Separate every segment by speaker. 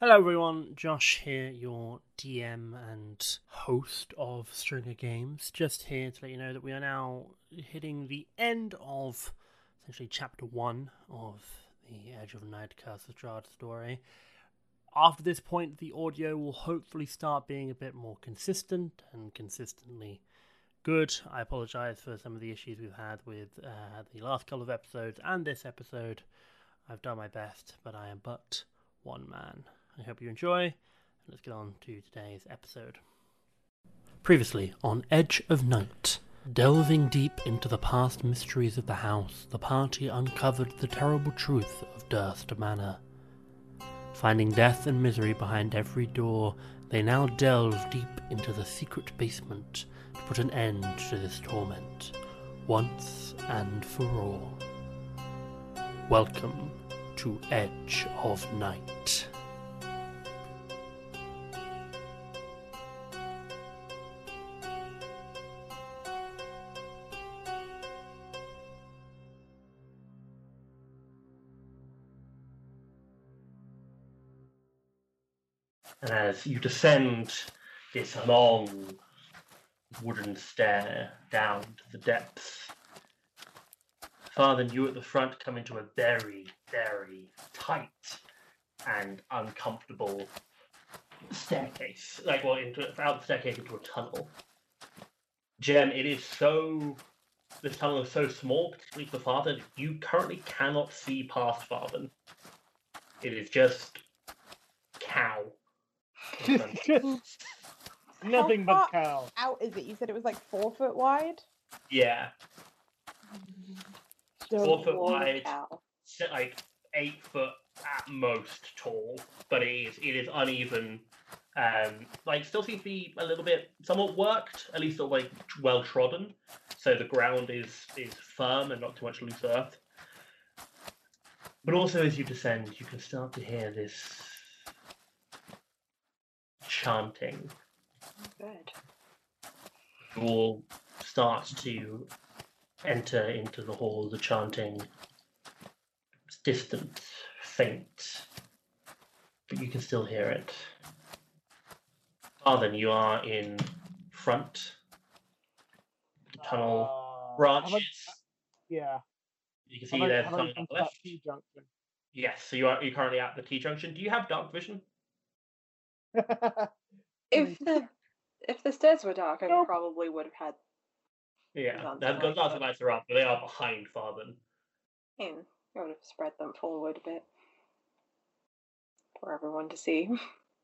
Speaker 1: Hello, everyone. Josh here, your DM and host of Stringer Games. Just here to let you know that we are now hitting the end of essentially chapter one of the Edge of Night Curse of Strahd story. After this point, the audio will hopefully start being a bit more consistent and consistently good. I apologize for some of the issues we've had with uh, the last couple of episodes and this episode. I've done my best, but I am but one man. I hope you enjoy, and let's get on to today's episode. Previously on Edge of Night, delving deep into the past mysteries of the house, the party uncovered the terrible truth of Durst Manor. Finding death and misery behind every door, they now delve deep into the secret basement to put an end to this torment, once and for all. Welcome to Edge of Night. And as you descend this long wooden stair down to the depths, Father and you at the front come into a very, very tight and uncomfortable staircase. Like, well, into out the staircase into a tunnel. Jem, it is so. This tunnel is so small, particularly for Father, that you currently cannot see past Father. It is just cow. in front of
Speaker 2: Nothing
Speaker 3: How
Speaker 2: but
Speaker 3: far
Speaker 2: cow.
Speaker 3: out is it? You said it was like four foot wide.
Speaker 1: you. yeah.
Speaker 3: Don't
Speaker 1: Four foot
Speaker 3: walk
Speaker 1: wide.
Speaker 3: out.
Speaker 1: s- like eight foot at most tall, but it is it is uneven. Um, like still seems to be a little bit somewhat worked, at least sort of like well trodden. So the ground is is firm and not too much loose earth. But also as you descend, you can start to hear this chanting.
Speaker 3: Good.
Speaker 1: You all start to enter into the hall, the chanting It's distant, faint, but you can still hear it. Ah, then you are in front. The tunnel
Speaker 2: Uh,
Speaker 1: branches.
Speaker 2: how much- yeah.
Speaker 1: you can
Speaker 2: how
Speaker 1: see
Speaker 2: much-
Speaker 1: there's
Speaker 2: how
Speaker 1: something
Speaker 2: much
Speaker 1: on
Speaker 2: comes
Speaker 1: the
Speaker 2: to that
Speaker 1: left.
Speaker 2: T junction?
Speaker 1: Yes, so you are you're currently at the T junction. Do you have dark vision?
Speaker 4: If the if the stairs were dark, I
Speaker 2: Nope.
Speaker 4: probably would have had
Speaker 1: Yeah,
Speaker 4: Dark
Speaker 1: the
Speaker 4: light,
Speaker 1: dark
Speaker 4: but-
Speaker 1: lights are up, but they are behind Farben.
Speaker 4: in. I would have spread them forward a bit for everyone to see.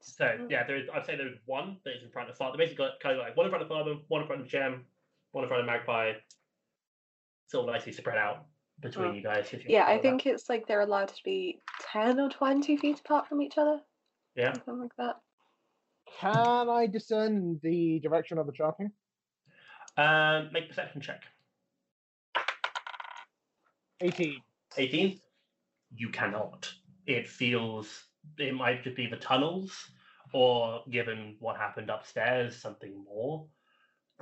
Speaker 1: So
Speaker 4: Mm-hmm.
Speaker 1: yeah, there is. I'd say there's one that is in front of Father. Basically, got kind of like one in front of Father, one in front of Gem, one in front of Magpie. It's all nicely spread out between
Speaker 4: Mm.
Speaker 1: you guys. if you
Speaker 4: Yeah, I
Speaker 1: follow that.
Speaker 4: think it's like they're allowed to be ten or twenty feet apart from each other,
Speaker 1: Yeah,
Speaker 4: something like that.
Speaker 2: Can I discern the direction of the chanting?
Speaker 1: um, make perception check.
Speaker 2: 18.
Speaker 1: 18. You cannot. It feels it might just be the tunnels, or given what happened upstairs, something more.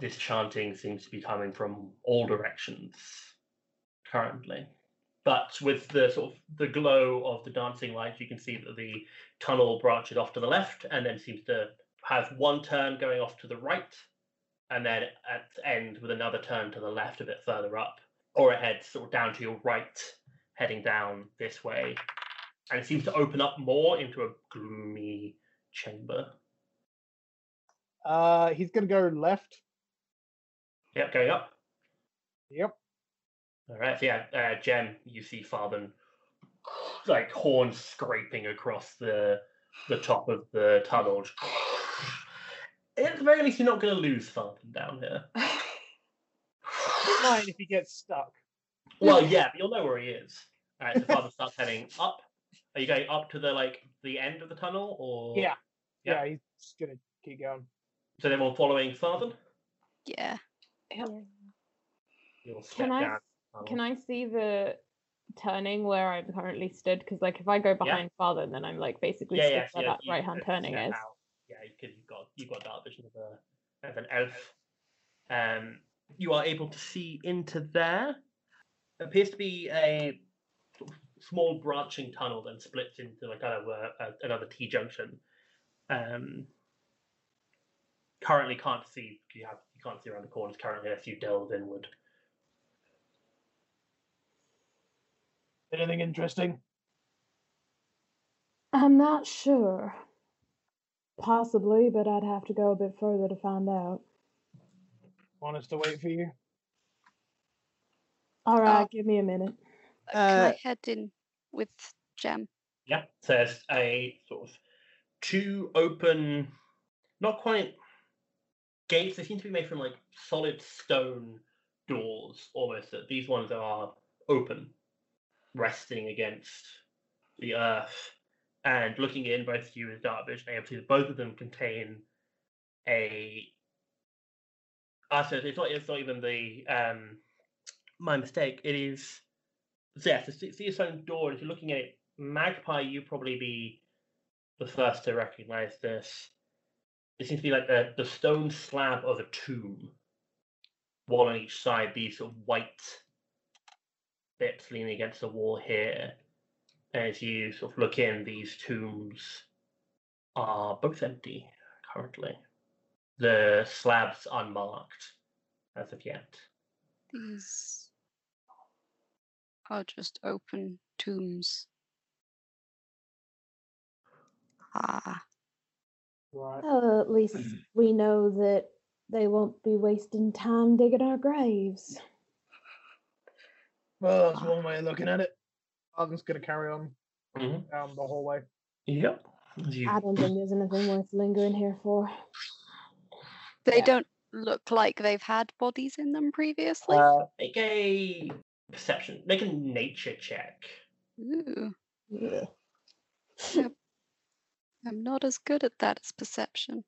Speaker 1: This chanting seems to be coming from all directions currently. But with the sort of the glow of the dancing lights, you can see that the tunnel branches off to the left and then seems to have one turn going off to the right, and then at the end with another turn to the left a bit further up, or it heads sort of down to your right, heading down this way. And it seems to open up more into a gloomy chamber.
Speaker 2: Uh, he's going to go left.
Speaker 1: Yep, going up.
Speaker 2: Yep.
Speaker 1: All right, so yeah, uh, Jem, you see Farben like horn scraping across the the top of the tunnel. At the very least, you're not going to lose Farben down here.
Speaker 2: Don't mind if he gets stuck.
Speaker 1: Well, yeah, but you'll know where he is. All right, so Farben starts heading up. Are you going up to the like the end of the tunnel, or
Speaker 2: Yeah.
Speaker 1: Yeah.
Speaker 2: Yeah, he's just going to keep going.
Speaker 1: So then we're following Farben.
Speaker 5: Yeah.
Speaker 4: Yeah.
Speaker 1: You'll step
Speaker 6: Can I
Speaker 1: down.
Speaker 6: s- Can I see the turning where I'm currently stood? Because like if I go behind father, then I'm like basically
Speaker 1: yeah,
Speaker 6: stuck
Speaker 1: yeah, so
Speaker 6: where
Speaker 1: yeah,
Speaker 6: that
Speaker 1: you
Speaker 6: right
Speaker 1: can
Speaker 6: hand
Speaker 1: step
Speaker 6: turning is.
Speaker 1: out. Yeah, because you've got you've got dark vision of a of an elf. Um, you are able to see into there. Appears to be a sort of small branching tunnel that splits into like kind of a, a, another T junction. Um, currently can't see you have you can't see around the corners currently unless you delve inward.
Speaker 2: Anything interesting?
Speaker 6: I'm not sure. Possibly, but I'd have to go a bit further to find out.
Speaker 2: Want us to wait for you?
Speaker 6: All right,
Speaker 7: Um,
Speaker 6: give me a minute.
Speaker 7: Can
Speaker 8: Uh,
Speaker 7: I head in with Jem?
Speaker 1: Yeah. So there's a sort of two open, not quite gates. They seem to be made from like solid stone doors almost. That these ones are open, resting against the earth. And looking in, both you and Dartvish are able to see that both of them contain a. Ah, so it's not. It's not even the. Um, my mistake. It is. Zeth. It's, it's the stone door. If you're looking at it Magpie, you probably be the first to recognize this. It seems to be like the, the stone slab of a tomb. One on each side, these sort of white bits leaning against the wall here. As you sort of look in, these tombs are both empty currently. The slabs unmarked as of yet.
Speaker 7: These are just open tombs. Ah,
Speaker 2: Right.
Speaker 3: Oh,
Speaker 6: Well, at least we know that they won't be wasting time digging our graves.
Speaker 2: Well, that's one way of looking at it. I'm just gonna carry on
Speaker 1: Mhm.
Speaker 2: down the hallway.
Speaker 1: Yep. As you
Speaker 6: I don't think there's anything worth lingering here for.
Speaker 7: they
Speaker 8: Yeah.
Speaker 7: don't look like they've had bodies in them previously.
Speaker 1: uh, make a perception, make a nature check.
Speaker 7: Ooh,
Speaker 6: Ugh.
Speaker 7: I'm not as good at that as perception.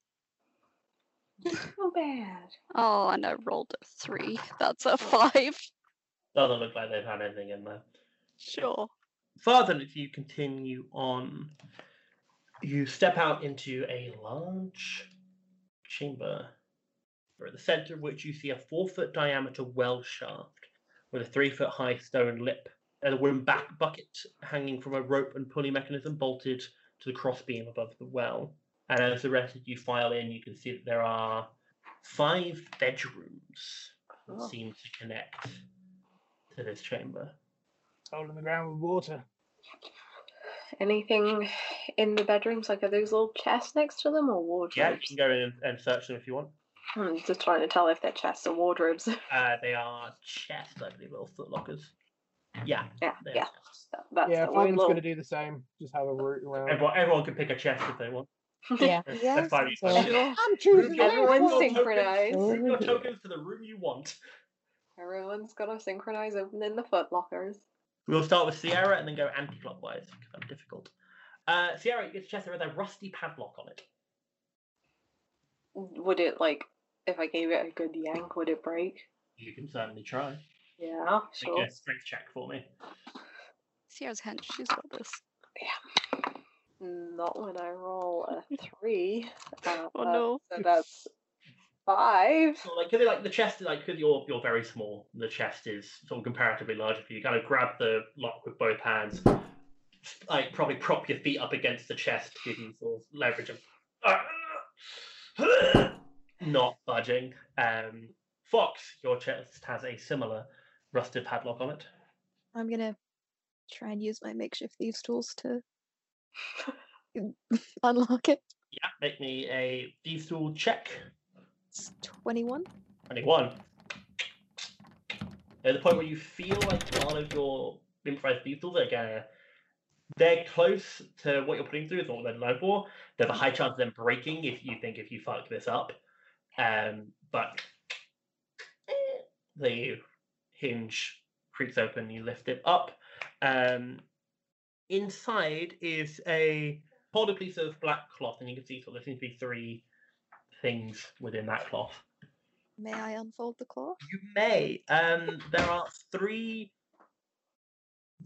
Speaker 4: Not bad.
Speaker 7: Oh, and I rolled a three. That's a five.
Speaker 1: Doesn't look like they've had anything in there.
Speaker 7: Sure.
Speaker 1: Further, if you continue on, you step out into a large chamber, at the center of which you see a four foot diameter well shaft with a three foot high stone lip and a wooden back bucket hanging from a rope and pulley mechanism bolted to the crossbeam above the well. And as the rest of you file in, you can see that there are five bedrooms that
Speaker 4: Oh.
Speaker 1: seem to connect to this chamber.
Speaker 2: Holding the ground with water.
Speaker 4: Anything in the bedrooms? Like, are those little chests next to them or
Speaker 1: Yeah, you
Speaker 4: wardrobes?
Speaker 1: can go in and, and search them if you want.
Speaker 4: I'm just trying to tell if they're chests or wardrobes.
Speaker 1: Uh, they are chests, I believe, or foot lockers. Yeah.
Speaker 4: yeah,
Speaker 1: they are
Speaker 4: yeah.
Speaker 1: chests.
Speaker 4: That- That's
Speaker 2: yeah,
Speaker 4: the
Speaker 2: Fabian's
Speaker 4: one
Speaker 2: gonna
Speaker 4: little.
Speaker 2: do the same. Just have a route around.
Speaker 1: Everyone, everyone can pick a chest if they want.
Speaker 6: Yeah.
Speaker 1: That's-
Speaker 7: Yeah,
Speaker 1: that's fine. You-
Speaker 6: sounds
Speaker 1: you-
Speaker 7: Sure.
Speaker 2: I'm
Speaker 1: move
Speaker 2: choosing
Speaker 1: your-
Speaker 2: the
Speaker 1: move
Speaker 4: Everyone's
Speaker 1: your
Speaker 2: left
Speaker 4: sync-
Speaker 2: one.
Speaker 4: synchronized.
Speaker 1: Tokens, move your
Speaker 6: Ooh.
Speaker 1: tokens to the room you want.
Speaker 4: Everyone's got to synchronize opening the foot lockers.
Speaker 1: We'll start with Sierra and then go anti-clockwise because I'm difficult. Uh, Sierra, you get a chest there with a rusty padlock on it.
Speaker 4: Would it, like, if I gave it a good yank, would it break?
Speaker 1: You can certainly try.
Speaker 4: Yeah,
Speaker 1: Make
Speaker 4: Ah, sure.
Speaker 1: a strength check for me.
Speaker 7: Sierra's hench. She's got this.
Speaker 4: Not when I roll a three. Uh,
Speaker 7: Oh, no.
Speaker 4: So that's five.
Speaker 1: So, like, cause it, like the chest, is like, cause you're you're very small. The chest is sort of comparatively larger. for you. Kind of grab the lock with both hands, like probably prop your feet up against the chest, to give you sort of leverage. Of... Not budging. Um, Fox, your chest has a similar rusted padlock on it.
Speaker 7: I'm gonna try and use my makeshift thieves tools to unlock it.
Speaker 1: Yeah, make me a thieves tool check.
Speaker 7: It's 21.
Speaker 1: Twenty-one. At the point where you feel like one of your improvised thieves tools, like uh, they're close to what you're putting through, is what they're known for. There's a high chance of them breaking if you think if you fuck this up. Um, but eh, the hinge creaks open, you lift it up. Um, inside is a folded piece of black cloth, and you can see sort of there seems to be three things within that cloth.
Speaker 7: May I unfold the claw?
Speaker 1: You may. Um, there are three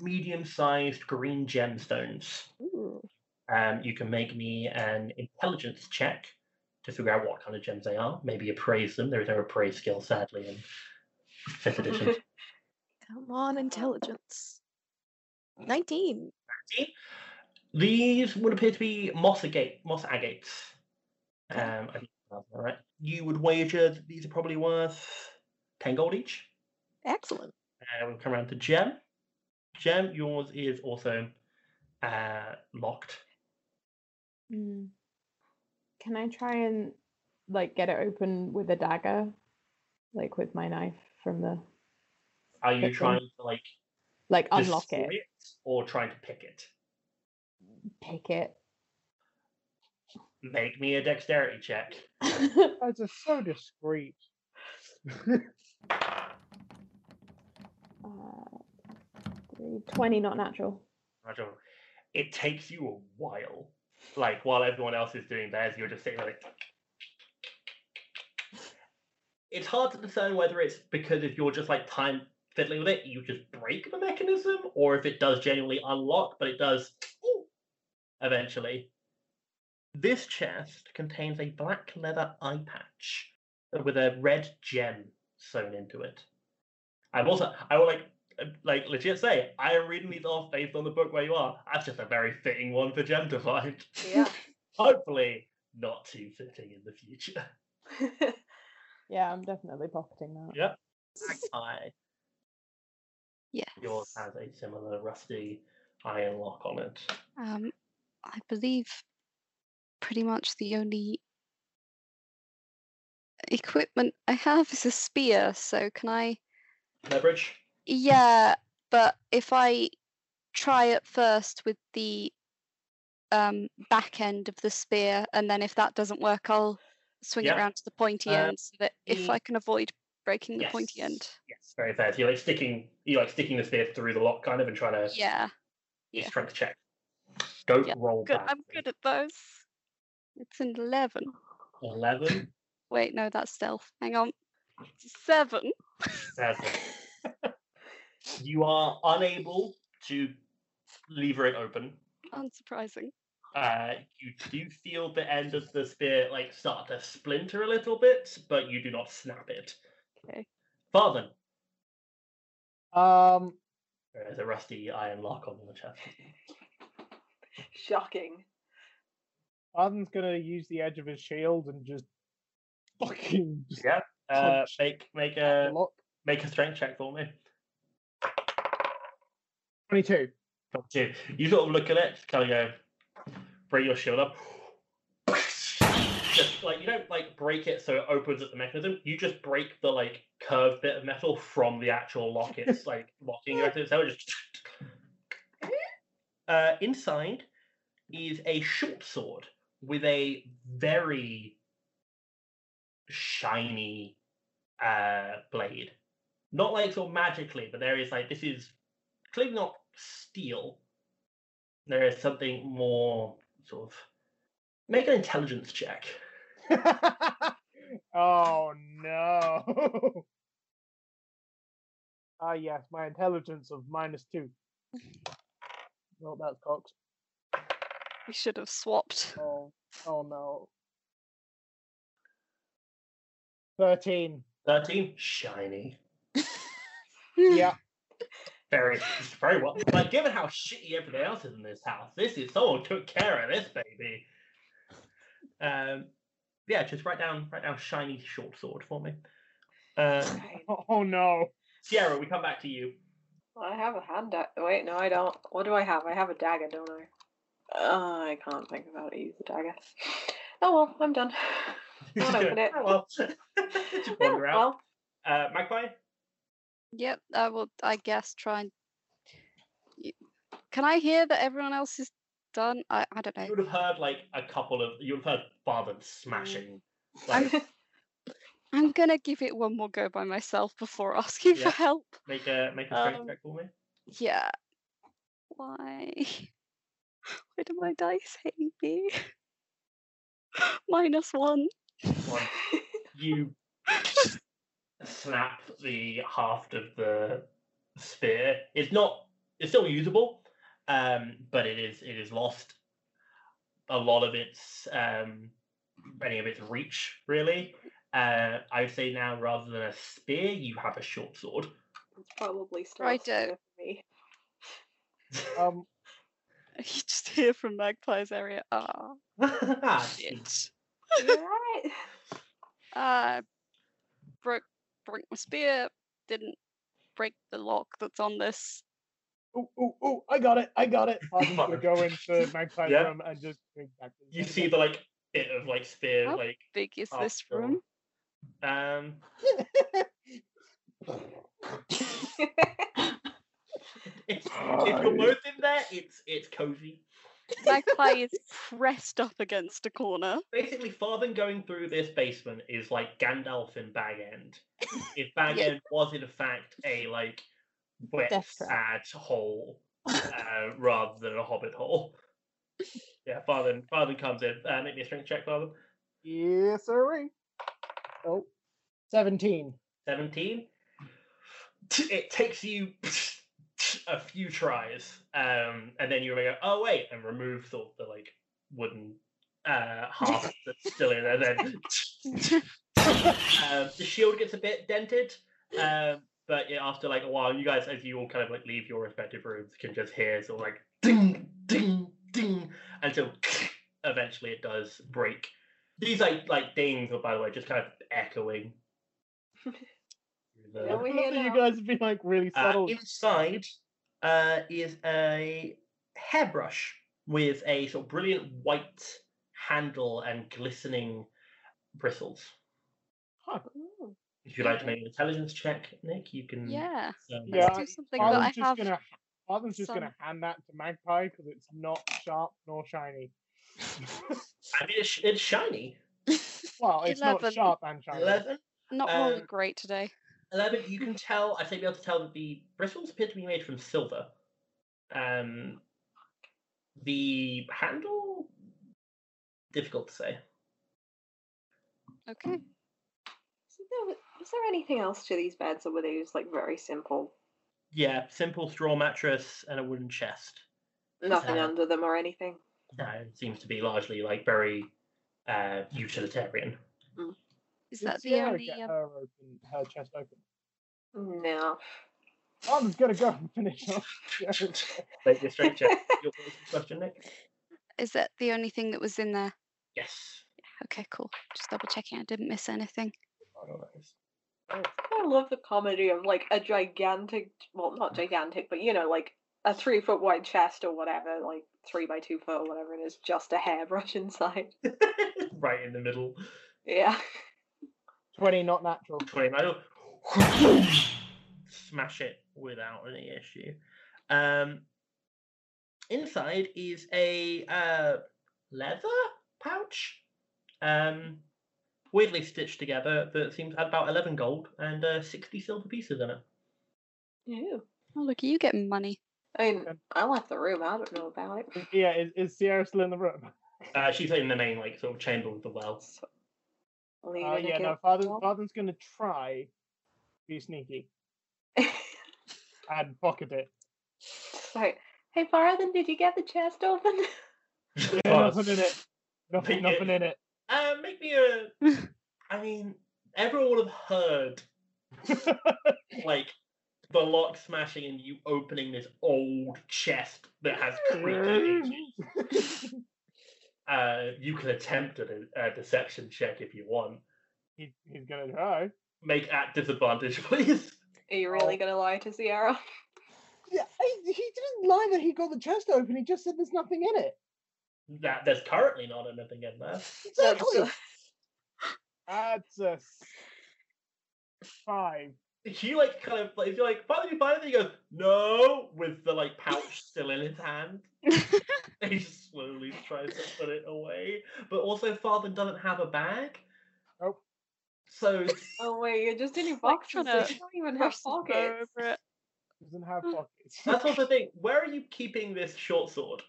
Speaker 1: medium-sized green gemstones.
Speaker 7: Ooh.
Speaker 1: Um, you can make me an intelligence check to figure out what kind of gems they are. Maybe appraise them. There is no appraise skill, sadly, in fifth edition.
Speaker 7: Come on, intelligence. 19.
Speaker 1: These would appear to be moss agate, moss agates. Um, I think that's all right. You would wager that these are probably worth ten gold each.
Speaker 7: Excellent.
Speaker 1: Uh, we'll come around to Gem. Gem, yours is also uh, locked.
Speaker 6: Mm. Can I try and like get it open with a dagger, like with my knife from the
Speaker 1: Are you
Speaker 6: Okay.
Speaker 1: trying to like
Speaker 6: like unlock
Speaker 1: destroy
Speaker 6: it,
Speaker 1: or trying to pick it?
Speaker 6: pick it?
Speaker 1: Make me a dexterity check.
Speaker 2: Guys are so discreet.
Speaker 6: Uh, three- 20 not natural.
Speaker 1: I don't. It takes you a while. Like while everyone else is doing theirs, you're just sitting there like. It's hard to discern whether it's because if you're just like time fiddling with it, you just break the mechanism, or if it does genuinely unlock, but it does eventually. This chest contains a black leather eye patch with a red gem sewn into it. I'm also I will like uh, like legit say, I am reading these off based on the book where you are. That's just a very fitting one for Gem to find.
Speaker 4: Yeah.
Speaker 1: Hopefully, not too fitting in the future.
Speaker 6: Yeah, I'm definitely pocketing that.
Speaker 1: Yeah. I
Speaker 7: Yes.
Speaker 1: yours has a similar rusty iron lock on it.
Speaker 7: Um, I believe pretty much the only equipment I have is a spear, so can I?
Speaker 1: Leverage.
Speaker 7: Yeah, but if I try it first with the um, back end of the spear, and then if that doesn't work, I'll swing
Speaker 1: Yeah.
Speaker 7: it around to the pointy
Speaker 1: Uh,
Speaker 7: end so that if I can avoid breaking the
Speaker 1: yes.
Speaker 7: pointy end.
Speaker 1: Yes, very fair. So you're like sticking you're like sticking the spear through the lock kind of and trying to
Speaker 7: Yeah, yeah.
Speaker 1: strength check. Don't
Speaker 7: Yeah,
Speaker 1: roll
Speaker 7: good.
Speaker 1: badly.
Speaker 7: I'm good at those. It's an 11.
Speaker 1: Eleven,
Speaker 7: Wait, no, that's stealth. Hang on. It's a 7.
Speaker 1: seven. you are unable to lever it open.
Speaker 7: Unsurprising.
Speaker 1: Uh, you do feel the end of the spear like start to splinter a little bit, but you do not snap it.
Speaker 7: Okay.
Speaker 1: Farthen,
Speaker 2: Um,
Speaker 1: there is a rusty iron lock on the chest.
Speaker 4: Shocking.
Speaker 2: Arden's gonna use the edge of his shield and just fucking just
Speaker 1: Yeah. Uh, make make a
Speaker 2: lock.
Speaker 1: make a strength check for me.
Speaker 2: Twenty-two.
Speaker 1: Got you. You sort of look at it, kind of go, bring your shield up. Just like you don't like break it so it opens up the mechanism. You just break the like curved bit of metal from the actual lock. It's like locking mechanism. So it just. Uh, inside is a short sword with a very shiny uh blade. Not like sort of magically, but there is like this is clearly not steel. There is something more sort of. Make an intelligence check.
Speaker 2: oh no. Ah yes, my intelligence of minus two. No, that's cocked.
Speaker 7: We should have swapped.
Speaker 2: Oh, oh no. Thirteen.
Speaker 1: Thirteen, shiny,
Speaker 2: Yeah.
Speaker 1: very, very well. Like given how shitty everything else is in this house, this is someone took care of this baby. Um, yeah, just write down, write down shiny short sword for me. Uh,
Speaker 4: Right.
Speaker 2: Oh no.
Speaker 1: Sierra, we come back to you.
Speaker 4: I have a hand da- Wait, no, I don't. What do I have? I have a dagger, don't I? Uh, I can't think of how to use a dagger. Oh well, I'm done.
Speaker 1: Just
Speaker 4: I'll
Speaker 1: go,
Speaker 4: open it.
Speaker 1: "Oh, well." Just
Speaker 4: Yeah,
Speaker 1: wander out.
Speaker 4: Uh, well,
Speaker 1: Uh, Magpie,
Speaker 7: Yep, I will, I guess, try and. Y- Can I hear that everyone else is done? I, I don't
Speaker 1: you
Speaker 7: know.
Speaker 1: would have heard like a couple of, you would have heard Barban smashing.
Speaker 7: I'm-
Speaker 1: Like,
Speaker 7: I'm gonna give it one more go by myself before asking
Speaker 1: Yeah.
Speaker 7: for help.
Speaker 1: Make a make a strength
Speaker 7: Um,
Speaker 1: check for me.
Speaker 7: Yeah. Why? Why do my dice hate me? Minus one.
Speaker 1: One. You snap the haft of the spear. It's not. It's still usable, um, but it is it is lost a lot of its um, any of its reach. Really, uh, I would say now rather than a spear, you have a short sword.
Speaker 4: it's probably still
Speaker 7: Righto.
Speaker 4: safer for me.
Speaker 2: Um,
Speaker 7: You just hear from Magpie's area. Ah,
Speaker 1: Ah,
Speaker 7: shit.
Speaker 4: right.
Speaker 7: I Uh, broke broke my spear. Didn't break the lock that's on this.
Speaker 2: ooh, ooh, ooh, I got it, I got it. Um, Arden's gonna
Speaker 1: Fuck.
Speaker 2: go into Magpie's
Speaker 1: Yeah.
Speaker 2: room and just exactly.
Speaker 1: you see the like bit of like spear
Speaker 7: Oh.
Speaker 1: like
Speaker 7: Big is
Speaker 1: Oh,
Speaker 7: this
Speaker 1: God.
Speaker 7: room?
Speaker 1: um it's, if you're both in there it's it's cozy
Speaker 7: Magpie is pressed up against a corner.
Speaker 1: basically farther than going through this basement is like gandalf in bag end if bag
Speaker 7: Yeah.
Speaker 1: end was in fact a like wet
Speaker 6: Death
Speaker 1: sad
Speaker 6: trap.
Speaker 1: hole uh, rather than a hobbit hole yeah farther than- farther than comes in uh, make me a strength check farther
Speaker 2: Yes, sirree. Oh, 17.
Speaker 1: 17 T- it takes you a few tries um and then you go oh wait and remove sort of the like wooden uh half that's still in there then um, the shield gets a bit dented um but yeah, after like a while you guys as you all kind of like leave your respective rooms can just hear sort of like ding ding ding until eventually it does break these like like dings are by the way just kind of echoing through the-
Speaker 4: Are we
Speaker 2: I love
Speaker 4: here
Speaker 2: that you
Speaker 4: now?
Speaker 2: guys have been like really
Speaker 1: uh,
Speaker 2: subtle.
Speaker 1: inside uh, is a hairbrush with a sort of brilliant white handle and glistening bristles.
Speaker 4: Ooh.
Speaker 1: If you'd like to make an intelligence check, Nick, you can.
Speaker 7: Mm-hmm. Yeah.
Speaker 1: um,
Speaker 2: Yeah,
Speaker 7: Let's do something that I
Speaker 2: Arden's just
Speaker 7: have.
Speaker 2: gonna Arden's just gonna
Speaker 7: some-
Speaker 2: hand that to Magpie because it's not sharp nor shiny.
Speaker 1: I mean, it's, it's shiny.
Speaker 2: Well, it's not
Speaker 7: Eleven.
Speaker 2: sharp and shiny.
Speaker 1: Eleven.
Speaker 7: Not rolling
Speaker 1: um,
Speaker 7: great today.
Speaker 1: Eleven. You can tell. I'd say be able to tell that the bristles appear to be made from silver. Um, the handle. Difficult to say.
Speaker 7: Okay.
Speaker 4: Is there, is there anything else to these beds, or were they just like very simple?
Speaker 1: Yeah, simple straw mattress and a wooden chest.
Speaker 4: Nothing
Speaker 1: Uh,
Speaker 4: under them or anything.
Speaker 1: No, it seems to be largely like very uh, utilitarian.
Speaker 7: Is
Speaker 2: Did
Speaker 7: that the
Speaker 2: Sierra
Speaker 7: only?
Speaker 2: get
Speaker 7: Um,
Speaker 2: her, open, her chest open?
Speaker 4: No.
Speaker 2: Arden's gonna go and finish off. Sierra's-
Speaker 1: Make this straight check. Your question, Nick?
Speaker 7: is that the only thing that was in there?
Speaker 1: Yes.
Speaker 7: Okay, cool. Just double checking. I didn't miss anything.
Speaker 1: Oh, no, that is-
Speaker 4: I love the comedy of like a gigantic, well, not gigantic, but you know, like a three foot wide chest or whatever, like three by two foot or whatever, and it's just a hairbrush inside.
Speaker 1: right in the middle.
Speaker 4: Yeah.
Speaker 2: Twenty, not natural.
Speaker 1: 20 metal. Smash it without any issue. Um, inside is a uh, leather pouch. Um, weirdly stitched together that seems to have about 11 gold and uh, 60 silver pieces in it.
Speaker 4: Ew.
Speaker 7: Oh, look at you getting money.
Speaker 4: I mean,
Speaker 2: Okay.
Speaker 4: I left the room. I don't know about it.
Speaker 2: Yeah, is, is Sierra still in the room?
Speaker 1: Uh, she's in the main like sort of chamber with the well.
Speaker 4: So- lean
Speaker 2: Uh,
Speaker 4: in
Speaker 2: yeah, no.
Speaker 4: again.
Speaker 2: Father,
Speaker 4: Well,
Speaker 2: Father's gonna try to be sneaky and pocket it.
Speaker 4: it's like, hey, Farathan, did you get the chest open?
Speaker 2: Yeah, nothing in it. Nothing,
Speaker 1: Pick it.
Speaker 2: nothing in it.
Speaker 1: Uh, make me a. I mean, everyone would have heard like the lock smashing and you opening this old chest that has
Speaker 2: Mm.
Speaker 1: creaked. Uh, you can attempt a, de- a deception check if you want.
Speaker 2: He, he's gonna try.
Speaker 1: Make at disadvantage, please.
Speaker 4: Are you
Speaker 7: Oh.
Speaker 4: really going to lie to Sierra?
Speaker 2: Yeah, he, he didn't lie that he got the chest open. He just said there's nothing in it.
Speaker 1: That there's currently not anything in there.
Speaker 2: Exactly. That's a s- five.
Speaker 1: She like kind of like if you're like finally finally he goes no with the like pouch still in his hand. he just slowly tries to put it away. But also Father doesn't have a bag.
Speaker 2: Nope.
Speaker 1: So
Speaker 4: Oh, wait, you're just in your
Speaker 7: Like
Speaker 4: boxes.
Speaker 7: tryna
Speaker 4: so you don't even have
Speaker 7: Brush the fur
Speaker 4: pockets.
Speaker 7: over it.
Speaker 2: Doesn't have
Speaker 7: Mm.
Speaker 2: pockets.
Speaker 1: that's also the thing. Where are you keeping this short sword?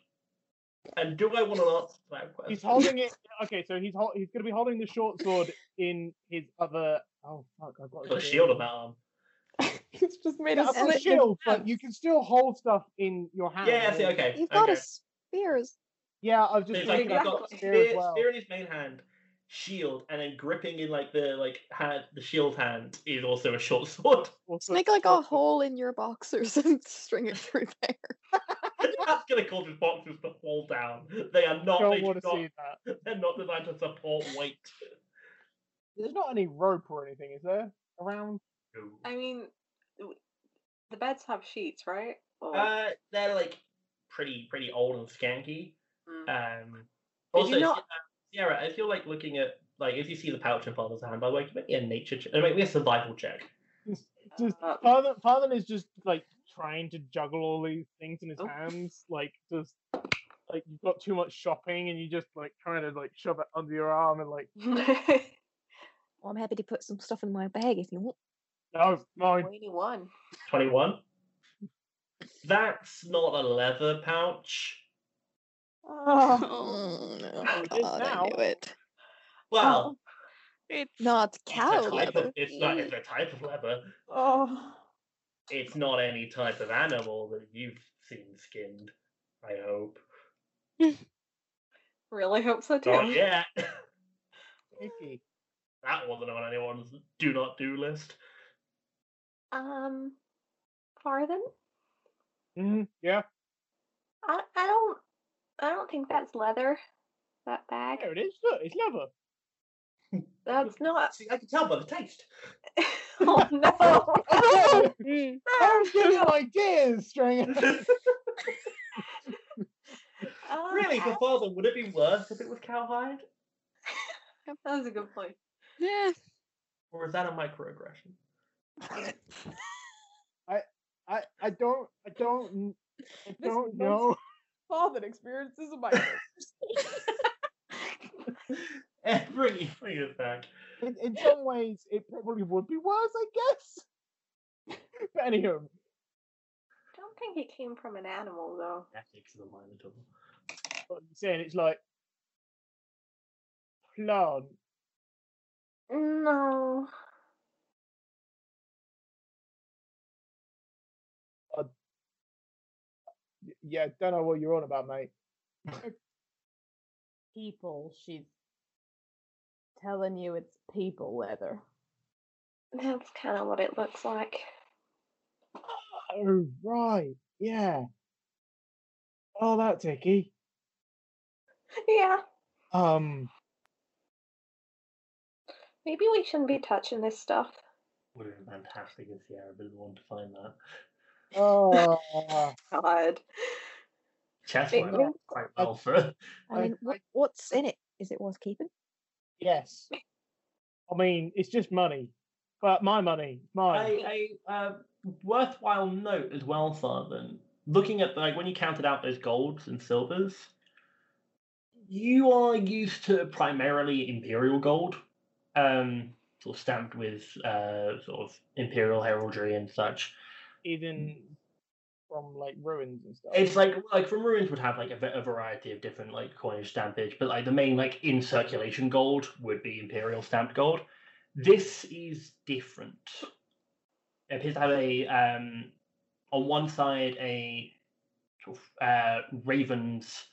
Speaker 1: And do I want an answer to that question?
Speaker 2: he's holding it. Okay, so he's hol- he's gonna be holding the short sword in his other. Oh fuck! I've got,
Speaker 1: He's got a shield on that arm.
Speaker 6: He's just made
Speaker 2: Yeah,
Speaker 6: it
Speaker 2: I've got a
Speaker 6: slit in
Speaker 2: shield, but
Speaker 6: half.
Speaker 2: you can still hold stuff in your hand.
Speaker 1: Yeah, I see,
Speaker 2: right?
Speaker 1: okay.
Speaker 7: You've got a
Speaker 1: okay.
Speaker 7: spear as
Speaker 2: Yeah, I was
Speaker 1: So
Speaker 2: just
Speaker 1: it's like
Speaker 2: thinking
Speaker 1: he's
Speaker 2: I've got
Speaker 1: got
Speaker 4: exactly.
Speaker 2: spear as
Speaker 1: spear,
Speaker 2: well.
Speaker 1: spear in his main hand, shield, and then gripping in like the like hand the shield hand is also a short sword.
Speaker 2: Also
Speaker 6: Just make like a
Speaker 2: short sword.
Speaker 6: hole in your boxers and string it through there.
Speaker 1: That's going to cause his boxes to fall down. They are not.
Speaker 2: Don't
Speaker 1: they do
Speaker 2: want to
Speaker 1: not
Speaker 2: see that.
Speaker 1: they're not designed to support weight.
Speaker 2: There's not any rope or anything, is there? Around?
Speaker 1: No.
Speaker 4: I mean, w- the beds have sheets, right? Or,
Speaker 1: Uh, they're like pretty, pretty old and skanky.
Speaker 4: mm.
Speaker 1: Um,
Speaker 4: you
Speaker 1: also, um,
Speaker 4: not-
Speaker 1: Sierra, as you're like looking at, like, if you see the pouch in Father's hand, by the way, can you make me a nature check? uh, Make me a survival check.
Speaker 2: Just
Speaker 4: Uh,
Speaker 2: father, father is just like trying to juggle all these things in his
Speaker 4: Oh.
Speaker 2: hands, like just like you've got too much shopping and you just like trying to like shove it under your arm and like Mm-hmm,
Speaker 3: Well, I'm happy to put some stuff in my bag if you want.
Speaker 2: no, mine.
Speaker 4: 21.
Speaker 1: 21. That's not a leather pouch.
Speaker 3: Oh,
Speaker 2: Oh, it is
Speaker 3: God,
Speaker 2: now.
Speaker 3: I knew it.
Speaker 1: Well,
Speaker 7: It's
Speaker 3: No, it's
Speaker 4: Oh,
Speaker 1: it's a
Speaker 3: cow
Speaker 1: type of-
Speaker 3: leather.
Speaker 1: it's not.
Speaker 3: Ew.
Speaker 1: It's a type of leather.
Speaker 8: Oh,
Speaker 1: It's not any type of animal that you've seen skinned. I hope.
Speaker 4: Really hope so too.
Speaker 1: Not yet.
Speaker 2: Icky.
Speaker 1: That wasn't on anyone's do not do list.
Speaker 4: Um, farthing?
Speaker 2: Mhm, Yeah,
Speaker 4: I, I don't I don't think that's leather. That bag.
Speaker 2: there it is. Look, it's leather.
Speaker 4: That's not.
Speaker 1: See, I can tell by the taste.
Speaker 4: oh no!
Speaker 7: Mm.
Speaker 2: I was giving you ideas, Stringer.
Speaker 4: Um,
Speaker 1: really,
Speaker 4: I-
Speaker 1: for father, would it be worse if it was cowhide?
Speaker 4: That was a good point.
Speaker 7: Yeah.
Speaker 1: Or is that a microaggression?
Speaker 2: I, I don't I don't I don't
Speaker 8: nonsense.
Speaker 2: know.
Speaker 8: father experiences a micro.
Speaker 1: Eh, bring, it, bring it back.
Speaker 2: In, in some ways, it probably would be worse, I guess. But anywho,
Speaker 4: I don't think it came from an animal though.
Speaker 1: Ethics is a minor double.
Speaker 2: what I'm saying it's like plant.
Speaker 4: No.
Speaker 2: Y- Yeah, don't know what you're on about, mate.
Speaker 6: people. She's telling you it's people leather.
Speaker 4: That's kind of what it looks like.
Speaker 2: Oh right, yeah. Oh, that's icky.
Speaker 4: Yeah.
Speaker 2: Um,
Speaker 4: Maybe we shouldn't be touching this stuff.
Speaker 1: Would have been fantastic if Sierra had been the one to find that.
Speaker 2: oh,
Speaker 4: God.
Speaker 1: Chess
Speaker 4: Wait,
Speaker 1: might
Speaker 4: no.
Speaker 1: work quite well for
Speaker 3: I mean, what, what's in it? Is it worth keeping?
Speaker 2: yes. I mean, it's just money, but my money, mine.
Speaker 1: a, a uh, worthwhile note as well, Father. Looking at like when you counted out those golds and silvers, you are used to primarily imperial gold, um, sort of stamped with uh, sort of imperial heraldry and such.
Speaker 2: even from like ruins and stuff.
Speaker 1: It's like like from ruins would have like a, va- a variety of different like coinage stampage, but like the main like in circulation gold would be imperial stamped gold. This is different. It appears to have a um on one side a sort of, uh raven's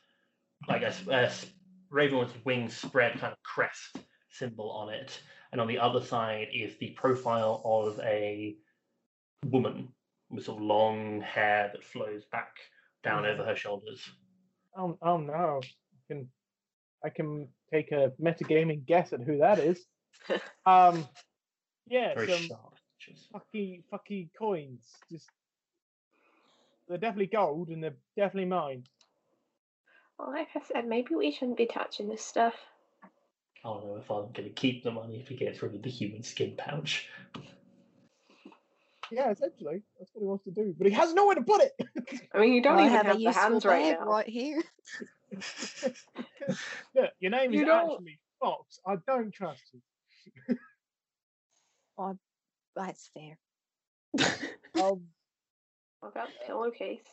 Speaker 1: like a, s- a s- raven with wings spread kind of crest symbol on it, and on the other side is the profile of a woman with sort of long hair that flows back down over her shoulders.
Speaker 2: oh, oh no, I can I can take a metagaming guess at who that is. um, yeah,
Speaker 1: Very
Speaker 2: some
Speaker 1: sharp features.
Speaker 2: fucky fucky coins. Just they're definitely gold and they're definitely mine.
Speaker 4: Well, like I said, maybe we shouldn't be touching this stuff.
Speaker 1: I don't know if I'm going to keep the money if he gets rid of the human skin pouch.
Speaker 2: Yeah, essentially that's what he wants to do, but he has nowhere to put it.
Speaker 4: I mean, you don't
Speaker 3: I
Speaker 4: even
Speaker 3: have,
Speaker 4: have,
Speaker 3: a
Speaker 4: the
Speaker 3: useful
Speaker 4: hands right
Speaker 3: bag
Speaker 4: now.
Speaker 3: right here.
Speaker 2: Look, your name
Speaker 4: You
Speaker 2: is
Speaker 4: don't-
Speaker 2: actually Fox. I don't trust you.
Speaker 3: Oh, That's fair.
Speaker 2: Um,
Speaker 4: What about the pillowcase?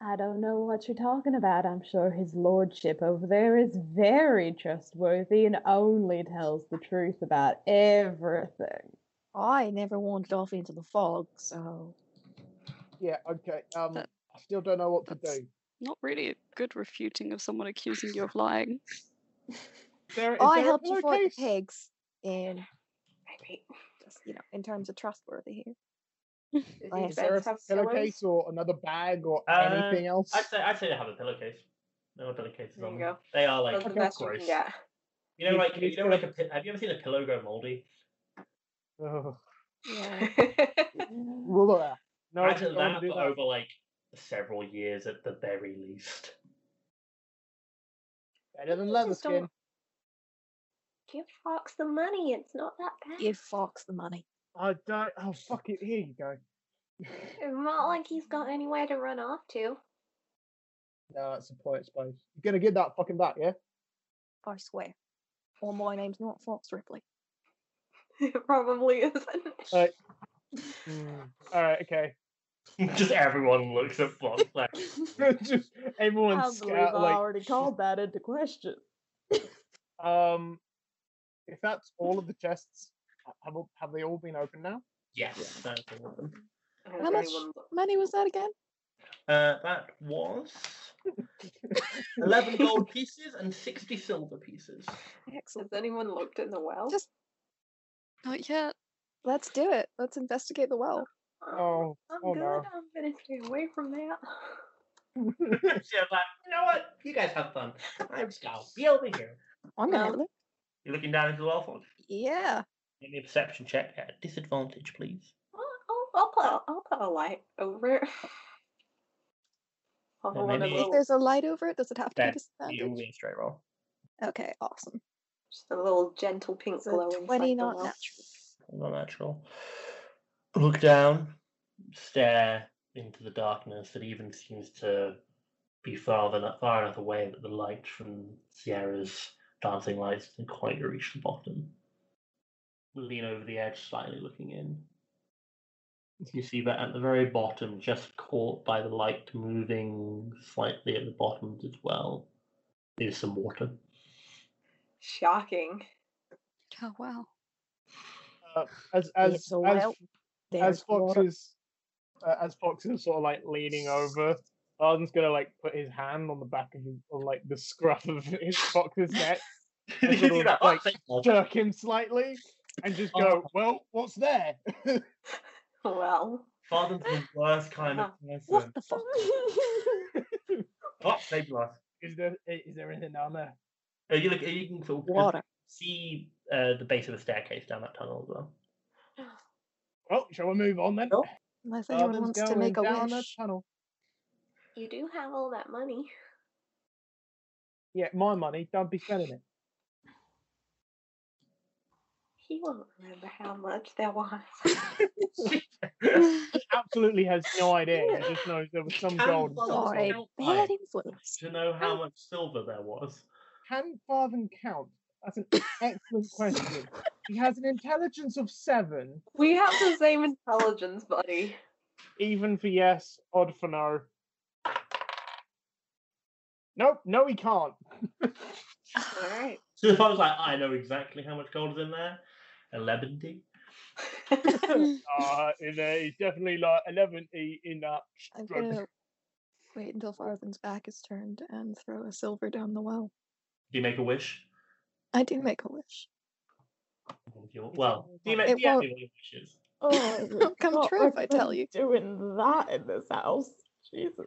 Speaker 6: I don't know what you're talking about. I'm sure his lordship over there is very trustworthy and only tells the truth about everything.
Speaker 3: I never wandered off into the fog, so
Speaker 2: yeah, okay. Um,
Speaker 7: That-
Speaker 2: I still don't know what to
Speaker 7: that's-
Speaker 2: do.
Speaker 7: Not really a good refuting of someone accusing you of lying.
Speaker 2: Is there, is
Speaker 3: Oh, I
Speaker 2: there a
Speaker 3: helped you fight
Speaker 2: pillowcase?
Speaker 3: the pigs. And
Speaker 4: Maybe.
Speaker 3: just you know, in terms of trustworthy here,
Speaker 4: Is
Speaker 2: Oh,
Speaker 4: he
Speaker 2: is there a
Speaker 4: supposed to have pillows?
Speaker 2: pillowcase or another bag or
Speaker 1: Uh,
Speaker 2: anything else?
Speaker 1: I'd say I'd say they have a pillowcase. They have pillowcases
Speaker 4: There
Speaker 1: on
Speaker 4: you
Speaker 1: them.
Speaker 4: go.
Speaker 1: They are like
Speaker 4: That's the
Speaker 2: Okay.
Speaker 4: best you
Speaker 1: gross.
Speaker 4: can get.
Speaker 1: You know,
Speaker 2: You-
Speaker 1: like
Speaker 2: you
Speaker 1: you know,
Speaker 2: feel-
Speaker 1: like a pi- have you ever seen a pillow go moldy?
Speaker 2: Ugh.
Speaker 3: Yeah.
Speaker 2: Ruler. No,
Speaker 1: Imagine
Speaker 2: don't
Speaker 1: that,
Speaker 2: do
Speaker 1: but
Speaker 2: that.
Speaker 1: over like several years at the very least.
Speaker 2: Better than
Speaker 4: You
Speaker 2: leather
Speaker 4: just
Speaker 2: skin.
Speaker 4: don't- Give Fox the money. It's not that bad.
Speaker 3: Give Fox the money.
Speaker 2: I don't. Oh fuck it. Here you go.
Speaker 4: It's not like he's got anywhere to run off to.
Speaker 2: No, that's a point space. You're gonna get that fucking back, yeah?
Speaker 3: I swear. Or my name's not Fox Ripley.
Speaker 4: It probably isn't.
Speaker 2: Right. All right. Okay.
Speaker 1: Just everyone looks at Fox like
Speaker 2: Just everyone's
Speaker 6: believe I
Speaker 2: scared. Like,
Speaker 6: already called that into question.
Speaker 2: um, if that's all of the chests, have all- have they all been opened now?
Speaker 1: yes. that's all of them.
Speaker 4: I don't
Speaker 6: How
Speaker 4: really
Speaker 6: much-
Speaker 4: wanna look.
Speaker 6: Money was that again?
Speaker 1: Uh, that was eleven gold pieces and sixty silver pieces.
Speaker 4: Has
Speaker 3: Excellent.
Speaker 4: anyone looked in the well?
Speaker 3: Just-
Speaker 7: Not yet.
Speaker 3: Let's do it. Let's investigate the well.
Speaker 2: Oh,
Speaker 4: I'm
Speaker 2: oh
Speaker 4: good.
Speaker 2: no.
Speaker 4: I'm gonna stay away from that.
Speaker 1: so I'm like, you know what? You guys have fun. I'm just gonna be over here. Um,
Speaker 3: I'm gonna
Speaker 4: No.
Speaker 3: have a look.
Speaker 1: You're looking down into the well, Fox.
Speaker 3: Yeah.
Speaker 1: Give me a perception check at disadvantage, please.
Speaker 4: I'll, I'll, I'll put a, I'll put a light over it. I'll
Speaker 1: Well,
Speaker 4: want a
Speaker 1: maybe-
Speaker 3: If
Speaker 4: little,
Speaker 3: there's a light over it, does it have to be
Speaker 1: That You'll
Speaker 3: disadvantage?
Speaker 1: be a straight roll.
Speaker 3: Okay, awesome.
Speaker 4: just a little gentle pink
Speaker 3: So
Speaker 4: glow.
Speaker 3: 20
Speaker 4: inside the
Speaker 3: not
Speaker 4: well.
Speaker 3: natural.
Speaker 1: Not natural. Look down, stare into the darkness that even seems to be far, than, far enough away that the light from Sierra's dancing lights doesn't quite reach the bottom. Lean over the edge, slightly looking in. You see that at the very bottom, just caught by the light moving slightly at the bottom as well, is some water.
Speaker 4: Shocking.
Speaker 7: Oh wow.
Speaker 2: Uh, as as
Speaker 3: It's a
Speaker 2: as
Speaker 3: well.
Speaker 2: as
Speaker 3: There's
Speaker 2: Fox
Speaker 3: water.
Speaker 2: is uh, as Fox is sort of like leaning over, Arden's gonna like put his hand on the back of his, on, like the scruff of his Fox's neck,
Speaker 1: You
Speaker 2: Sort
Speaker 1: see
Speaker 2: of
Speaker 1: that,
Speaker 2: like-
Speaker 1: "Oh, thank God."
Speaker 2: jerk him slightly, and just go, "Well, what's there?"
Speaker 4: Well,
Speaker 1: Father's the worst kind of person.
Speaker 3: What the fuck?
Speaker 1: Oh, maybe last.
Speaker 2: Is there is there anything down there?
Speaker 1: Uh, you look. You can sort of
Speaker 3: Water.
Speaker 1: see uh, the base of the staircase down that tunnel as well.
Speaker 2: Well, Oh, shall we move on then?
Speaker 1: Nope.
Speaker 3: Unless anyone
Speaker 2: Arden's
Speaker 3: wants to
Speaker 2: going
Speaker 3: make a
Speaker 2: down
Speaker 3: wish.
Speaker 2: A tunnel.
Speaker 4: you do have all that money.
Speaker 2: Yeah, my money. Don't be spending it.
Speaker 4: He won't remember how much there was.
Speaker 2: He absolutely has no idea. He just knows there was some
Speaker 1: Can
Speaker 2: gold.
Speaker 1: Father
Speaker 3: Or a
Speaker 1: count by
Speaker 3: bad influence.
Speaker 1: to know how much silver there was?
Speaker 2: Can Farthen count? That's an excellent question. He has an intelligence of seven,
Speaker 4: we have the same intelligence, buddy.
Speaker 2: even for yes, odd for no. Nope, no, he can't.
Speaker 4: All right.
Speaker 1: So if I was like, I know exactly how much gold is in there. Eleven D.
Speaker 2: Uh, in there, he's definitely like 11 E in that.
Speaker 3: I'm
Speaker 2: Drug.
Speaker 3: gonna wait until Farthen's back is turned and throw a silver down the well.
Speaker 1: Do you make a wish?
Speaker 3: I do make a wish.
Speaker 1: Well, do you make
Speaker 3: It
Speaker 1: do you
Speaker 3: won't-
Speaker 1: make any wishes?
Speaker 6: Oh, it
Speaker 3: It'll come
Speaker 6: not
Speaker 3: true if I tell
Speaker 6: recommend
Speaker 3: you.
Speaker 6: Doing that in this house, Jesus.
Speaker 2: Like,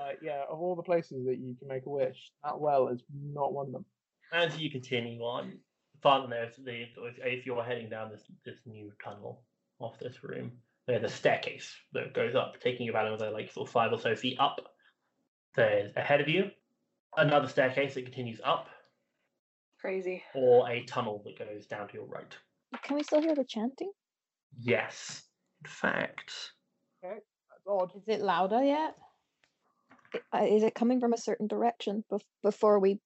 Speaker 2: Uh, yeah, of all the places that you can make a wish, that well is not one of them.
Speaker 1: As you continue on, farther there's the if- if you're heading down this this new tunnel off this room, there's a staircase that goes up, taking you about another like sort of five or so feet up. There's ahead of you another staircase that continues up,
Speaker 4: Crazy.
Speaker 1: or a tunnel that goes down to your right.
Speaker 3: Can we still hear the chanting?
Speaker 1: Yes, in fact,
Speaker 2: That's odd.
Speaker 6: Is it louder yet?
Speaker 3: it- uh, is it coming from a certain direction bef- before we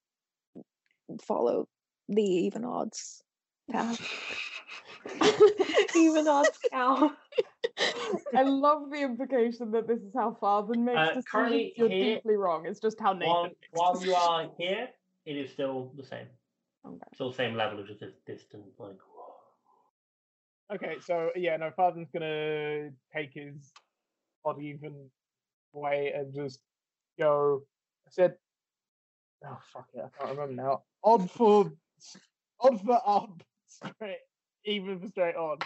Speaker 3: follow the even odds path?
Speaker 4: Even odds cow.
Speaker 6: I love the implication that this is how Farben makes
Speaker 1: Uh, currently
Speaker 6: decisions. You're
Speaker 1: here-
Speaker 6: deeply wrong. It's just how Nathan.
Speaker 1: while,
Speaker 6: makes
Speaker 1: while you are here, it is still the same.
Speaker 2: Oh,
Speaker 6: Okay.
Speaker 1: Still the same level, it's just this distant like.
Speaker 2: Okay, so yeah, no, Farthen's gonna take his odd even way and just go. I said, oh fuck it, I can't remember now. Oh, Odd for odd for odd, straight even for straight on.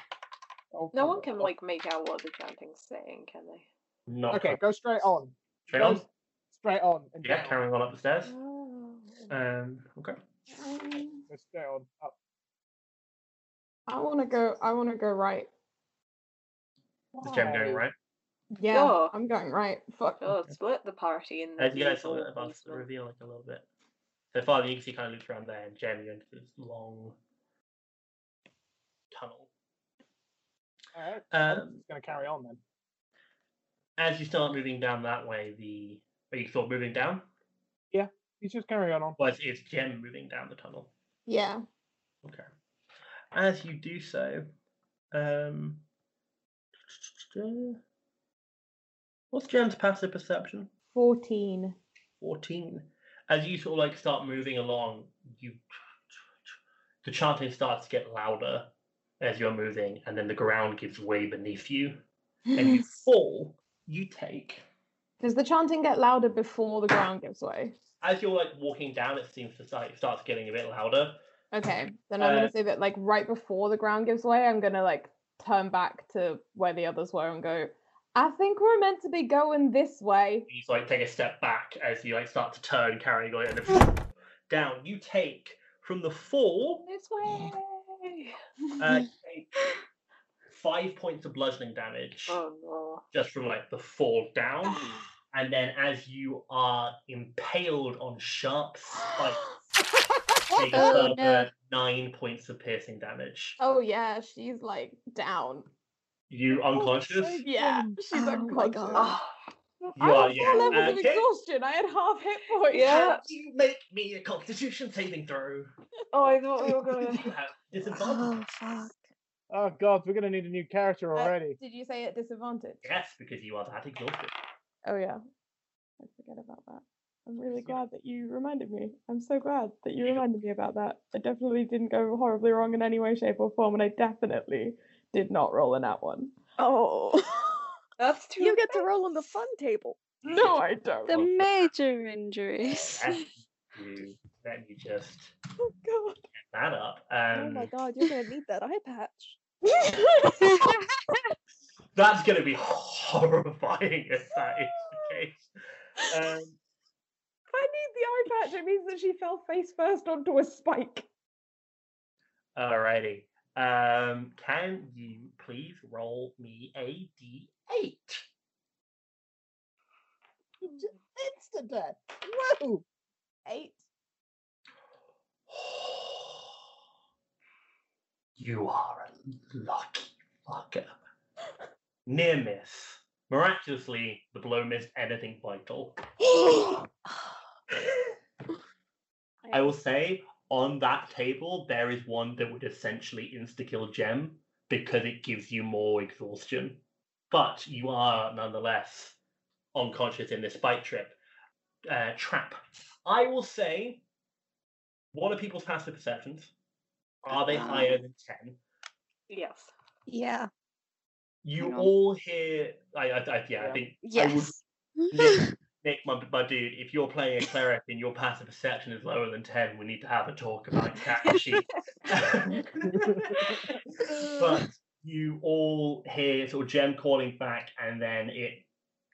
Speaker 2: I'll
Speaker 4: No
Speaker 2: find
Speaker 4: one
Speaker 2: it.
Speaker 4: can
Speaker 2: I'll-
Speaker 4: like make out what the chanting's saying, can they?
Speaker 1: Not
Speaker 2: Okay,
Speaker 1: current-
Speaker 2: go straight on.
Speaker 1: Straight
Speaker 2: go
Speaker 1: on.
Speaker 2: Straight on. And
Speaker 1: Yeah,
Speaker 2: down.
Speaker 1: carrying on up the stairs.
Speaker 4: Oh.
Speaker 1: Um, okay.
Speaker 2: Go straight on. Up.
Speaker 8: I want to go. I want to go right.
Speaker 1: Is Jem going
Speaker 2: Why?
Speaker 1: right?
Speaker 8: Yeah,
Speaker 4: Sure.
Speaker 8: I'm going right. Fuck.
Speaker 4: Oh, split the party in the
Speaker 1: As you guys saw
Speaker 4: usual
Speaker 1: that above the
Speaker 4: basement.
Speaker 1: reveal like a little bit. So Father, you can see kind of looks around there, and Jem, you're into this long tunnel.
Speaker 2: All right.
Speaker 1: Um,
Speaker 2: it's going to carry on then.
Speaker 1: as you start moving down that way, the are you sort of moving down?
Speaker 2: He's just carrying on.
Speaker 1: Well, it's, it's Jem moving down the tunnel.
Speaker 8: Yeah.
Speaker 1: Okay. As you do so, um, what's Jem's passive perception?
Speaker 6: 14.
Speaker 1: 14 as you sort of like start moving along you the chanting starts to get louder as you're moving and then the ground gives way beneath you and you fall you take
Speaker 8: Does the chanting get louder before the ground gives way?
Speaker 1: as you're like walking down it seems to start it starts getting a bit louder
Speaker 8: Okay, then I'm
Speaker 1: Uh,
Speaker 8: gonna say that like right before the ground gives way, I'm gonna like turn back to where the others were and go. I think we're meant to be going this way.
Speaker 1: you like take a step back as you like start to turn carrying on and then down you take from the fall
Speaker 4: This way.
Speaker 1: uh, you take five points of bludgeoning damage
Speaker 4: Oh no.
Speaker 1: just from like the fall down. And then as you are impaled on sharp spikes, take a
Speaker 7: Oh,
Speaker 1: further
Speaker 7: no.
Speaker 1: nine points of piercing damage.
Speaker 8: Oh yeah, she's like down.
Speaker 1: You unconscious?
Speaker 8: Yeah, she's
Speaker 3: Oh my
Speaker 8: unconscious.
Speaker 3: God.
Speaker 4: Oh,
Speaker 1: You
Speaker 8: I
Speaker 1: are,
Speaker 8: had
Speaker 1: yeah.
Speaker 8: four levels
Speaker 1: Uh,
Speaker 8: of
Speaker 1: okay.
Speaker 8: exhaustion. I had half hit points.
Speaker 4: Yeah.
Speaker 1: Can you make me a constitution saving throw?
Speaker 4: oh I thought we were
Speaker 1: You
Speaker 4: gonna.
Speaker 1: have disadvantage.
Speaker 3: Oh fuck.
Speaker 2: Oh god, we're going to need a new character already.
Speaker 8: Did you say at disadvantage?
Speaker 1: Yes, because you are that exhausted.
Speaker 8: Oh yeah. I forget about that. I'm really
Speaker 1: Yeah.
Speaker 8: glad that you reminded me. I'm so glad that you reminded me about that. I definitely didn't go horribly wrong in any way, shape, or form, and I definitely did not roll in that one.
Speaker 3: Oh.
Speaker 4: That's too.
Speaker 3: you get to roll on the fun table.
Speaker 8: No, I don't.
Speaker 7: The
Speaker 1: Well,
Speaker 7: major injuries.
Speaker 1: Let you, let me just get
Speaker 3: Oh god.
Speaker 1: that up.
Speaker 3: oh
Speaker 1: Um,
Speaker 3: my god, you're gonna need that eye patch.
Speaker 1: That's going to be horrifying if that is the case. Um,
Speaker 8: If I need the eye patch, it means that she fell face first onto a spike.
Speaker 1: Alrighty. Um, can you please roll me a d8?
Speaker 2: Instant death. Woo!
Speaker 8: Eight.
Speaker 1: You are a lucky fucker. Near miss. Miraculously, the blow missed anything vital. I will say on that table there is one that would essentially insta kill Gem because it gives you more exhaustion. But you are nonetheless unconscious in this spike trip uh, trap. I will say, what are people's passive perceptions? Are they higher than ten?
Speaker 4: Yes.
Speaker 3: Yeah.
Speaker 1: You
Speaker 7: Hang on.
Speaker 1: all hear? I, I, I yeah, I
Speaker 2: Yeah.
Speaker 1: think I would
Speaker 7: yes.
Speaker 1: Nick, Nick my, my dude, if you're playing a cleric and your passive perception is lower than 10, we need to have a talk about cat and sheep. but you all hear sort of Jem calling back, and then it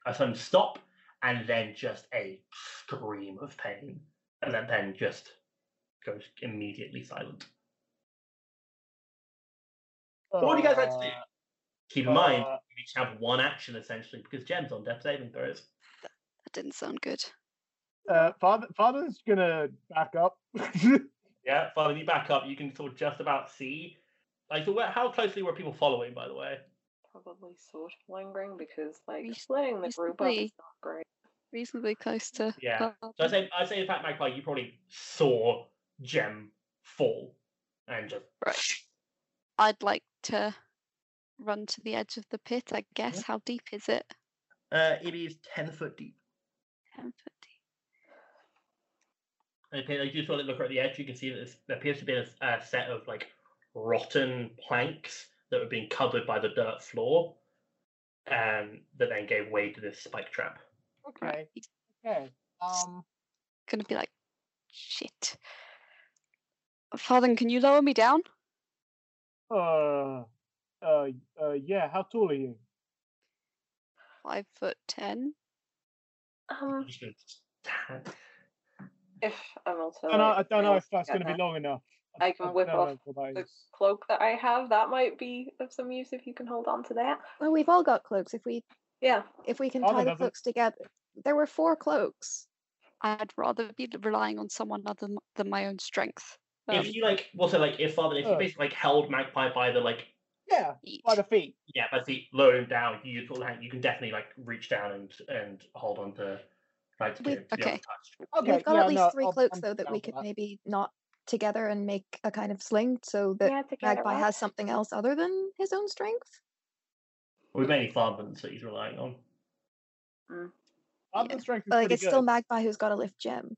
Speaker 1: a sudden stop, and then just a scream of pain, and then, then just goes immediately silent. So what do you guys like to do?
Speaker 2: Uh,
Speaker 1: Keep in mind,
Speaker 2: uh,
Speaker 1: you each have one action essentially because Jem's on death saving throws.
Speaker 7: That didn't sound good.
Speaker 2: Uh, father, father's going to back up.
Speaker 1: Yeah, following you back up, you can sort of just about see. Like, so where, how closely were people following, by the way?
Speaker 4: Probably sort of lingering because like
Speaker 7: We-
Speaker 4: splitting the
Speaker 7: we
Speaker 4: group up is
Speaker 7: simply-
Speaker 4: not great.
Speaker 7: Reasonably close to.
Speaker 1: Yeah.
Speaker 7: Bob.
Speaker 1: So I say, I say, in fact, Magpie, you probably saw Gem fall and just.
Speaker 7: Right. I'd like to run to the edge of the pit, I guess. How deep is it?
Speaker 1: Uh, it is ten foot deep.
Speaker 7: 10 foot deep.
Speaker 1: And if you like, you sort of look at the edge, you can see that there's- there appears to be a, a set of like rotten planks that were being covered by the dirt floor, um, that then gave way to this spike trap.
Speaker 2: okay.
Speaker 7: He's
Speaker 2: Okay. Um,
Speaker 7: going to be like, shit. Father, can you lower me down?
Speaker 2: uh, Uh, uh, yeah. How tall are you?
Speaker 7: Five foot ten.
Speaker 4: Um,
Speaker 1: Just gonna-
Speaker 4: if I'm also.
Speaker 2: I don't know,
Speaker 4: like,
Speaker 2: I don't know
Speaker 4: able
Speaker 2: if that's
Speaker 4: get
Speaker 2: going to
Speaker 4: that
Speaker 2: be long enough.
Speaker 4: I can whip
Speaker 2: don't know
Speaker 4: off
Speaker 2: what that
Speaker 4: the
Speaker 2: is.
Speaker 4: cloak that I have, that might be of some use if you can hold on to that.
Speaker 3: Well, we've all got cloaks. If we
Speaker 4: Yeah.
Speaker 3: if we can
Speaker 7: Oh
Speaker 2: Armin
Speaker 3: tie the
Speaker 2: doesn't.
Speaker 3: cloaks together, there were four cloaks.
Speaker 7: I'd rather be relying on someone other than- than my own strength.
Speaker 3: Oh.
Speaker 7: Um,
Speaker 1: if you like, also like, if Father, if you
Speaker 2: Oh.
Speaker 1: basically like held Magpie by the like,
Speaker 2: Yeah,
Speaker 7: eat.
Speaker 2: by the feet.
Speaker 1: yeah, by the low and down, you sort of hang- you can definitely like reach down and and hold on to like to
Speaker 3: We-
Speaker 1: be able to be
Speaker 7: okay.
Speaker 1: untouched.
Speaker 2: Okay,
Speaker 3: we've got
Speaker 2: yeah,
Speaker 3: at least
Speaker 2: no,
Speaker 3: 3
Speaker 2: I'll-
Speaker 3: cloaks
Speaker 2: I'm
Speaker 3: though that
Speaker 2: down
Speaker 3: we
Speaker 2: for
Speaker 3: could
Speaker 2: that.
Speaker 3: maybe knot together and make a kind of sling so that
Speaker 4: yeah, to get
Speaker 3: Magpie
Speaker 4: around.
Speaker 3: has something else other than his own strength.
Speaker 1: With many farmhands that he's relying on.
Speaker 2: Armin's
Speaker 7: Yeah.
Speaker 2: strength is
Speaker 3: Like
Speaker 2: pretty
Speaker 3: it's still
Speaker 2: good.
Speaker 3: Magpie who's got to lift Gem.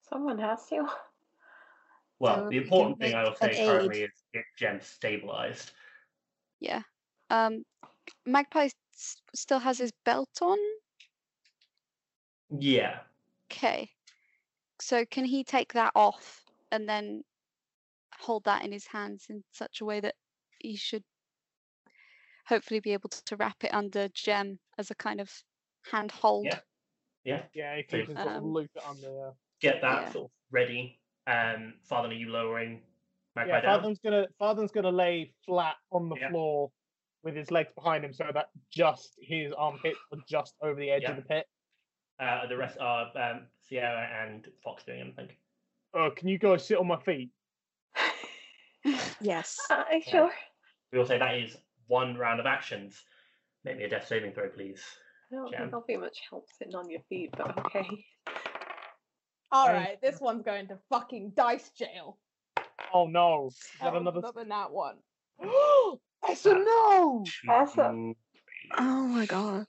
Speaker 4: Someone has to.
Speaker 1: Well,
Speaker 3: So
Speaker 1: the
Speaker 3: you can
Speaker 1: important thing I will
Speaker 3: make an
Speaker 1: say currently is get Gem stabilized.
Speaker 7: Yeah. Um, Magpie s- still has his belt on.
Speaker 1: Yeah.
Speaker 7: Okay. So can he take that off and then hold that in his hands in such a way that he should hopefully be able to wrap it under Gem as a kind of handhold?
Speaker 1: Yeah. Yeah.
Speaker 2: Yeah, if you can sort of
Speaker 7: Um,
Speaker 2: loop it on the. uh,
Speaker 1: Get that
Speaker 7: Yeah.
Speaker 1: sort of ready. Um, Father, are you lowering Magpie
Speaker 2: Yeah,
Speaker 1: down?
Speaker 2: Fartham's gonna Fartham's gonna lay flat on the
Speaker 1: Yeah.
Speaker 2: floor with his legs behind him so that just his armpits are just over the edge
Speaker 1: Yeah.
Speaker 2: of the pit.
Speaker 1: Uh, the rest are um, Sierra and Fox doing anything.
Speaker 2: Oh, can you go sit on my feet?
Speaker 3: Yes.
Speaker 4: Uh, sure.
Speaker 1: We will say that is one round of actions. Make me a death saving throw, please.
Speaker 4: I don't
Speaker 1: Jan.
Speaker 4: think I'll be much help sitting on your feet, but
Speaker 7: Oh.
Speaker 4: okay.
Speaker 2: I- Um,
Speaker 6: All right, this one's going to fucking dice jail.
Speaker 2: Oh no, is that
Speaker 6: That was
Speaker 2: another?
Speaker 6: another nat one.
Speaker 2: That's a no.
Speaker 4: Awesome.
Speaker 7: Oh my god.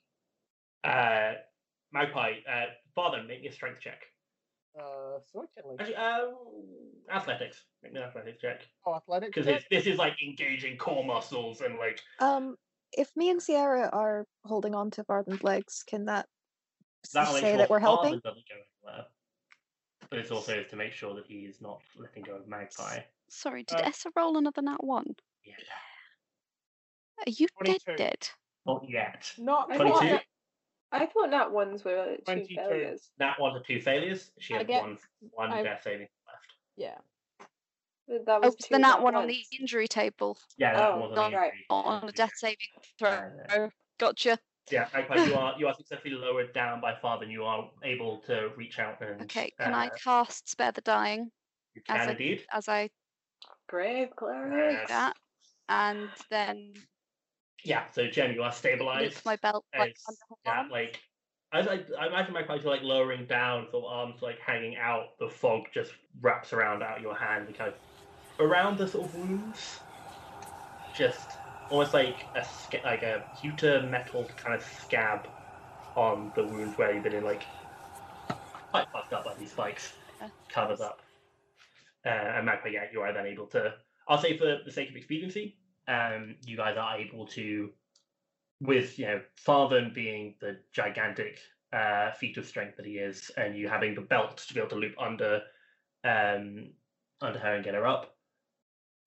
Speaker 1: Uh, Magpie, uh, Father, make me a strength check.
Speaker 2: Uh, certainly.
Speaker 1: Actually,
Speaker 4: Uh,
Speaker 1: um, athletics. Make me an athletics check.
Speaker 2: Oh, athletics.
Speaker 1: Because
Speaker 2: check?
Speaker 1: this is like engaging core muscles and like.
Speaker 3: Um, if me and Sierra are holding on to Varden's legs, can that, s-
Speaker 1: That'll make
Speaker 3: say
Speaker 1: sure
Speaker 3: that we're
Speaker 1: Father
Speaker 3: helping?
Speaker 1: doesn't go anywhere. But it's also to make sure that he is not letting go of Magpie.
Speaker 7: Sorry, did
Speaker 2: Uh,
Speaker 7: Essa roll another nat one?
Speaker 1: Yeah.
Speaker 7: Are you
Speaker 2: 22.
Speaker 7: dead dead?
Speaker 1: Not yet.
Speaker 6: Not
Speaker 4: I
Speaker 6: quite.
Speaker 1: 22.
Speaker 4: thought- I thought that ones were two
Speaker 2: 22.
Speaker 4: failures.
Speaker 1: That one to two failures. She
Speaker 6: I
Speaker 1: had
Speaker 6: get-
Speaker 1: one one
Speaker 6: I-
Speaker 1: death saving left.
Speaker 6: Yeah.
Speaker 4: That that
Speaker 7: Oh,
Speaker 4: was
Speaker 7: it's
Speaker 4: two
Speaker 7: the nat
Speaker 4: nat
Speaker 7: one on the
Speaker 4: ones.
Speaker 7: injury table,
Speaker 1: Yeah, that
Speaker 4: Oh,
Speaker 1: was
Speaker 7: not
Speaker 1: an
Speaker 4: right.
Speaker 1: injury.
Speaker 7: not on a death saving throw.
Speaker 1: Uh,
Speaker 7: Gotcha.
Speaker 1: yeah, Magpie, you are you are successfully lowered down by Father, and you are able to reach out and.
Speaker 7: Okay, can I
Speaker 1: uh,
Speaker 7: cast Spare the Dying
Speaker 1: You
Speaker 7: as
Speaker 1: can
Speaker 7: a-
Speaker 1: indeed.
Speaker 7: as I
Speaker 4: Brave,
Speaker 7: do
Speaker 4: glorious.
Speaker 1: Yes.
Speaker 7: that? And then
Speaker 1: Yeah, so Jen, you are
Speaker 7: loop
Speaker 1: stabilized.
Speaker 7: my belt like
Speaker 1: as
Speaker 7: under her
Speaker 1: that
Speaker 7: arm.
Speaker 1: like as I, I imagine my character like lowering down, sort of arms like hanging out, the fog just wraps around out your hand and kind of around the sort of wounds, just almost like a sca- like a pewter metal kind of scab on the wounds where you've been in like quite fucked up by these spikes
Speaker 7: Yeah.
Speaker 1: covers up. Uh, and Magpie, yeah, you are then able to. I'll say for the sake of expediency, um, you guys are able to, with you know Farthen being the gigantic uh, feat of strength that he is, and you having the belt to be able to loop under, um, under her and get her up.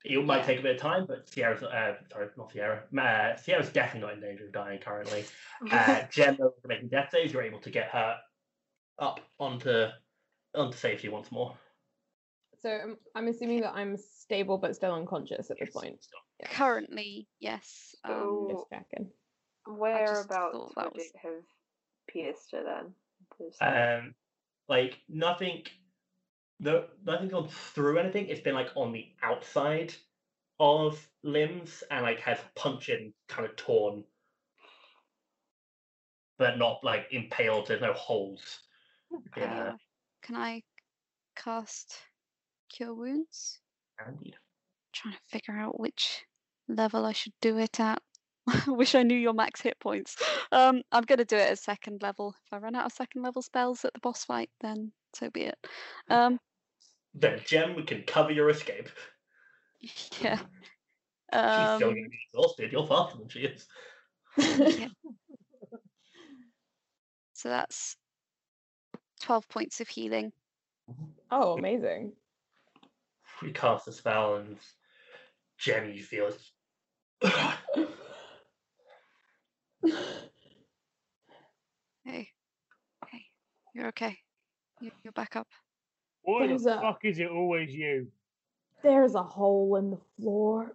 Speaker 1: It might
Speaker 7: Yeah.
Speaker 1: take a bit of time, but Sierra's uh, sorry, not Sierra. Uh, Sierra's definitely not in danger of dying currently. Uh, Gem, though, for making death saves, you're able to get her up onto onto safety once more.
Speaker 6: So I'm, I'm assuming that I'm stable but still unconscious at this point. Yeah.
Speaker 7: Currently, yes. Um,
Speaker 4: So-
Speaker 6: Just checking.
Speaker 4: Whereabouts
Speaker 7: that
Speaker 4: would
Speaker 7: was- Uh,
Speaker 4: it have pierced her then? There's-
Speaker 1: Um, like nothing, no, nothing gone through anything. It's been like on the outside of limbs and like has punctured and kind of torn, but not like impaled. There's no holes. in her.
Speaker 7: uh, can I cast Cure Wounds?
Speaker 1: Indeed.
Speaker 7: trying to figure out which level I should do it at. I wish I knew your max hit points. Um, I'm going to do it at second level. If I run out of second level spells at the boss fight, then so be it. Um,
Speaker 1: Then Gem, we can cover your escape.
Speaker 7: yeah.
Speaker 1: She's still
Speaker 7: Um,
Speaker 1: going to be exhausted. You're faster than she is.
Speaker 7: yeah. So that's 12 points of healing.
Speaker 6: Oh, amazing.
Speaker 1: You cast a spell and Gem, you feel
Speaker 7: Hey, hey, you're okay. You- You're back up.
Speaker 2: Why
Speaker 6: There's
Speaker 2: the
Speaker 6: a-
Speaker 2: fuck is it always you?
Speaker 6: There's a hole in the floor.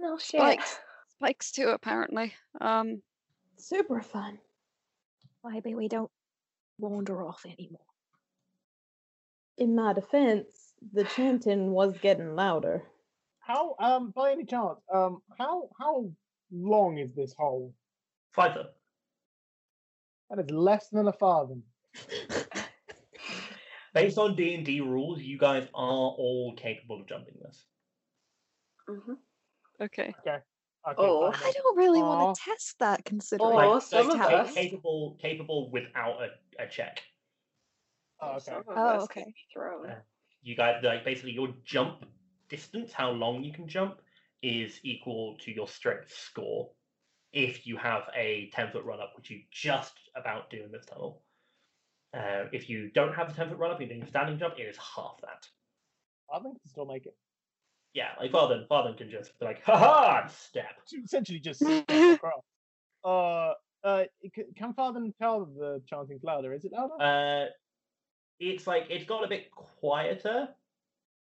Speaker 4: No shit.
Speaker 7: Spikes. Spikes too, apparently. Um,
Speaker 6: Super fun.
Speaker 3: Maybe we don't wander off anymore.
Speaker 6: In my defense, the chanting was getting louder.
Speaker 2: How um by any chance um how how long is this hole?
Speaker 1: Fighter.
Speaker 2: That is less than a fathom.
Speaker 1: Based on D and D rules, you guys are all capable of jumping this.
Speaker 4: Mhm.
Speaker 7: okay.
Speaker 2: Okay,
Speaker 4: Oh.
Speaker 2: fine,
Speaker 3: I
Speaker 2: then.
Speaker 3: don't really
Speaker 2: Aw.
Speaker 3: want to test that considering.
Speaker 4: Oh, some
Speaker 1: ca-
Speaker 3: of us.
Speaker 1: capable, capable without a, a check.
Speaker 2: Oh,
Speaker 4: Some
Speaker 2: okay.
Speaker 4: of
Speaker 3: Oh,
Speaker 4: us could
Speaker 3: okay.
Speaker 4: be thrown.
Speaker 1: Yeah. You guys like basically your jump distance, how long you can jump, is equal to your strength score. If you have a ten foot run up, which you just about do in this tunnel. Uh, if you don't have a ten foot run up, you're doing a standing jump. It is half that.
Speaker 2: I think can still make it.
Speaker 1: Yeah, like Varden, Varden can just be like, ha ha, and step.
Speaker 2: To essentially just step across. Uh uh c- can Father tell that the chanting's louder? Is it louder?
Speaker 1: Uh, it's like it's got a bit quieter,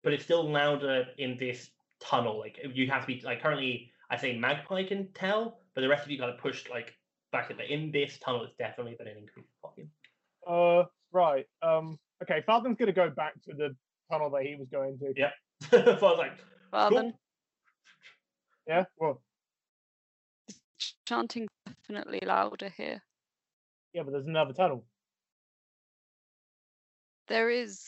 Speaker 1: but it's still louder in this tunnel. Like you have to be like currently, I say Magpie can tell, but the rest of you got to push like back in. But in this tunnel, it's definitely been an increased volume.
Speaker 2: Uh, right. Um, okay. Father's gonna go back to the tunnel that he was going to.
Speaker 1: Yeah. so I was like,
Speaker 7: Well,
Speaker 1: cool.
Speaker 7: then
Speaker 2: Yeah. Well,
Speaker 7: ch- chanting definitely louder here.
Speaker 2: yeah, but there's another tunnel.
Speaker 7: There is,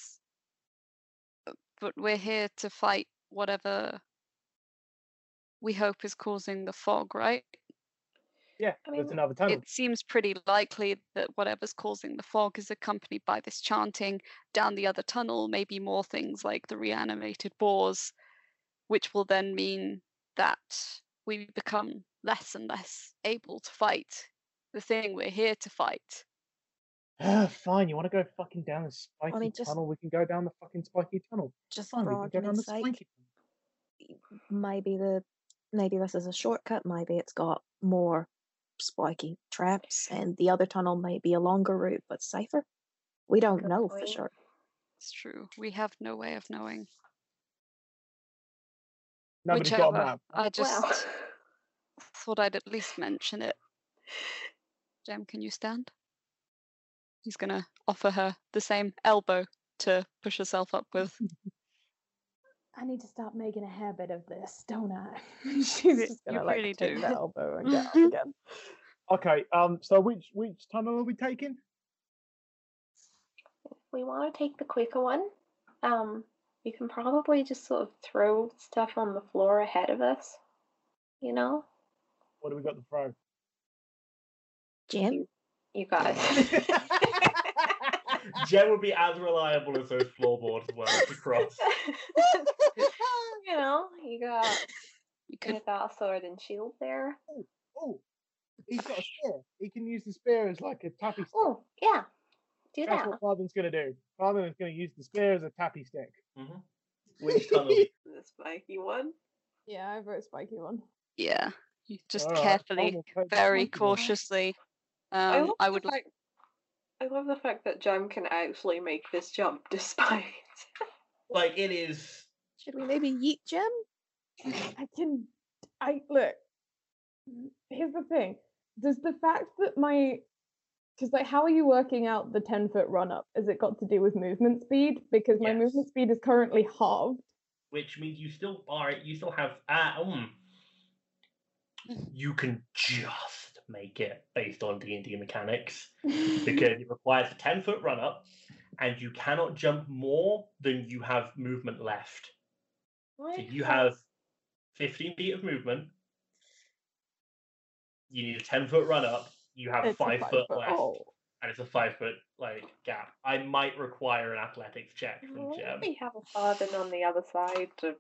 Speaker 7: uh, but we're here to fight whatever we hope is causing the fog, right?
Speaker 2: Yeah,
Speaker 4: I
Speaker 2: there's
Speaker 4: mean,
Speaker 2: another tunnel.
Speaker 7: It seems pretty likely that whatever's causing the fog is accompanied by this chanting down the other tunnel, maybe more things like the reanimated boars, which will then mean that we become less and less able to fight the thing we're here to fight.
Speaker 2: Ah, fine. You want to go fucking down the spiky
Speaker 3: mean, just-
Speaker 2: tunnel? We can go down the fucking spiky tunnel.
Speaker 3: Just
Speaker 2: Fine,
Speaker 3: for
Speaker 2: we can go down the
Speaker 3: argument's
Speaker 2: spiky.
Speaker 3: sake, maybe the maybe this is a shortcut. Maybe it's got more spiky traps, and the other tunnel may be a longer route but safer. We don't
Speaker 4: Good
Speaker 3: know for
Speaker 4: point.
Speaker 3: sure.
Speaker 7: It's true. We have no way of knowing.
Speaker 2: tunnel. Nobody's got a
Speaker 7: Whichever.
Speaker 2: map.
Speaker 7: I just
Speaker 4: Well,
Speaker 7: thought I'd at least mention it. Jem, can you stand? He's gonna offer her the same elbow to push herself up with.
Speaker 6: I need to stop making a habit of this, don't I? She's
Speaker 7: Re-
Speaker 6: just
Speaker 7: you
Speaker 6: gonna like
Speaker 7: really
Speaker 6: take
Speaker 7: do.
Speaker 6: the elbow and get up again.
Speaker 2: Okay. Um. So which which tunnel are we taking?
Speaker 4: we want to take the quicker one. Um, we can probably just sort of throw stuff on the floor ahead of us. You know,
Speaker 2: What do we got to throw?
Speaker 3: Jim,
Speaker 4: you guys.
Speaker 1: Jen would be as reliable as those floorboards were to cross.
Speaker 4: you know, you got
Speaker 7: You
Speaker 4: you
Speaker 7: could
Speaker 4: got a sword and shield there.
Speaker 2: Oh, he's got a spear. He can use the spear as like a tappy stick.
Speaker 4: Oh yeah, do
Speaker 2: That's
Speaker 4: that.
Speaker 2: what Father's gonna do. Father is gonna use the spear as a tappy stick.
Speaker 1: hmm Which tunnel?
Speaker 4: The spiky one.
Speaker 6: Yeah, I wrote spiky one.
Speaker 7: yeah. You just
Speaker 2: All right,
Speaker 7: carefully,
Speaker 2: Father takes the
Speaker 7: very
Speaker 2: spiky one.
Speaker 7: cautiously. Um, I, would
Speaker 4: the
Speaker 7: like
Speaker 4: fact, I love the fact that Jam can actually make this jump despite.
Speaker 1: Like it is.
Speaker 3: should we maybe yeet Jim?
Speaker 6: I can. I look. Here's the thing. Does the fact that my because like how are you working out the ten foot run up? Has it got to do with movement speed? Because my movement
Speaker 1: Yes.
Speaker 6: speed is currently halved.
Speaker 1: which means you still are you still have ah um, you can just make it based on D and D mechanics because it requires a ten foot run up, and you cannot jump more than you have movement left. So you have fifteen feet of movement. You need a ten foot run up. You have
Speaker 6: It's a
Speaker 1: five, foot,
Speaker 6: five-foot-
Speaker 1: left,
Speaker 6: Oh,
Speaker 1: and it's a five foot like gap. I might require an athletics check from Jem.
Speaker 4: We have a farthing on the other side to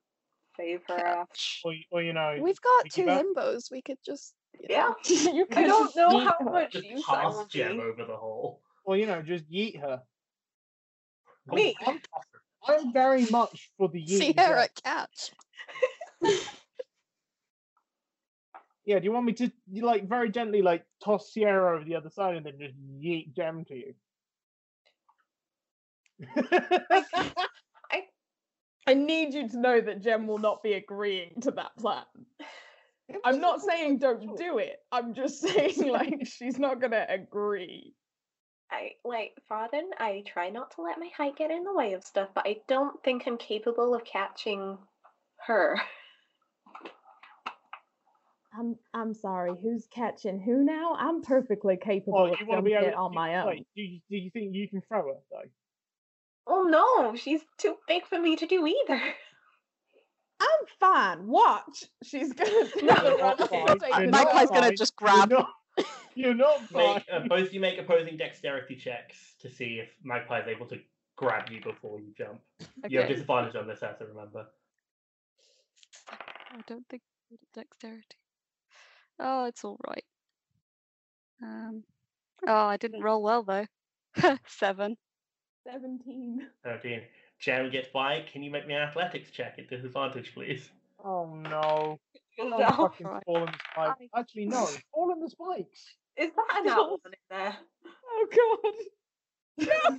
Speaker 4: save her
Speaker 7: catch.
Speaker 2: Or, y- or you know,
Speaker 3: We've got
Speaker 2: Piggyback?
Speaker 3: two limbos. We could just you know,
Speaker 4: Yeah,
Speaker 6: you
Speaker 4: I
Speaker 6: could
Speaker 4: don't
Speaker 6: just
Speaker 4: know
Speaker 6: yeet
Speaker 4: how
Speaker 6: her.
Speaker 4: much
Speaker 1: Just
Speaker 4: use that
Speaker 1: pass
Speaker 4: will
Speaker 1: Jem
Speaker 4: be.
Speaker 1: over the hole.
Speaker 2: or you know, just yeet her.
Speaker 4: Me.
Speaker 2: I'm, I'm very much for the yeet.
Speaker 3: see
Speaker 2: as
Speaker 3: her
Speaker 2: well.
Speaker 3: at catch.
Speaker 2: Yeah, do you want me to you, like very gently like toss Sierra over the other side and then just yeet Gem to you?
Speaker 6: I need you to know that Jem will not be agreeing to that plan. I'm not saying
Speaker 4: Oh.
Speaker 6: don't do it. I'm just saying like she's not gonna agree.
Speaker 4: I like Farden. I try not to let my height get in the way of stuff, but I don't think I'm capable of catching her.
Speaker 6: I'm I'm sorry. Who's catching who now? I'm perfectly capable
Speaker 2: Or
Speaker 6: of
Speaker 2: you want to
Speaker 6: jumping
Speaker 2: be able
Speaker 6: it
Speaker 2: to-
Speaker 6: on my own.
Speaker 2: Wait, do you, do you think you can throw her though?
Speaker 4: Oh no, she's too big for me to do either.
Speaker 6: I'm fine. Watch. She's gonna
Speaker 2: you're
Speaker 6: run
Speaker 2: not
Speaker 6: up
Speaker 2: fine.
Speaker 6: and take
Speaker 2: You're
Speaker 6: the
Speaker 2: not
Speaker 6: dog.
Speaker 7: Mackay's gonna
Speaker 2: fine.
Speaker 7: just grab.
Speaker 2: You're not, you're not fine.
Speaker 1: Make, uh, both of you make opposing dexterity checks to see if Magpie is able to grab you before you jump. You have
Speaker 7: Okay.
Speaker 1: disadvantage on this, as I remember.
Speaker 7: I don't think I did dexterity. Oh, it's all right. Um. Oh, I didn't roll well though. Seven.
Speaker 6: Seventeen.
Speaker 1: Oh dear. Jem gets by. Can you make me an athletics check at disadvantage, please?
Speaker 2: Oh no. I'm
Speaker 4: No.
Speaker 2: fucking
Speaker 7: Right.
Speaker 2: falling the spikes.
Speaker 7: I-
Speaker 2: Actually, no. Falling the spikes.
Speaker 4: Is that an owl in there?
Speaker 6: Oh god.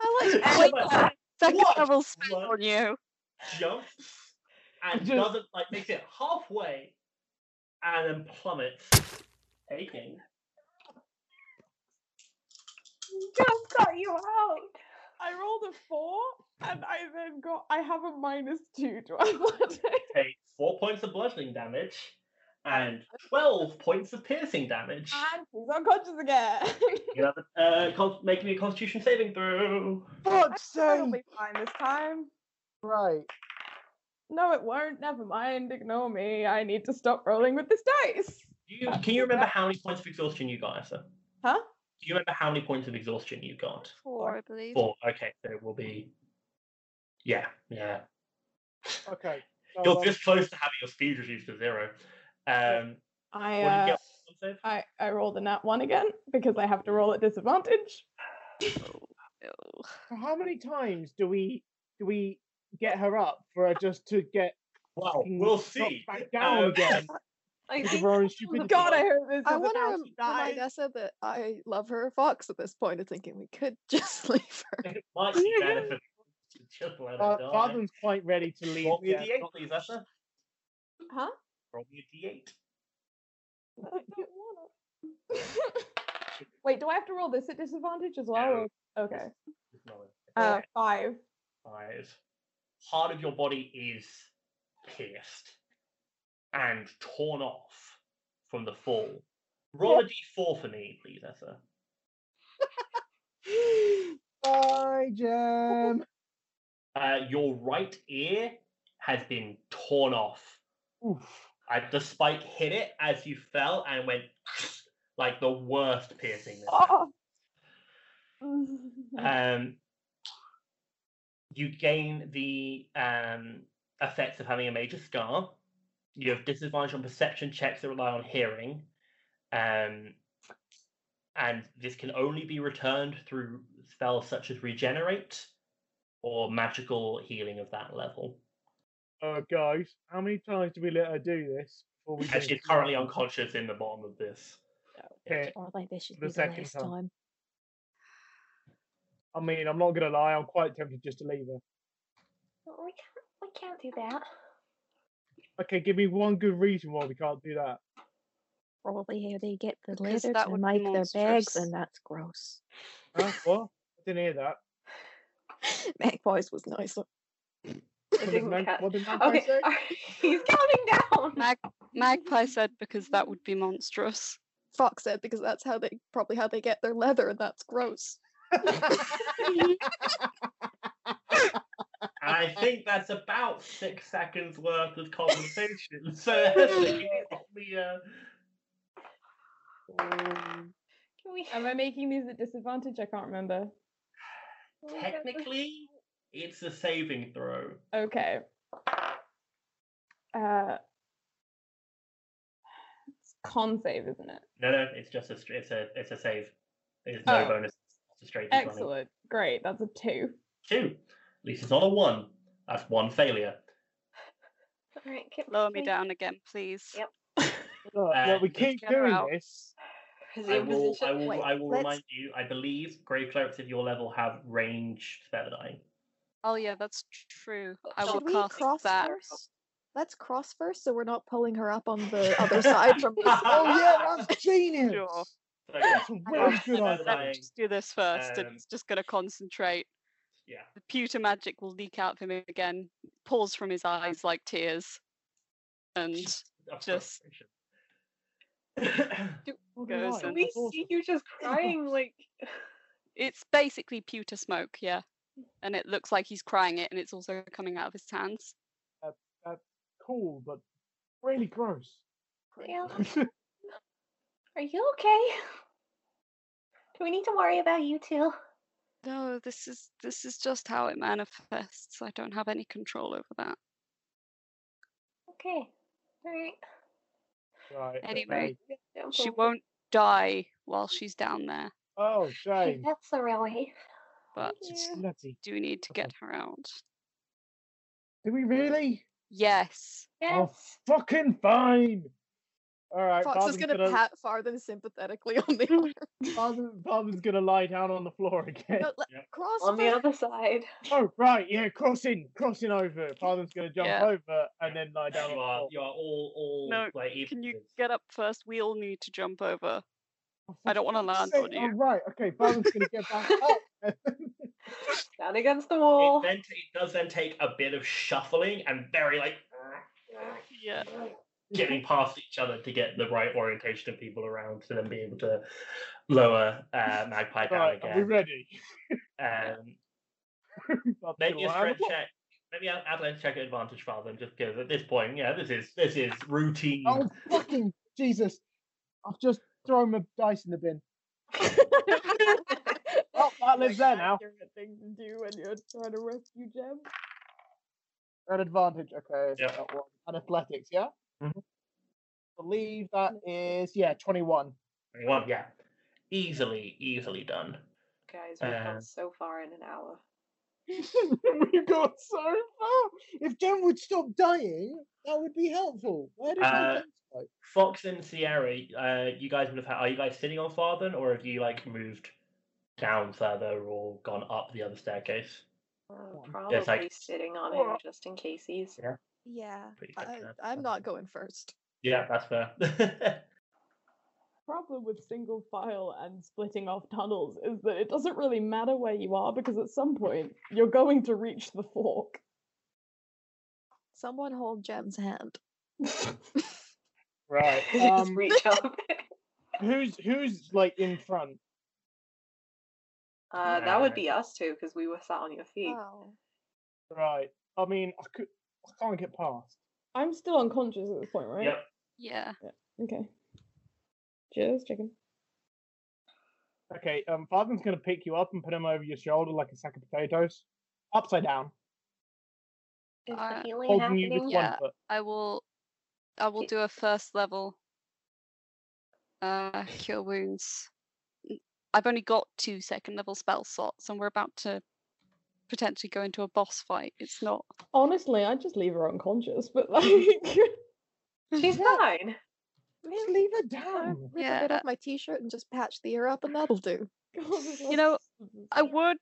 Speaker 7: I like
Speaker 1: How
Speaker 7: wait
Speaker 1: about
Speaker 7: for second
Speaker 1: What?
Speaker 7: level spell
Speaker 1: What?
Speaker 7: on you.
Speaker 1: jumps and
Speaker 2: Just-
Speaker 1: doesn't like makes it halfway and then plummets, taking
Speaker 4: Just got you out.
Speaker 6: I rolled a four and I then got I have a minus two to athletics.
Speaker 1: take four points of bludgeoning damage and twelve points of piercing damage.
Speaker 6: And she's unconscious again.
Speaker 1: You have a, uh, con- make me a Constitution saving throw.
Speaker 2: Fuck's
Speaker 6: It'll
Speaker 2: sake!
Speaker 6: be fine this time.
Speaker 2: Right.
Speaker 6: No, it won't. Never mind. Ignore me. I need to stop rolling with this dice.
Speaker 1: Do you, can you remember how many points of exhaustion you got, Asa?
Speaker 6: Huh?
Speaker 1: Do you remember how many points of exhaustion you got?
Speaker 7: Four, I believe.
Speaker 1: Four. Okay, so it will be. Yeah, yeah.
Speaker 2: Okay. So,
Speaker 1: You're
Speaker 2: um,
Speaker 1: this close to having your speed reduced to zero. Um, what
Speaker 6: I
Speaker 1: did you
Speaker 6: uh,
Speaker 1: get? Wisdom save?
Speaker 6: I I rolled a nat one again because I have to roll at disadvantage.
Speaker 7: Oh,
Speaker 2: so how many times do we do we get her up for her just to get
Speaker 1: Well,
Speaker 2: fucking
Speaker 1: we'll
Speaker 2: knocked
Speaker 1: see.
Speaker 2: back down
Speaker 1: Um,
Speaker 2: again
Speaker 4: I
Speaker 2: because of
Speaker 4: think
Speaker 2: her own stupidity?
Speaker 6: God, I hope this is
Speaker 9: I
Speaker 6: an
Speaker 9: want
Speaker 6: house
Speaker 9: to remind
Speaker 6: dice.
Speaker 9: Essa that I love her fox at this point of thinking we could just leave her.
Speaker 1: It might be better for to just let her
Speaker 2: Fa-
Speaker 1: die.
Speaker 2: Farden's quite ready to leave.
Speaker 1: Roll me a
Speaker 2: Gem.
Speaker 1: d8, please, Essa.
Speaker 6: Huh?
Speaker 1: Roll me a d8.
Speaker 6: I don't want it. Wait, do I have to roll this at disadvantage as well?
Speaker 1: No.
Speaker 6: or- Okay.
Speaker 1: Just roll it.
Speaker 6: Uh, five.
Speaker 1: Five. Part of your body is pierced and torn off from the fall. Roll a d4 for me, please, Essa.
Speaker 2: Bye, Gem.
Speaker 1: Uh, your right ear has been torn off
Speaker 2: Oof.
Speaker 1: I, the spike hit it as you fell and went like the worst piercing. This
Speaker 6: Oh.
Speaker 1: um, you gain the um, effects of having a major scar. You have disadvantage on perception checks that rely on hearing, um, and this can only be returned through spells such as regenerate or magical healing of that level.
Speaker 2: Oh, guys, how many times do we let her do this before we?
Speaker 1: And
Speaker 2: do
Speaker 1: she's
Speaker 2: it?
Speaker 1: currently unconscious in the bottom of this.
Speaker 2: Okay,
Speaker 3: Or like this should
Speaker 2: The
Speaker 3: be the
Speaker 2: second
Speaker 3: last
Speaker 2: time.
Speaker 3: time.
Speaker 2: I mean, I'm not gonna lie. I'm quite tempted just to leave her.
Speaker 4: we can't we can't do that.
Speaker 2: Okay, give me one good reason why we can't do that.
Speaker 3: Probably how they get the
Speaker 7: Because
Speaker 3: leather
Speaker 7: that
Speaker 3: to
Speaker 7: would be
Speaker 3: make their bags,
Speaker 7: monstrous.
Speaker 3: and that's gross.
Speaker 2: Huh? what? I didn't hear that.
Speaker 9: Magpies was nicer.
Speaker 4: I
Speaker 2: What did
Speaker 4: didn't
Speaker 2: Mag-
Speaker 4: catch-
Speaker 2: what did Magpie
Speaker 4: Okay,
Speaker 2: say?
Speaker 4: he's counting down.
Speaker 7: Mag- Magpie said because that would be monstrous.
Speaker 9: Fox said because that's how they probably how they get their leather, and that's gross.
Speaker 1: I think that's about six seconds worth of conversation. So Esther, can you roll me
Speaker 4: uh,
Speaker 1: a-
Speaker 4: Can we,
Speaker 6: Am I making these at disadvantage? I can't remember.
Speaker 4: can we go-
Speaker 1: technically it's a saving throw.
Speaker 6: Okay. Uh, it's con save, isn't it?
Speaker 1: No, no, it's just a str- it's a it's a save. There's no
Speaker 6: Oh.
Speaker 1: bonus. It's a straight just running.
Speaker 6: Excellent. Great. That's a two.
Speaker 1: Two. At least it's not a one. That's one failure.
Speaker 4: Alright, can-
Speaker 7: Lower
Speaker 4: can
Speaker 7: me
Speaker 4: we-
Speaker 7: down again, please.
Speaker 4: Yep.
Speaker 2: Look,
Speaker 1: Uh,
Speaker 2: look, we
Speaker 1: let's
Speaker 2: keep
Speaker 9: get her
Speaker 2: doing
Speaker 9: out.
Speaker 2: this.
Speaker 1: I
Speaker 4: Zoom
Speaker 1: will,
Speaker 4: position.
Speaker 1: I will,
Speaker 9: Wait,
Speaker 1: I will
Speaker 9: let's-
Speaker 1: remind you. I believe grave clerics of your level have ranged feather dying.
Speaker 7: Oh yeah, that's true. I
Speaker 4: Should
Speaker 7: will
Speaker 9: Should we
Speaker 7: cast
Speaker 9: cross
Speaker 7: that.
Speaker 9: first? Let's cross first, so we're not pulling her up on the other side from. oh yeah,
Speaker 1: that's
Speaker 2: Genius.
Speaker 7: Sure.
Speaker 1: Okay.
Speaker 2: That's a
Speaker 7: I
Speaker 2: well
Speaker 7: will-
Speaker 2: good
Speaker 1: I-
Speaker 2: idea.
Speaker 7: Let me just do this first.
Speaker 1: Um,
Speaker 7: it's just gonna concentrate.
Speaker 1: Yeah.
Speaker 7: The pewter magic will leak out of him again. Pours from his eyes like tears. And
Speaker 1: Of
Speaker 7: Just-
Speaker 1: frustration.
Speaker 2: What a night,
Speaker 7: goes and-
Speaker 4: Can
Speaker 7: Zoom
Speaker 4: we
Speaker 2: that's awesome.
Speaker 4: see you just crying like
Speaker 7: it's basically pewter smoke, yeah. And it looks like he's crying it, and it's also coming out of his hands.
Speaker 2: Cool, but really gross.
Speaker 4: Yeah. Are you okay? Do we need to worry about you too?
Speaker 7: No, this is this is just how it manifests. I don't have any control over that.
Speaker 4: Okay. Alright.
Speaker 2: right.
Speaker 7: Anyway,
Speaker 4: Don't
Speaker 7: She
Speaker 4: poop.
Speaker 7: won't die while she's down there.
Speaker 2: Oh,
Speaker 4: Okay,
Speaker 2: shame.
Speaker 4: that's a relief.
Speaker 7: But
Speaker 4: Yeah.
Speaker 2: Bloody.
Speaker 7: do need to
Speaker 2: Okay.
Speaker 7: get her out.
Speaker 2: Do we really?
Speaker 7: Yes.
Speaker 2: Oh,
Speaker 4: Yes.
Speaker 2: fucking fine. All right,
Speaker 9: Fox is
Speaker 2: Farthen's
Speaker 9: gonna pat Farthen sympathetically on the arm.
Speaker 2: Farthen- Farthen's gonna lie down on the floor again.
Speaker 9: No, let,
Speaker 1: Yep.
Speaker 9: cross
Speaker 4: On the
Speaker 9: first.
Speaker 4: other side.
Speaker 2: Oh, right, yeah, crossing, crossing over. Farthen's gonna jump
Speaker 7: Yeah.
Speaker 2: over and then lie down
Speaker 1: you
Speaker 2: on the
Speaker 1: are
Speaker 2: floor.
Speaker 1: you are all all
Speaker 7: No,
Speaker 1: like
Speaker 7: Can you
Speaker 1: eveners.
Speaker 7: get up first? We all need to jump over.
Speaker 2: Oh,
Speaker 7: I
Speaker 2: for
Speaker 7: don't want to land
Speaker 2: fuck's
Speaker 7: on
Speaker 2: sake. Oh,
Speaker 7: you.
Speaker 2: right, okay, Farthen's gonna get back up.
Speaker 4: Down against the
Speaker 1: It,
Speaker 4: wall.
Speaker 1: then, t- it does then take a bit of shuffling and very like
Speaker 7: Yeah.
Speaker 1: getting past each other to get the right orientation of people around to then be able to lower uh, Magpie down
Speaker 2: Right, are we
Speaker 1: again.
Speaker 2: ready?
Speaker 1: Um,
Speaker 2: Farthen's
Speaker 1: make
Speaker 2: gonna
Speaker 1: your
Speaker 2: lie on the
Speaker 1: strength
Speaker 2: floor.
Speaker 1: check. Maybe I'll add a check at advantage for them, just because at this point, yeah, this is this is routine.
Speaker 2: Oh, fucking Jesus. I've just thrown my dice in the bin. Oh, that lives there now.
Speaker 8: Accurate thing to do when you're trying to rescue Gem.
Speaker 2: An advantage, okay. so
Speaker 1: Yep.
Speaker 2: that one. And athletics, yeah?
Speaker 1: Mhm.
Speaker 2: believe that is, yeah, 21.
Speaker 1: Well, yeah, easily, easily done.
Speaker 4: Guys, we've
Speaker 1: Uh,
Speaker 4: gone so far in an hour.
Speaker 2: we got so far. If Jen would stop dying, that would be helpful. Where did my
Speaker 1: Uh,
Speaker 2: dice go?
Speaker 1: Fox and Sierra, uh, you guys would have had. Are you guys sitting on Farthen, or have you like moved down further or gone up the other staircase?
Speaker 9: Oh,
Speaker 4: Uh,
Speaker 2: One.
Speaker 4: probably
Speaker 1: Yes, I-
Speaker 4: sitting on him just in case he's.
Speaker 9: Yeah,
Speaker 1: Pretty much,
Speaker 9: I,
Speaker 1: yeah.
Speaker 9: I'm not going first.
Speaker 1: Yeah, that's fair.
Speaker 8: problem with single file and splitting off tunnels is that it doesn't really matter where you are because at some point you're going to reach the fork.
Speaker 9: Someone hold Jem's hand.
Speaker 2: Right.
Speaker 4: just
Speaker 2: Um,
Speaker 4: reach up.
Speaker 2: who's who's like in front?
Speaker 4: Uh, that would
Speaker 1: Uh,
Speaker 4: be us too, because we were sat on your feet.
Speaker 9: Oh,
Speaker 2: Right. I mean, I could, I can't get past.
Speaker 8: I'm still unconscious at this point, right?
Speaker 1: yep.
Speaker 7: Yeah.
Speaker 8: Okay. Just checking.
Speaker 2: Okay. Um, Farthen's gonna pick you up and put him over your shoulder like a sack of potatoes, upside down,
Speaker 4: Is
Speaker 7: Uh,
Speaker 4: the healing
Speaker 2: holding you with
Speaker 4: happening?
Speaker 2: one
Speaker 7: Yeah.
Speaker 2: foot.
Speaker 7: I will I will
Speaker 4: Okay.
Speaker 7: do a first level uh cure wounds. N- I've only got two second level spell slots and we're about to potentially go into a boss fight. It's not
Speaker 8: Honestly, I'd just leave her unconscious, but like
Speaker 4: She's fine.
Speaker 2: Just leave her
Speaker 9: I
Speaker 2: down.
Speaker 9: rip
Speaker 7: Yeah,
Speaker 9: a bit off
Speaker 7: that-
Speaker 9: my t-shirt and just patch the ear up, and that'll do.
Speaker 7: You know, I would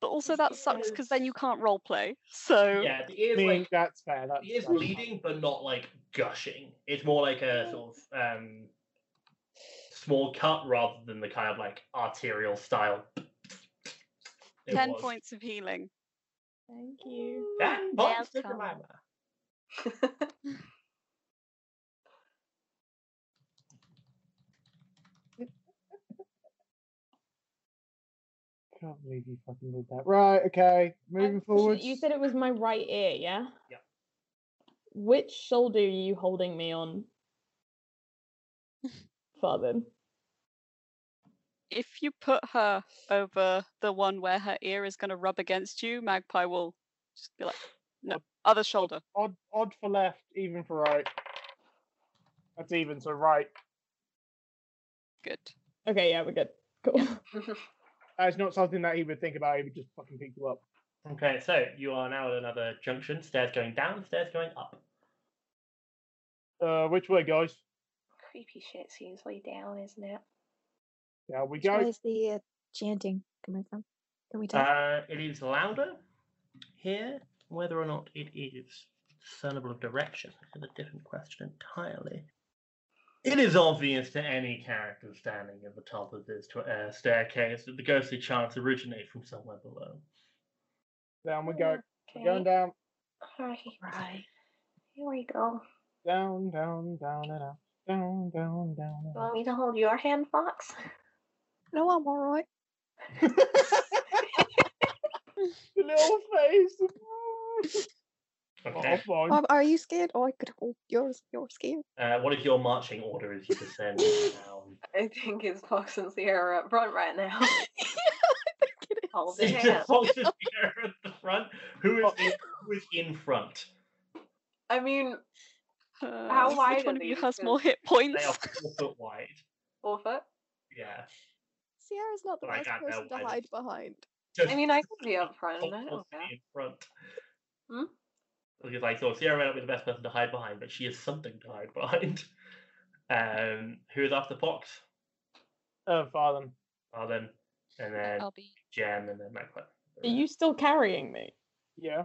Speaker 7: but also that sucks because then you can't roleplay. So
Speaker 1: Yeah, the
Speaker 2: I
Speaker 1: ears
Speaker 2: mean,
Speaker 1: like
Speaker 2: that's fair. That's,
Speaker 1: the ears
Speaker 2: that's fine.
Speaker 1: bleeding, but not like gushing. It's more like a sort of um, small cut rather than the kind of like arterial style. it
Speaker 7: ten
Speaker 1: was.
Speaker 7: points of healing.
Speaker 8: Thank you.
Speaker 1: Ten points to
Speaker 7: Welcome.
Speaker 1: Jemima.
Speaker 2: Can't believe you fucking did that. Right. Okay. Moving forward.
Speaker 8: You said it was my right ear, yeah?
Speaker 1: Yeah.
Speaker 8: Which shoulder are you holding me on? Father.
Speaker 7: If you put her over the one where her ear is gonna rub against you, Magpie will just be like, No, other shoulder.
Speaker 2: odd odd for left, even for right. That's even, so right.
Speaker 7: Good.
Speaker 8: Okay, yeah, we're good. Cool.
Speaker 2: That's not something that he would think about, he would just fucking pick you up.
Speaker 1: Okay, so you are now at another junction. Stairs going down, stairs going up.
Speaker 2: Uh which way, guys?
Speaker 4: creepy shit's usually down, isn't it?
Speaker 2: There we go.
Speaker 3: Where's the uh, chanting coming from? Can we tell?
Speaker 1: Uh, it is louder here. Whether or not it is discernible of direction is a different question entirely. It is obvious to any character standing at the top of this tw- uh, staircase that the ghostly chants originate from somewhere below.
Speaker 2: Down we go.
Speaker 4: Okay.
Speaker 2: Going down,
Speaker 4: Alright,
Speaker 3: right.
Speaker 4: here we go.
Speaker 2: down, down, down, and up. Down, down, down, and
Speaker 4: You
Speaker 2: up.
Speaker 4: want me to hold your hand, Fox?
Speaker 9: No, I'm all right.
Speaker 2: The little face.
Speaker 1: Okay.
Speaker 2: Oh, fine.
Speaker 9: Um, are you scared? Oh, I could hold yours. You're scared.
Speaker 1: Uh, what is your marching order as you descend down?
Speaker 4: I think it's Fox and Sierra up front right now. Hold
Speaker 1: Is
Speaker 4: your
Speaker 1: it
Speaker 4: hand.
Speaker 1: Fox and Sierra at the front? Who is in, who is in front?
Speaker 4: I mean,
Speaker 7: Uh,
Speaker 4: How wide
Speaker 7: Which one
Speaker 4: are
Speaker 7: of you
Speaker 4: these?
Speaker 7: has
Speaker 4: 'Cause
Speaker 7: more hit
Speaker 1: They are
Speaker 7: points?
Speaker 1: four foot wide.
Speaker 4: Orpha.
Speaker 1: Yeah.
Speaker 9: Sierra's not the
Speaker 1: Oh, I
Speaker 9: best
Speaker 1: got that
Speaker 9: person to
Speaker 1: one.
Speaker 9: hide behind.
Speaker 1: Just
Speaker 4: I mean, I could be up front. I
Speaker 1: Fox
Speaker 4: don't
Speaker 1: is
Speaker 4: know.
Speaker 1: in front.
Speaker 4: Hmm?
Speaker 1: Because like so Sierra might not be the best person to hide behind, but she is something to hide behind. Um, who is after Fox?
Speaker 2: Oh, Farthen.
Speaker 1: Arlen, and then
Speaker 7: I'll be.
Speaker 1: Jen, and then Macbeth.
Speaker 8: Are you still carrying me?
Speaker 2: Yeah.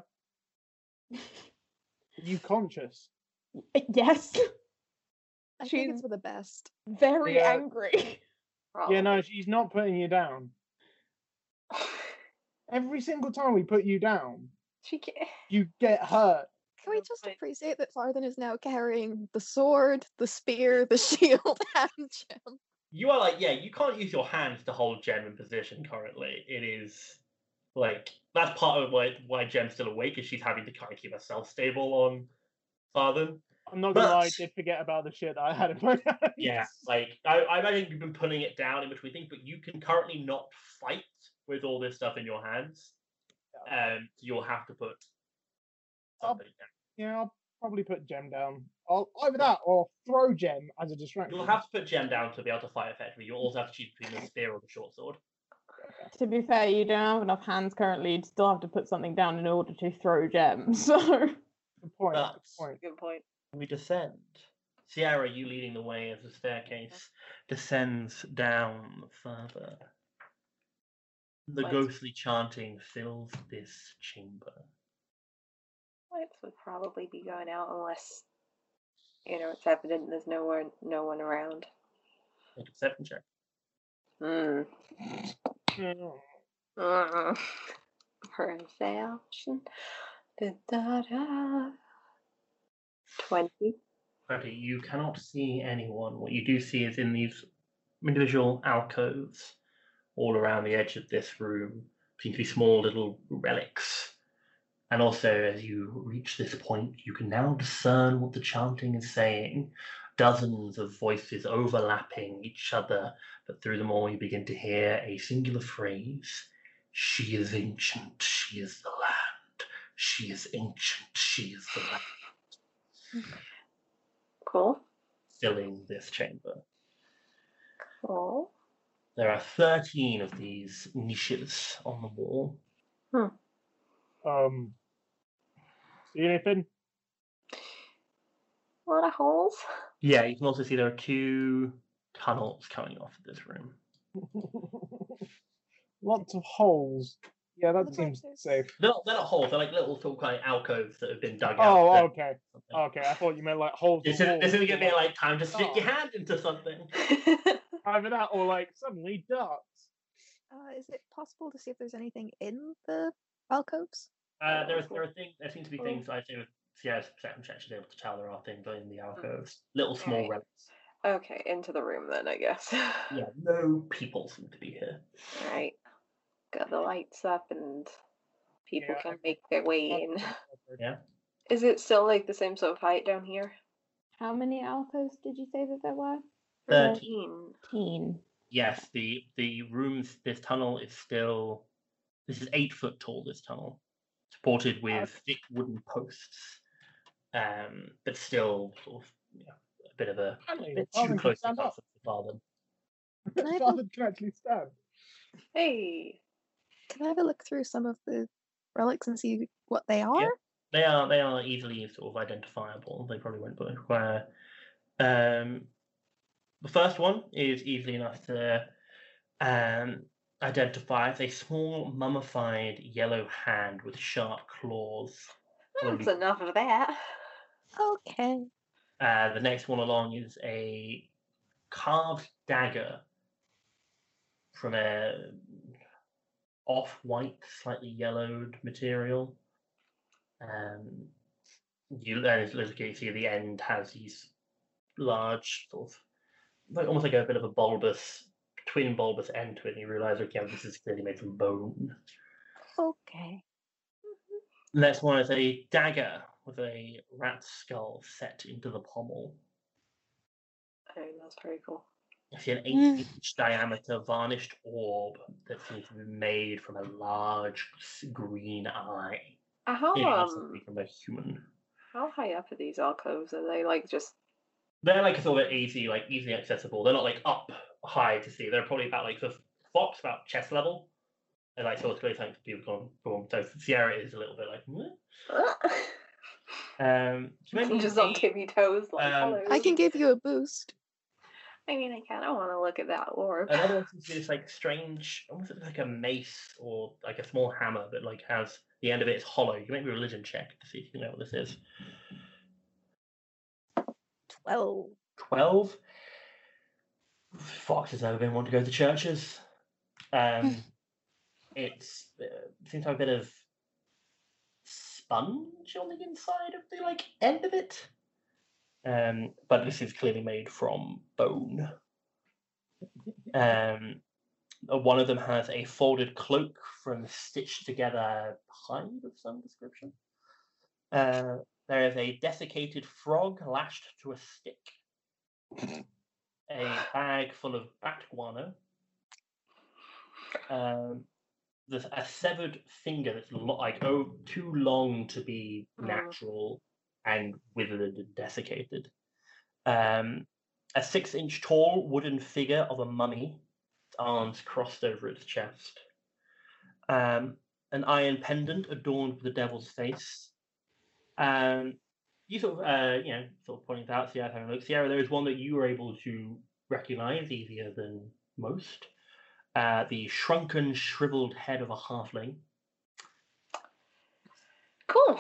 Speaker 2: you conscious?
Speaker 8: Uh, Yes.
Speaker 9: I think
Speaker 8: She's
Speaker 9: it's for the best.
Speaker 8: very
Speaker 2: Yeah.
Speaker 8: angry.
Speaker 2: Yeah, no,
Speaker 4: Probably.
Speaker 2: she's not putting you down. Every single time we put you down,
Speaker 4: she can't.
Speaker 2: you get hurt.
Speaker 9: Can we
Speaker 4: Good
Speaker 9: just
Speaker 4: point.
Speaker 9: appreciate that Farthen is now carrying the sword, the spear, the shield, and gem?
Speaker 1: You are like, yeah, you can't use your hands to hold Jen in position currently. It is like that's part of why why Jen's still awake is she's having to kind of keep herself stable on Farthen.
Speaker 2: I'm not gonna lie, I
Speaker 1: But-
Speaker 2: did forget about the shit I had in my hands.
Speaker 1: Yeah, like I, I imagine you've been putting it down in between things, but you can currently not fight with all this stuff in your hands. Um, so you'll have to put
Speaker 2: I'll-
Speaker 1: something down.
Speaker 2: Yeah, I'll probably put Gem down. I'll either that or I'll throw Gem as a distraction.
Speaker 1: You'll have to put Jen down to be able to fight effectively. You'll also have to choose between the spear or the short sword.
Speaker 8: to be fair, you don't have enough hands currently. You still have to put something down in order to throw gems. So
Speaker 2: Good point. Good
Speaker 1: That's-
Speaker 2: point.
Speaker 4: Good point.
Speaker 1: We descend. Sierra, you leading the way as the staircase descends down further. The
Speaker 4: Let's-
Speaker 1: ghostly chanting fills this chamber.
Speaker 4: Lights would probably be going out unless, you know, it's evident there's nowhere, no one around.
Speaker 1: Make a perception check.
Speaker 4: Mm.
Speaker 2: Mm.
Speaker 4: Mm. Perception. Da, da, da. 20.
Speaker 1: Apparently, you cannot see anyone. What you do see is in these individual alcoves all around the edge of this room seem to be small little relics. And also, as you reach this point, you can now discern what the chanting is saying. Dozens of voices overlapping each other, but through them all, you begin to hear a singular phrase She is ancient, she is the land. She is ancient, she is the land.
Speaker 4: Cool.
Speaker 1: Filling this chamber.
Speaker 4: Cool.
Speaker 1: There are 13 of these niches on the wall.
Speaker 4: Hmm.
Speaker 2: Um. See anything?
Speaker 4: A lot of holes.
Speaker 1: Yeah, you can also see there are two tunnels coming off of this room.
Speaker 2: Lots of holes. Yeah, that
Speaker 9: Looks like
Speaker 2: seems
Speaker 9: there's-
Speaker 2: safe.
Speaker 1: They're not, they're not holes, they're like little sort of kind of alcoves that have been dug out.
Speaker 2: Oh,
Speaker 1: that-
Speaker 2: okay.
Speaker 1: something.
Speaker 2: Okay, I thought you meant like holes.
Speaker 1: This
Speaker 2: in
Speaker 1: is, this
Speaker 2: walls
Speaker 1: is
Speaker 2: or,
Speaker 1: gonna be like time to stick your
Speaker 2: Oh.
Speaker 1: hand into something.
Speaker 2: either that or like suddenly darts.
Speaker 9: Uh, is it possible to see if there's anything in the alcoves? Oh.
Speaker 1: Uh, there,
Speaker 4: Oh,
Speaker 1: is, there are things. There seem to be things. I do. Yeah, perception check should be able to tell there are things in
Speaker 2: Oh.
Speaker 1: the alcoves. Little small
Speaker 4: Alright.
Speaker 1: relics.
Speaker 4: okay, into the room then, I guess.
Speaker 1: Yeah, no people seem to be here.
Speaker 4: Right. Got the lights up and people
Speaker 2: Yeah,
Speaker 4: can
Speaker 2: I-
Speaker 4: make their way
Speaker 2: Oh,
Speaker 4: in.
Speaker 2: okay.
Speaker 1: Yeah.
Speaker 4: Is it still like the same sort of height down here?
Speaker 8: how many alcoves did you say that there were?
Speaker 1: Thirteen.
Speaker 4: 13.
Speaker 8: Thirteen.
Speaker 1: Yes, the the rooms. This tunnel is still. This is eight foot tall. This tunnel,
Speaker 2: Oh,
Speaker 1: supported with thick wooden posts, um, but still sort of you know, a bit of a
Speaker 2: Finally,
Speaker 1: bit
Speaker 2: Farthen
Speaker 1: too
Speaker 2: can
Speaker 1: close to
Speaker 2: stand up.
Speaker 1: comfort for Farthen.
Speaker 9: Can I have a-
Speaker 2: Farthen can actually stand.
Speaker 4: Hey.
Speaker 9: Can I have a look through some of the relics and see what they are?
Speaker 1: They are they are easily sort of identifiable. They probably won't require. Um, The first one is easily enough to um, identify. It's a small, mummified yellow hand with sharp claws.
Speaker 4: That's
Speaker 1: Lovely.
Speaker 4: enough of that.
Speaker 3: Okay.
Speaker 1: Uh, the next one along is a carved dagger from a off-white, slightly yellowed material. Um, you and it's like you see the end has these large sort of like almost like a bit of a bulbous twin bulbous end to it, and you realise okay, this is clearly made from bone.
Speaker 3: Okay.
Speaker 1: Next one is a dagger with a rat skull set into the pommel.
Speaker 4: Oh, that's very cool.
Speaker 1: I see an
Speaker 7: Mm.
Speaker 1: eight-inch diameter varnished orb that seems to be made from a large s- green eye.
Speaker 4: How
Speaker 1: It has to
Speaker 4: um
Speaker 1: be from a human.
Speaker 4: how high up are these alcoves? Are they like just
Speaker 1: They're like sort of easy, like easily accessible. They're not like up high to see. They're probably about like the fox about chest level. And like sort of close like people gone boom. So Sierra is a little bit like "Meh." um she mentioned
Speaker 4: just on
Speaker 1: the-
Speaker 4: tippy toes? Like,
Speaker 1: um,
Speaker 4: hello.
Speaker 9: I can give you a boost.
Speaker 4: I mean, I kind of want to look at that orb.
Speaker 1: Another one seems to be this like strange, almost like a mace or like a small hammer, but like has the end of it is hollow. You can make me a religion check to see if you know what this is.
Speaker 3: Twelve.
Speaker 1: Twelve. Fox has never been one to go to churches. Um, it's uh, seems to have a bit of sponge on the inside of the like end of it. Um, but this is clearly made from bone. Um, uh, one of them has a folded cloak from stitched together hide of some description. Uh, there is a desiccated frog lashed to a stick. A bag full of bat guano. Um, there's a severed finger that's lo- like oh, too long to be
Speaker 4: Mm.
Speaker 1: natural and withered and desiccated. Um, a six inch tall wooden figure of a mummy, its arms crossed over its chest. Um, an iron pendant adorned with the devil's face. Um, you sort of, uh, you know, sort of pointing it out, Sierra, having a look. Sierra, there is one that you were able to recognize easier than most. Uh, the shrunken, shriveled head of a halfling,
Speaker 4: Cool.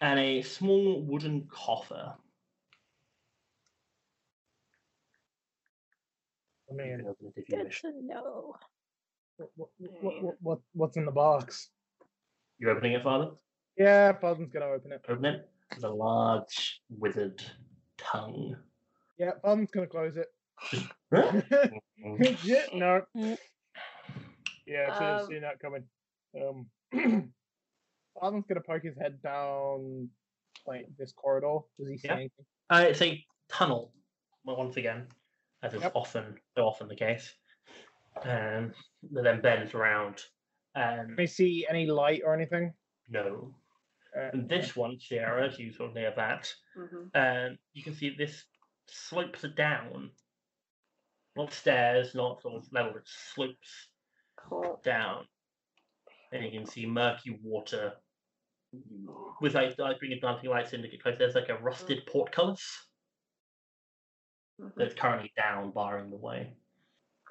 Speaker 1: and a small wooden coffer.
Speaker 2: I
Speaker 1: You
Speaker 2: mean,
Speaker 1: can open it if you
Speaker 3: Good
Speaker 1: wish.
Speaker 3: to know.
Speaker 2: what, what, what, what, what, what's in the box?
Speaker 1: You're opening it, Father?
Speaker 2: Yeah, Farthen's gonna open it.
Speaker 1: Open it. There's a large, withered tongue.
Speaker 2: Yeah, Farthen's gonna close it.
Speaker 1: Huh?
Speaker 2: yeah, no.
Speaker 7: Mm.
Speaker 2: Yeah, should have
Speaker 4: Um,
Speaker 2: seen that coming. Um, Farthen's gonna poke his head down like this corridor. Does he see
Speaker 1: Yeah.
Speaker 2: anything?
Speaker 1: Uh, it's a tunnel, well, once again, as is
Speaker 2: Yep.
Speaker 1: often so often the case. Um, that then bends around. Um,
Speaker 2: Can he see any light or anything?
Speaker 1: no,
Speaker 2: Uh,
Speaker 1: and this one, Sierra, as you sort of near that,
Speaker 4: Mhm.
Speaker 1: um, you can see this slopes down. Not stairs, not sort of level. It slopes
Speaker 4: Cool.
Speaker 1: down, and you can see murky water. With like, like bringing dancing lights in to get close, there's like a rusted portcullis
Speaker 4: Mhm.
Speaker 1: that's currently down, barring the way.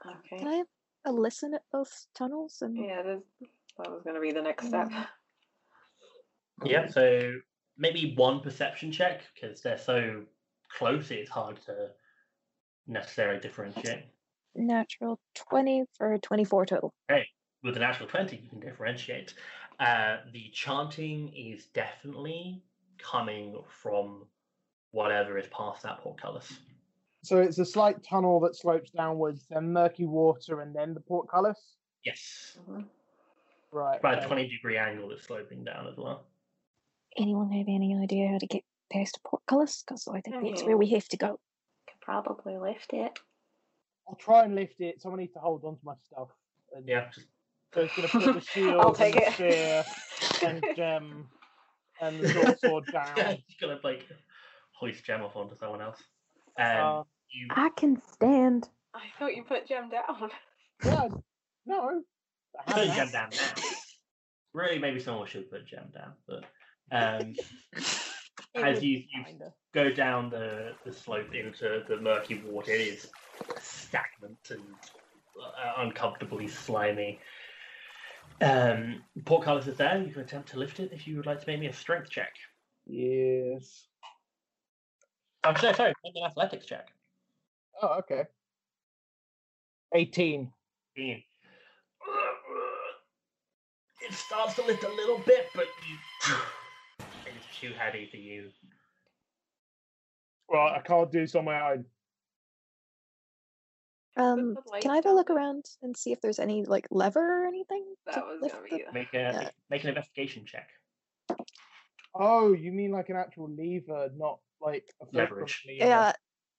Speaker 4: Okay.
Speaker 3: Can I have a listen at both tunnels and
Speaker 4: Yeah, this, that was going to be the next step.
Speaker 1: Yeah, so maybe one perception check because they're so close, it's hard to necessarily differentiate.
Speaker 3: natural twenty for twenty-four total?
Speaker 1: With the natural 20, you can differentiate. Uh, the chanting is definitely coming from whatever is past that portcullis.
Speaker 2: so it's a slight tunnel that slopes downwards, then murky water, and then the portcullis.
Speaker 1: Yes,
Speaker 4: Mhm.
Speaker 2: Right.
Speaker 1: about a
Speaker 2: okay.
Speaker 1: 20 degree angle that's sloping down as well.
Speaker 3: Anyone have any idea how to get past Portcullis? Because I think that's where we have to go.
Speaker 4: Could probably lift it.
Speaker 2: I'll try and lift it. Someone needs to hold onto my stuff. And
Speaker 1: Yeah, just
Speaker 2: So it's gonna put the shield,
Speaker 4: I'll take
Speaker 2: and the spear,
Speaker 4: it.
Speaker 2: and gem, and the short sword down.
Speaker 1: just gonna like hoist gem off onto someone else. Um,
Speaker 2: Uh,
Speaker 1: you
Speaker 9: I can stand.
Speaker 4: I thought you put Gem down.
Speaker 2: yeah, no. I
Speaker 1: Put
Speaker 2: haven't.
Speaker 1: Gem down now. Really, maybe someone should put Gem down, but um,
Speaker 8: It
Speaker 1: as
Speaker 8: would
Speaker 1: you,
Speaker 8: be
Speaker 1: you
Speaker 8: kinder.
Speaker 1: go down the, the slope into the murky water, it is stagnant and uh, uncomfortably slimy. Um, portcullis is there. You can attempt to lift it if you would like to make me a strength check.
Speaker 2: Yes.
Speaker 1: I'm sorry, sorry, make an athletics check.
Speaker 2: Oh, okay. 18.
Speaker 1: Ian. It starts to lift a little bit, but you. It's too heavy for you.
Speaker 2: Well, I can't do this on my own.
Speaker 4: Um,
Speaker 6: Um,
Speaker 4: the light
Speaker 6: can I have a look
Speaker 4: down.
Speaker 6: around and see if there's any like lever or anything?
Speaker 4: That
Speaker 6: to
Speaker 4: was
Speaker 6: lift
Speaker 4: gonna
Speaker 6: the-
Speaker 4: be a-
Speaker 1: Make a
Speaker 6: Yeah.
Speaker 1: make an investigation check.
Speaker 2: Oh, you mean like an actual lever, not like a fulcrum
Speaker 1: Leverage.
Speaker 2: lever.
Speaker 6: Yeah,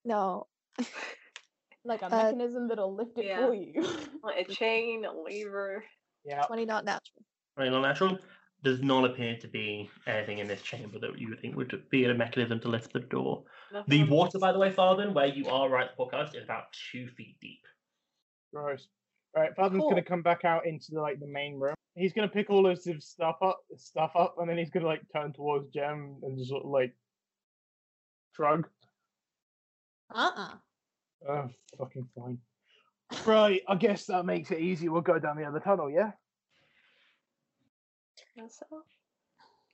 Speaker 6: no.
Speaker 9: Uh,
Speaker 8: Like a
Speaker 6: Uh,
Speaker 8: mechanism that'll lift it
Speaker 4: yeah.
Speaker 8: for you.
Speaker 4: like a chain, a lever.
Speaker 2: Yeah.
Speaker 6: Twenty not natural.
Speaker 1: Running on natural. Does not appear to be anything in this chamber that you would think would be a mechanism to lift the door. The
Speaker 2: Uh-huh.
Speaker 4: Nothing.
Speaker 1: water, by the way, Farben, where you are right at the podcast, is about two feet deep.
Speaker 2: Gross. All right, Father's
Speaker 8: Cool.
Speaker 2: gonna come back out into the, like the main room. He's gonna pick all of his stuff up, stuff up, and then he's gonna like turn towards Jem and just sort of, like shrug.
Speaker 9: Uh-uh.
Speaker 2: Oh, fucking fine. Right, I guess that makes it easy. We'll go down the other tunnel, yeah.
Speaker 4: So,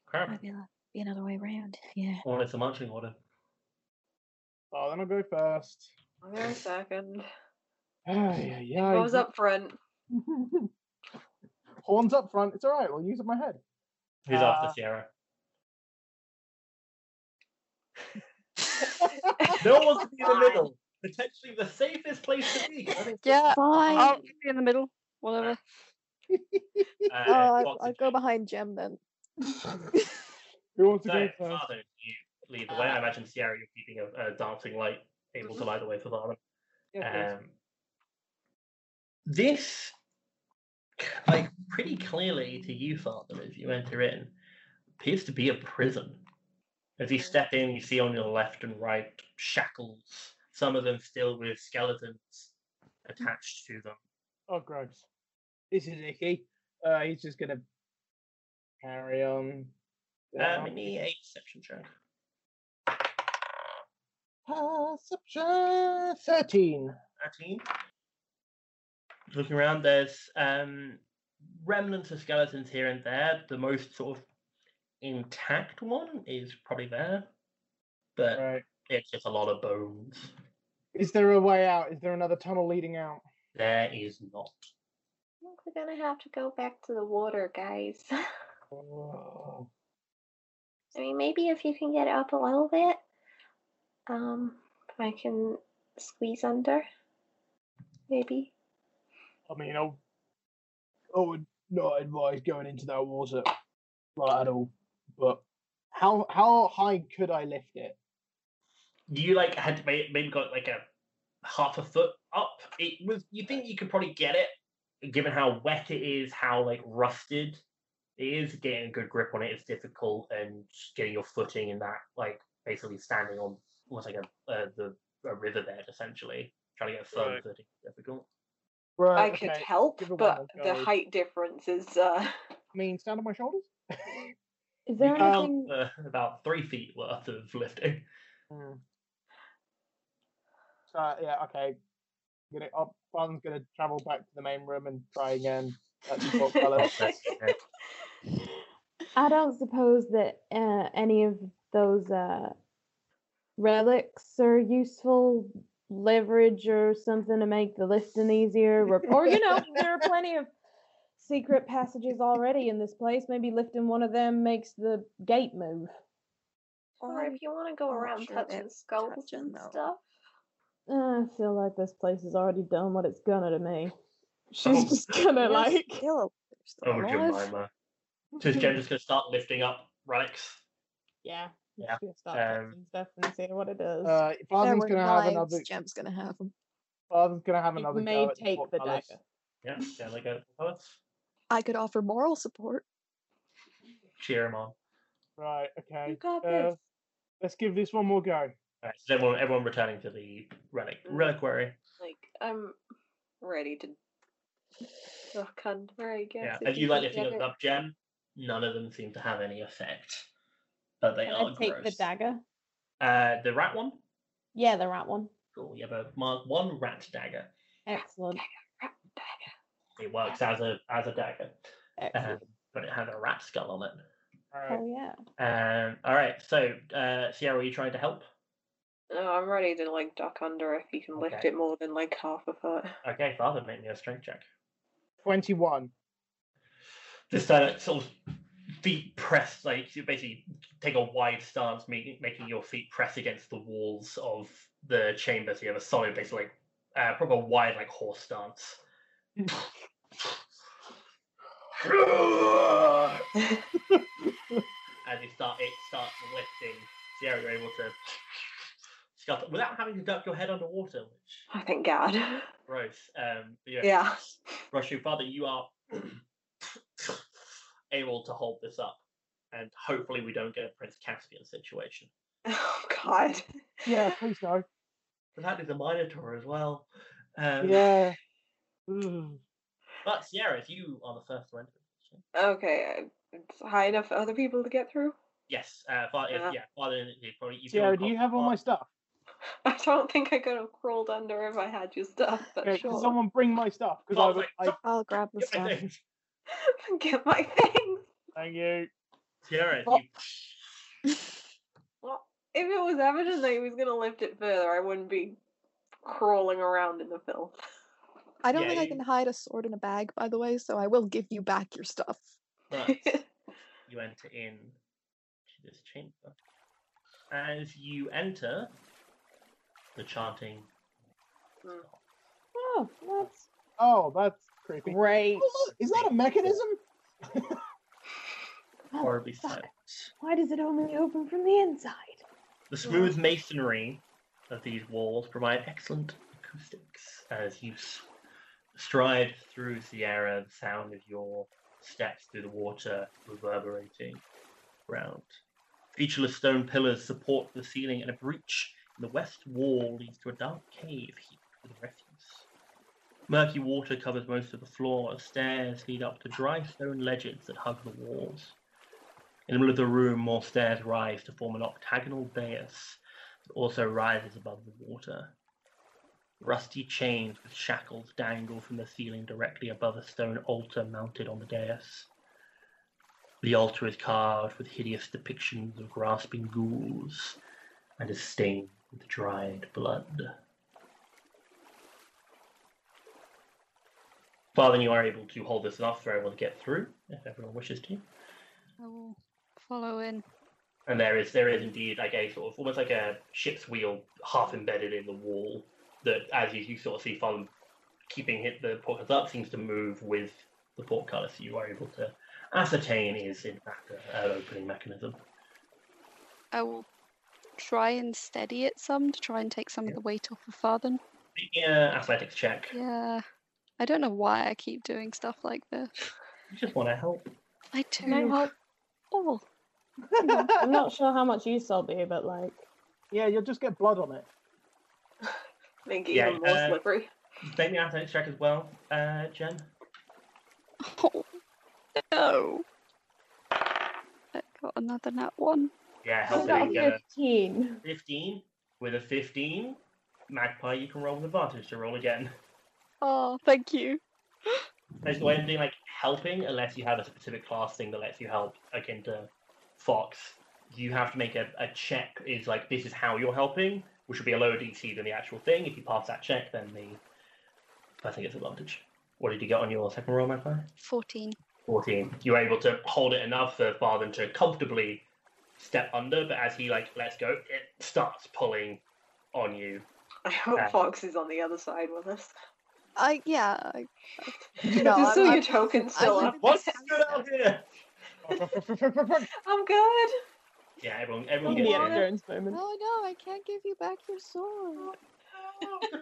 Speaker 1: Crap.
Speaker 3: Might be, like, be another way around. Yeah.
Speaker 1: Well, it's a marching order.
Speaker 2: Oh, then I'll go first.
Speaker 4: I'm going second.
Speaker 2: yeah, yeah.
Speaker 4: What was up front?
Speaker 2: Horns up front. It's all right. We'll use it my head.
Speaker 1: Who's
Speaker 2: Uh,
Speaker 1: after Sierra? No one wants to be in the middle. Potentially the safest place to be. I think-
Speaker 9: Yeah.
Speaker 7: Fine. I'll be in the middle. Whatever.
Speaker 1: Uh,
Speaker 9: Oh, I,
Speaker 1: Fox
Speaker 9: I'll
Speaker 1: and
Speaker 9: go behind Jem then.
Speaker 2: Who wants to
Speaker 1: So,
Speaker 2: go first?
Speaker 1: Father, you lead the way. I imagine Sierra, you're keeping a, a dancing light, able to light the way for Father.
Speaker 2: Yeah,
Speaker 1: Um, this, like, pretty clearly to you, Father, as you enter in, appears to be a prison. As you step in, you see on your left and right shackles, some of them still with skeletons attached to them.
Speaker 2: Oh, gross. This is icky. Uh, he's just gonna carry on.
Speaker 1: Um,
Speaker 2: down.
Speaker 1: give me a perception check.
Speaker 2: Perception thirteen.
Speaker 1: 13. Looking around, there's um, remnants of skeletons here and there. The most sort of intact one is probably there, but
Speaker 2: Right.
Speaker 1: it's just a lot of bones.
Speaker 2: Is there a way out? Is there another tunnel leading out?
Speaker 1: There is not.
Speaker 4: think we're gonna have to go back to the water, guys. I
Speaker 2: Oh.
Speaker 4: mean, maybe if you can get it up a little bit, um, I can squeeze under. Maybe.
Speaker 2: I mean, I'll, I would not advise going into that water like, at all. But how how high could I lift it?
Speaker 1: You like had may- maybe got like a half a foot up. It was. You think you could probably get it, given how wet it is, how like rusted it is. Getting a good grip on it is difficult, and getting your footing in that like basically standing on almost like a uh, the a river bed essentially. Trying to get a firm
Speaker 2: Right.
Speaker 1: footing is difficult.
Speaker 2: Right.
Speaker 4: I could help,
Speaker 2: give it one
Speaker 4: but
Speaker 2: more
Speaker 4: the
Speaker 2: go.
Speaker 4: height difference is uh
Speaker 2: I mean, stand on my shoulders.
Speaker 8: Is there
Speaker 2: Um,
Speaker 1: You count,
Speaker 8: anything?
Speaker 1: uh, about three feet worth of lifting.
Speaker 2: Mm. So yeah, okay. Gonna, oh, Farn's gonna travel back to the main room and try again. That's the thought colour.
Speaker 1: That's, uh,
Speaker 6: I don't suppose that uh, any of those uh, relics are useful leverage or something to make the lifting easier. Or, or you know, there are plenty of secret passages already in this place. Maybe lifting one of them makes the gate move.
Speaker 4: or if you wanna go
Speaker 3: I'm not
Speaker 4: around
Speaker 3: sure
Speaker 4: touching
Speaker 3: if
Speaker 4: skulls
Speaker 3: touching,
Speaker 4: and
Speaker 3: though.
Speaker 4: stuff.
Speaker 6: Uh, I feel like this place has already done what it's gonna to me. She's
Speaker 1: Oh.
Speaker 6: just gonna
Speaker 3: There's
Speaker 6: like.
Speaker 3: still- there's still
Speaker 1: oh,
Speaker 3: alive.
Speaker 1: Jemima. So is Jen just gonna start lifting up relics?
Speaker 8: Yeah.
Speaker 1: Yeah,
Speaker 8: just gonna Stop
Speaker 1: um,
Speaker 8: touching stuff and see what it does.
Speaker 2: Uh,
Speaker 9: There
Speaker 2: Farther's
Speaker 9: were
Speaker 2: gonna have
Speaker 9: knives,
Speaker 2: another.
Speaker 9: Jem's gonna have them.
Speaker 2: Farther's gonna have
Speaker 8: You
Speaker 2: another.
Speaker 8: may
Speaker 2: go at
Speaker 8: take the
Speaker 2: portcullis.
Speaker 8: dagger.
Speaker 1: Yeah, Jen like uh, a
Speaker 9: I could offer moral support.
Speaker 1: cheer him on.
Speaker 2: Right. Okay.
Speaker 4: You got
Speaker 2: Uh,
Speaker 4: this.
Speaker 2: Let's give this one more go.
Speaker 1: Alright, so everyone, everyone returning to the relic
Speaker 4: Mm.
Speaker 1: reliquary.
Speaker 4: Like I'm ready to duck under, I
Speaker 1: Yeah,
Speaker 4: guess. if
Speaker 1: and you like
Speaker 4: can
Speaker 1: lifting
Speaker 4: get
Speaker 1: it
Speaker 4: it.
Speaker 1: up, Jen. None of them seem to have any effect. but they
Speaker 10: Can
Speaker 1: are
Speaker 10: I take
Speaker 1: gross.
Speaker 10: the dagger?
Speaker 1: Uh, the rat one.
Speaker 10: Yeah, the rat one.
Speaker 1: Cool. You have a mark one rat dagger.
Speaker 10: Excellent.
Speaker 1: It works as a as a dagger, um,
Speaker 10: Excellent.
Speaker 1: but it has a rat skull on it.
Speaker 2: Alright.
Speaker 10: Oh yeah.
Speaker 1: Um, all right. So, uh, Sierra, are you trying to help?
Speaker 4: No, Oh, I'm ready to like duck under if you can lift
Speaker 1: Okay.
Speaker 4: it more than like half a foot.
Speaker 1: Okay, Father, make me a strength check.
Speaker 2: Twenty-one.
Speaker 1: Just uh, sort of feet pressed, like you basically take a wide stance, making making your feet press against the walls of the chamber. So you have a solid, basically, like, uh, proper wide, like horse stance. As you start, it starts lifting. Sierra, you're able to scuttle without having to duck your head underwater, which
Speaker 4: I thank God.
Speaker 1: gross. Um, but yeah,
Speaker 4: Yeah.
Speaker 1: Russian father, you are able to hold this up, and hopefully we don't get a Prince Caspian situation.
Speaker 4: Oh God.
Speaker 2: Yeah, please no.
Speaker 1: But that is a Minotaur as well. Um,
Speaker 2: Yeah. Ugh.
Speaker 1: But Sierra, you are the first one.
Speaker 4: Okay, uh, it's high enough for other people to get through.
Speaker 1: Yes, uh, father.
Speaker 4: Yeah.
Speaker 1: Yeah, father. you Probably. You feel
Speaker 2: Sierra, do you
Speaker 1: uncomfortable
Speaker 2: have all my stuff?
Speaker 4: I don't think I could have crawled under if I had your stuff, but
Speaker 2: Okay,
Speaker 4: sure.
Speaker 2: Can someone bring my stuff?
Speaker 1: Well,
Speaker 2: Because
Speaker 1: like,
Speaker 2: I, I,
Speaker 1: some-
Speaker 3: I'll grab the
Speaker 1: I
Speaker 3: stuff.
Speaker 1: think
Speaker 4: Get my things.
Speaker 2: thank you.
Speaker 1: Sierra,
Speaker 2: Oh.
Speaker 1: you
Speaker 4: Well, if it was evident that he was gonna lift it further, I wouldn't be crawling around in the filth.
Speaker 9: I don't
Speaker 1: Yeah,
Speaker 9: think I
Speaker 1: you-
Speaker 9: can hide a sword in a bag, by the way, so I will give you back your stuff.
Speaker 1: but you enter in to this chamber. As you enter, the chanting.
Speaker 4: Mm.
Speaker 10: Oh, that's
Speaker 2: Oh, that's creepy.
Speaker 10: great.
Speaker 2: Oh, look, is that a mechanism?
Speaker 1: horribly silent.
Speaker 10: Why does it only open from the inside?
Speaker 1: The smooth masonry of these walls provide excellent acoustics as you s- stride through Sierra, the sound of your steps through the water reverberating around. Featureless stone pillars support the ceiling, and a breach in the west wall leads to a dark cave heaped with refuse. Murky water covers most of the floor, as stairs lead up to dry stone ledges that hug the walls. In the middle of the room, more stairs rise to form an octagonal dais that also rises above the water. Rusty chains with shackles dangle from the ceiling directly above a stone altar mounted on the dais. The altar is carved with hideous depictions of grasping ghouls and is stained with dried blood. Father, you are able to hold this enough for everyone to get through, if everyone wishes to.
Speaker 7: I will follow in.
Speaker 1: And there is there is indeed like a sort of almost like a ship's wheel half embedded in the wall that as you, you sort of see from keeping hit the portcullis up seems to move with the portcullis you are able to ascertain is in fact a- an opening mechanism.
Speaker 7: I will try and steady it some to try and take some of the weight off of Farthen.
Speaker 1: Making an athletics check.
Speaker 7: Yeah. I don't know why I keep doing stuff like this.
Speaker 1: You just want to help.
Speaker 7: I do not help all.
Speaker 10: I'm not sure how much use I'll be, but like
Speaker 2: Yeah, you'll just get blood on it.
Speaker 4: Make it
Speaker 1: Yeah,
Speaker 4: even more
Speaker 1: uh,
Speaker 4: slippery.
Speaker 1: Make me an athletics check as well, uh, Jen.
Speaker 7: Oh, no. I got another nat one.
Speaker 1: Yeah,
Speaker 8: I
Speaker 1: helping
Speaker 8: got
Speaker 1: you get a
Speaker 8: fifteen.
Speaker 1: uh, fifteen. With a fifteen, Magpie, you can roll with advantage to roll again.
Speaker 7: Oh, thank you.
Speaker 1: There's no way of doing like helping unless you have a specific class thing that lets you help. Like into Fox, you have to make a, a check. Is like this is how you're helping, which would be a lower DC than the actual thing. If you pass that check, then the person gets advantage. What did you get on your second roll, Magpie?
Speaker 7: 14.
Speaker 1: Fourteen. You're able to hold it enough for Farthen to comfortably step under, but as he like lets go, it starts pulling on you.
Speaker 4: I hope
Speaker 1: uh,
Speaker 4: Fox is on the other side with us.
Speaker 9: I yeah. I,
Speaker 4: No,
Speaker 9: no,
Speaker 4: Just so
Speaker 9: I'm,
Speaker 4: your token's
Speaker 9: I'm
Speaker 4: still
Speaker 9: gonna
Speaker 4: up.
Speaker 9: be
Speaker 1: What's
Speaker 9: sad.
Speaker 1: good out here?
Speaker 4: I'm good.
Speaker 1: Yeah, everyone, everyone
Speaker 8: That'll
Speaker 1: gets
Speaker 8: be
Speaker 1: in.
Speaker 8: at Jones' moment.
Speaker 9: Oh no, I can't give you back your
Speaker 3: Oh,
Speaker 9: sword.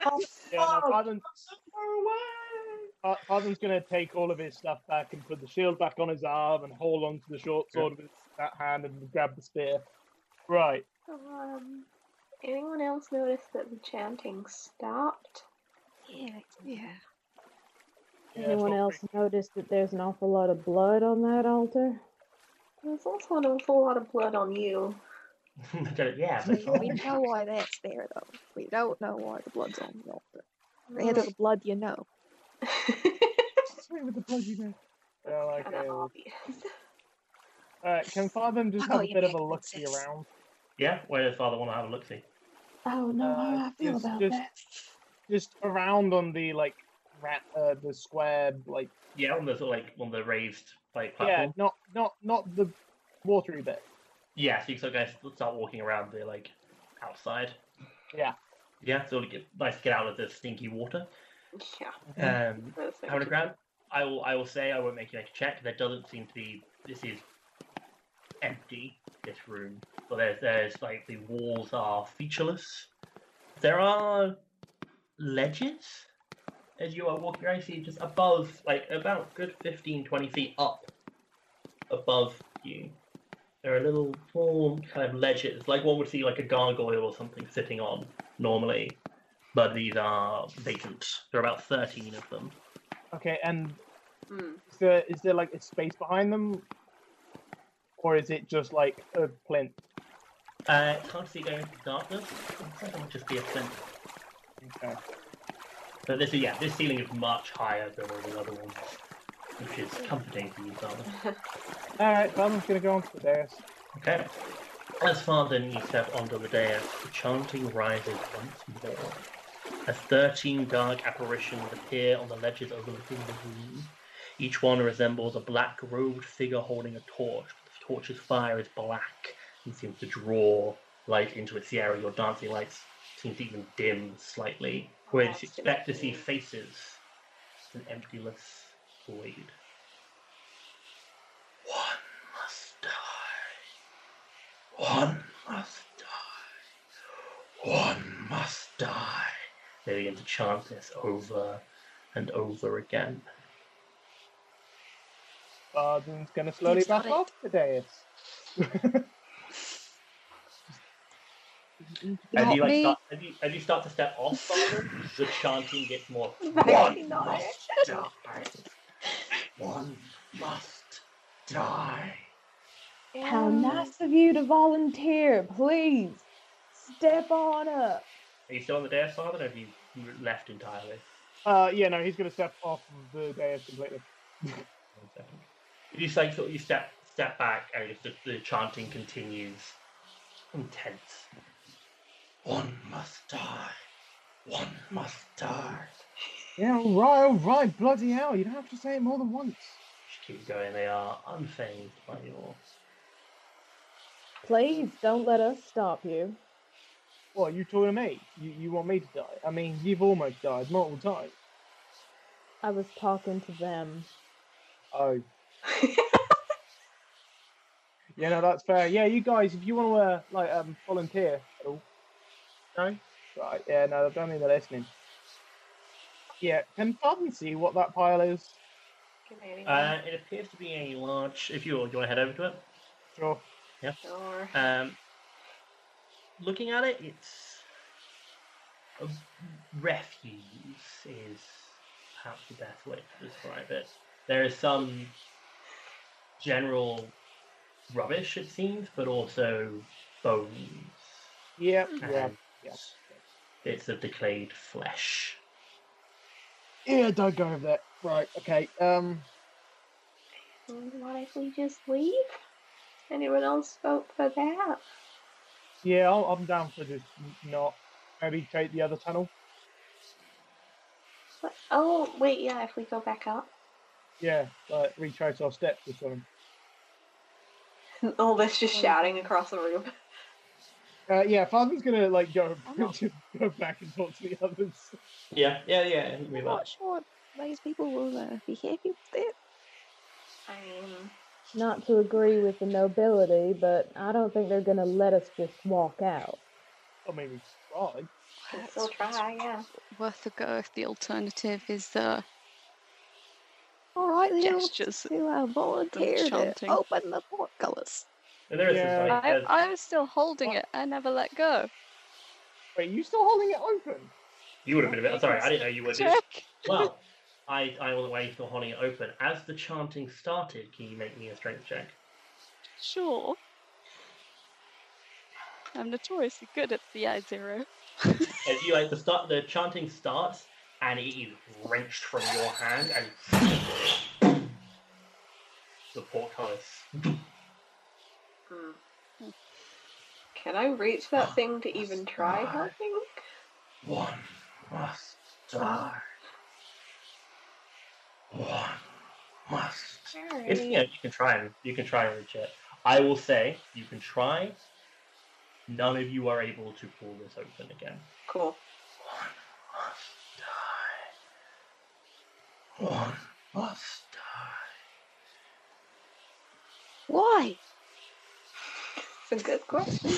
Speaker 4: Oh,
Speaker 2: Yeah, no,
Speaker 1: Oh,
Speaker 2: Farthen's,
Speaker 1: so far away.
Speaker 2: Far- Farthen's going to take all of his stuff back and put the shield back on his arm and hold on to the short sword with that hand and grab the spear. Right.
Speaker 4: Um, anyone else notice that the chanting stopped?
Speaker 7: Yeah, yeah.
Speaker 2: Yeah, it's
Speaker 10: anyone
Speaker 2: not
Speaker 10: else noticed that there's an awful lot of blood on that altar?
Speaker 4: There's also an awful lot of blood on you.
Speaker 1: yeah,
Speaker 9: We,
Speaker 1: but
Speaker 9: we know why that's there, though. We don't know why the blood's on the altar.
Speaker 3: Oh,
Speaker 9: They the blood, you know.
Speaker 2: Sweet with the blood, you know. Yeah, like,
Speaker 4: Kinda
Speaker 2: uh,
Speaker 4: obvious.
Speaker 2: Alright, can Father just
Speaker 3: Oh,
Speaker 2: have a
Speaker 3: you
Speaker 2: bit of a
Speaker 3: big
Speaker 2: look see
Speaker 3: princess.
Speaker 2: around?
Speaker 1: yeah. Where does father want to have a look? See,
Speaker 10: Oh no, how do I feel
Speaker 2: it's
Speaker 10: about
Speaker 2: Uh, just-
Speaker 10: that?
Speaker 2: Just around on the, like, rat, uh, the square, like,
Speaker 1: yeah, on the sort of, like on the raised like
Speaker 2: yeah,
Speaker 1: platform.
Speaker 2: not, not, not the watery bit.
Speaker 1: Yeah, so you sort of guys start walking around the like outside.
Speaker 2: Yeah.
Speaker 1: Yeah, so it'll get nice to get out of the stinky water.
Speaker 4: Yeah.
Speaker 1: Um,
Speaker 4: those things.
Speaker 1: Having a grab, I will. I will say I won't make you make a check. There doesn't seem to be. This is empty. This room, but there's there's like the walls are featureless. There are ledges as you are walking around. You see just above, like about good 15, 20 feet up above you. There are little small kind of ledges, like one would see like a gargoyle or something sitting on normally, but these are vacant. There are about thirteen of them.
Speaker 2: Okay, and
Speaker 4: Hmm.
Speaker 2: is there, is there, like, a space behind them? Or is it just, like, a plinth?
Speaker 1: Uh, it's hard to see going into darkness. I think it might just be a flint.
Speaker 2: Okay.
Speaker 1: But this, yeah, this ceiling is much higher than all the other ones, which is comforting for you, Father.
Speaker 2: Alright, Father's gonna go onto the dais.
Speaker 1: Okay. As Father and you step onto the dais, the chanting rises once more. As thirteen dark apparitions appear on the ledges overlooking the room, each one resembles a black robed figure holding a torch. The torch's fire is black and seems to draw light into its area. Your dancing lights seem to even dim slightly. Where you
Speaker 4: that's
Speaker 1: expect to see
Speaker 4: tempting.
Speaker 1: faces, it's an emptyless void. One must die. One must die. One must die. They begin to chant this over and over again.
Speaker 2: Father's gonna slowly
Speaker 7: Seems not
Speaker 2: back off the dais.
Speaker 1: As
Speaker 7: Not
Speaker 1: you, like,
Speaker 7: me.
Speaker 1: start, as, you, as you start to step off, Father, the chanting gets more.
Speaker 4: Very
Speaker 1: One
Speaker 4: nice.
Speaker 1: must die. One must die.
Speaker 10: How nice of you to volunteer. Please step on up.
Speaker 1: Are you still on the dais, Father, or have you left entirely?
Speaker 2: Uh, yeah, no, he's gonna step off the dais completely.
Speaker 1: One second. You just like sort of you step step back and just the, the chanting continues intense. One must die. One must die.
Speaker 2: Yeah, alright, alright, bloody hell, you don't have to say it more than once.
Speaker 1: Just keep going. They are unfazed by your.
Speaker 10: Please don't let us stop you.
Speaker 2: What, you talking to me? You, you want me to die? I mean, you've almost died multiple times.
Speaker 10: I was talking to them.
Speaker 2: Oh. yeah, no, that's fair. Yeah, you guys, if you want to, uh, like, um, volunteer at all. No? Right, yeah, no, I don't think they're listening. Yeah, can Fadden see what that pile is?
Speaker 4: Give me any
Speaker 1: Uh, it appears to be a large. If you do you want to head over to it?
Speaker 2: Sure.
Speaker 4: more.
Speaker 1: Um, looking at it, it's a refuse is perhaps the best way to describe it. There is some general rubbish, it seems, but also bones
Speaker 2: Yeah, yeah.
Speaker 1: and bits of decayed flesh.
Speaker 2: Yeah, don't go over there. Right, okay, um,
Speaker 4: What if we just leave? Anyone else vote for that?
Speaker 2: yeah, I'm, I'm down for just n- not. Maybe take the other tunnel.
Speaker 4: What- Oh, wait, yeah, if we go back up.
Speaker 2: Yeah, like, retrace our steps or something.
Speaker 4: All this
Speaker 3: Oh,
Speaker 4: just shouting across the room.
Speaker 2: Uh, yeah, Father's gonna, like, go,
Speaker 3: I'm not-
Speaker 2: just go back and talk to the others.
Speaker 1: Yeah, yeah, yeah. you can
Speaker 3: I'm
Speaker 1: move
Speaker 3: not
Speaker 1: up.
Speaker 3: sure these people will uh, be happy with that.
Speaker 4: I mean,
Speaker 10: Not to agree with the nobility, but I don't think they're gonna let us just walk out.
Speaker 2: I mean, we tried.
Speaker 4: we can still
Speaker 7: That's- that's
Speaker 4: try, yeah.
Speaker 7: Worth a go if the alternative is uh,
Speaker 3: All right, then we'll
Speaker 7: Gestures
Speaker 3: do our volunteer to
Speaker 7: chanting.
Speaker 3: open the portcullis.
Speaker 1: And there is
Speaker 2: Yeah.
Speaker 1: this, like,
Speaker 7: I,
Speaker 1: there's-
Speaker 7: I was still holding
Speaker 2: What?
Speaker 7: it. I never let go.
Speaker 2: Wait, you still holding it open?
Speaker 1: you would have been a bit. Sorry, I didn't know you were. doing-
Speaker 7: Check.
Speaker 1: Well, I I was waiting for holding it open. As the chanting started, can you make me a strength check?
Speaker 7: Sure. I'm notoriously good at the zero.
Speaker 1: As you like the start, the chanting starts, and it is wrenched from your hand, and the portcullis.
Speaker 4: Hmm. Can I reach that thing to even try helping?
Speaker 1: One must die. One must. It's, you know, you can try and you can try and reach it. I will say you can try. None of you are able to pull this open again.
Speaker 4: Cool.
Speaker 1: One must die.
Speaker 7: Why?
Speaker 4: It's a good question.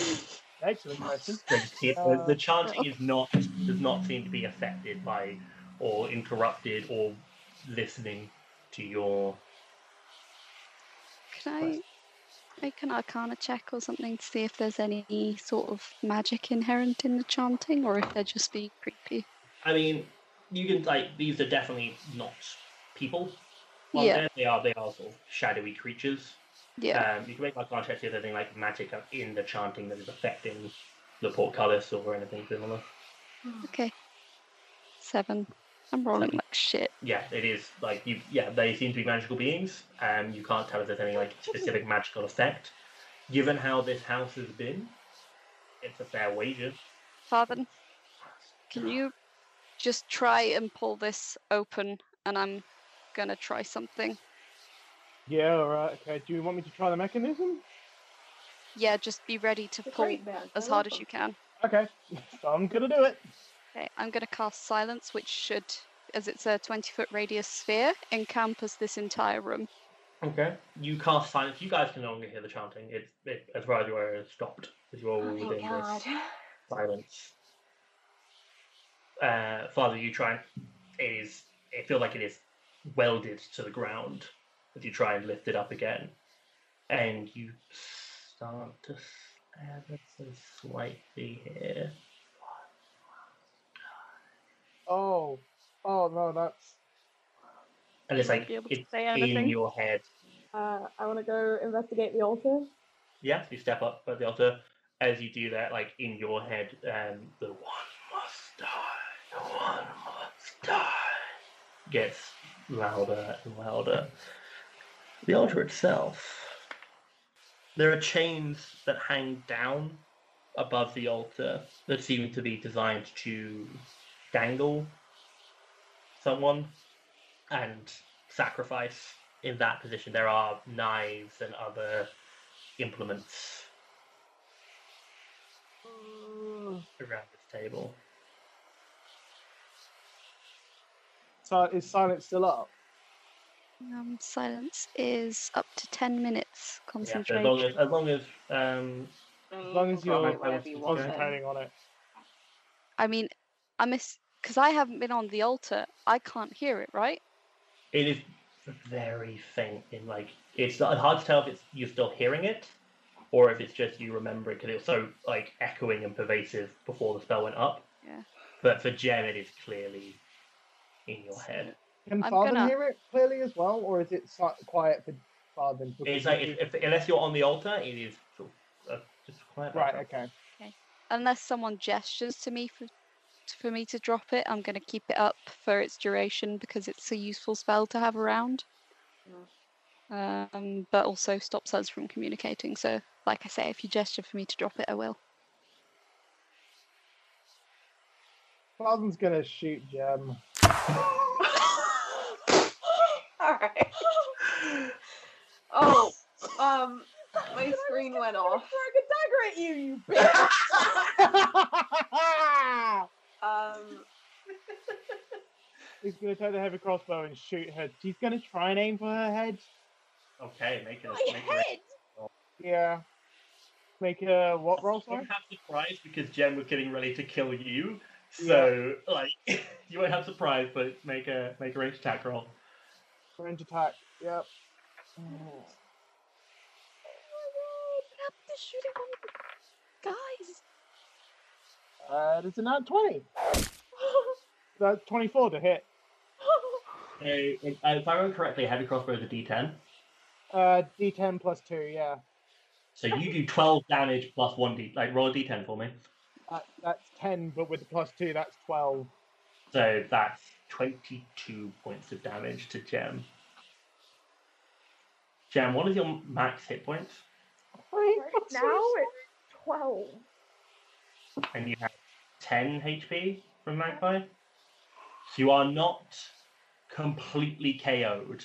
Speaker 2: Excellent question.
Speaker 1: The, the- the chanting is not does not seem to be affected by or interrupted or listening to your.
Speaker 7: Can I make an arcana check or something to see if there's any sort of magic inherent in the chanting or if they're just being creepy?
Speaker 1: I mean, you can like these are definitely not people. on
Speaker 7: Yeah.
Speaker 1: there. They are they are sort of shadowy creatures.
Speaker 7: Yeah.
Speaker 1: Um, you can make my contact if there's anything like magic up in the chanting that is affecting the portcullis or anything similar.
Speaker 7: Okay. Seven. I'm rolling like shit.
Speaker 1: Yeah, it is like you. Yeah, they seem to be magical beings. Um, you can't tell if there's any like specific magical effect. Given how this house has been, it's a fair wager.
Speaker 7: Father, can you just try and pull this open? And I'm gonna try something.
Speaker 2: Yeah, alright, okay. Do you want me to try the mechanism?
Speaker 7: Yeah, just be ready to pull
Speaker 4: great band.
Speaker 7: as hard as you can.
Speaker 2: Okay. I'm gonna do it.
Speaker 7: Okay, I'm gonna cast silence, which should, as it's a 20 foot radius sphere, encompass this entire room.
Speaker 1: Okay. You cast silence. You guys can no longer hear the chanting. It's it, as far as you're aware, it's stopped. Because you're all
Speaker 4: Oh,
Speaker 1: within
Speaker 4: thank God.
Speaker 1: this silence. Uh, Father, you try. and- It is. It feels like it is welded to the ground. If you try and lift it up again, and you start to ever so slightly here.
Speaker 2: Oh. Oh no, that's
Speaker 1: And it's
Speaker 7: You won't
Speaker 1: like
Speaker 7: be able to
Speaker 1: it's
Speaker 7: say
Speaker 1: in
Speaker 7: anything.
Speaker 1: your head.
Speaker 6: Uh, I want to go investigate the altar.
Speaker 1: Yeah, you step up at the altar. As you do that, like in your head, um, the one must die, the one must die gets louder and louder. The altar itself. There are chains that hang down above the altar that seem to be designed to dangle someone and sacrifice in that position. There are knives and other implements around this table.
Speaker 2: so is silence still up?
Speaker 7: Um, silence is up to 10 minutes
Speaker 1: Yeah, so as long as,
Speaker 7: concentration.
Speaker 1: as long as um,
Speaker 2: As long as
Speaker 1: Well,
Speaker 2: you're
Speaker 1: I- I was
Speaker 2: concentrating
Speaker 1: just
Speaker 2: on it.
Speaker 7: I mean, I miss because I haven't been on the altar. I can't hear it, right?
Speaker 1: it is very faint in like it's hard to tell if it's you're still hearing it or if it's just you remember it because it was so like echoing and pervasive before the spell went up.
Speaker 7: Yeah.
Speaker 1: But for Jem, it is clearly in your head.
Speaker 2: Can
Speaker 7: I'm
Speaker 2: Farthen
Speaker 7: gonna-
Speaker 2: hear it clearly as well, or is it si- quiet for Farthen?
Speaker 1: It's like if, if, unless you're on the altar, it is sort of, uh, just quiet.
Speaker 2: right, okay.
Speaker 7: Unless someone gestures to me for for me to drop it, I'm going to keep it up for its duration because it's a useful spell to have around. Um, but also stops us from communicating. So, like I say, if you gesture for me to drop it, I will.
Speaker 2: Farthen's gonna shoot Gem.
Speaker 4: Alright. Oh, um, my screen went off.
Speaker 10: a dagger at you, you bitch.
Speaker 4: Um,
Speaker 2: He's gonna take the heavy crossbow and shoot her. She's gonna try and aim for her head.
Speaker 1: Okay, make it.
Speaker 10: My
Speaker 1: Make it.
Speaker 10: head.
Speaker 2: Yeah. Make a what roll,
Speaker 1: You
Speaker 2: sorry?
Speaker 1: won't have surprise because Jem was getting ready to kill you. So like you won't have surprise, but make a make a range attack roll.
Speaker 2: Range attack. Yep.
Speaker 6: Stop the shooting one. Guys.
Speaker 2: Uh, it's a nat 20. That's 24 to hit.
Speaker 1: So uh, if, if I remember correctly, heavy crossbow is a D10.
Speaker 2: Uh, D10 plus 2, yeah.
Speaker 1: So you do 12 damage plus 1d, like roll a d10 for me.
Speaker 2: That, Uh, that's 10, but with the plus 2, that's 12.
Speaker 1: So that's 22 points of damage to Gem. Gem, what is your max hit points?
Speaker 9: Right now it's 12.
Speaker 1: And you have 10 HP from Magpie. So you are not completely KO'd.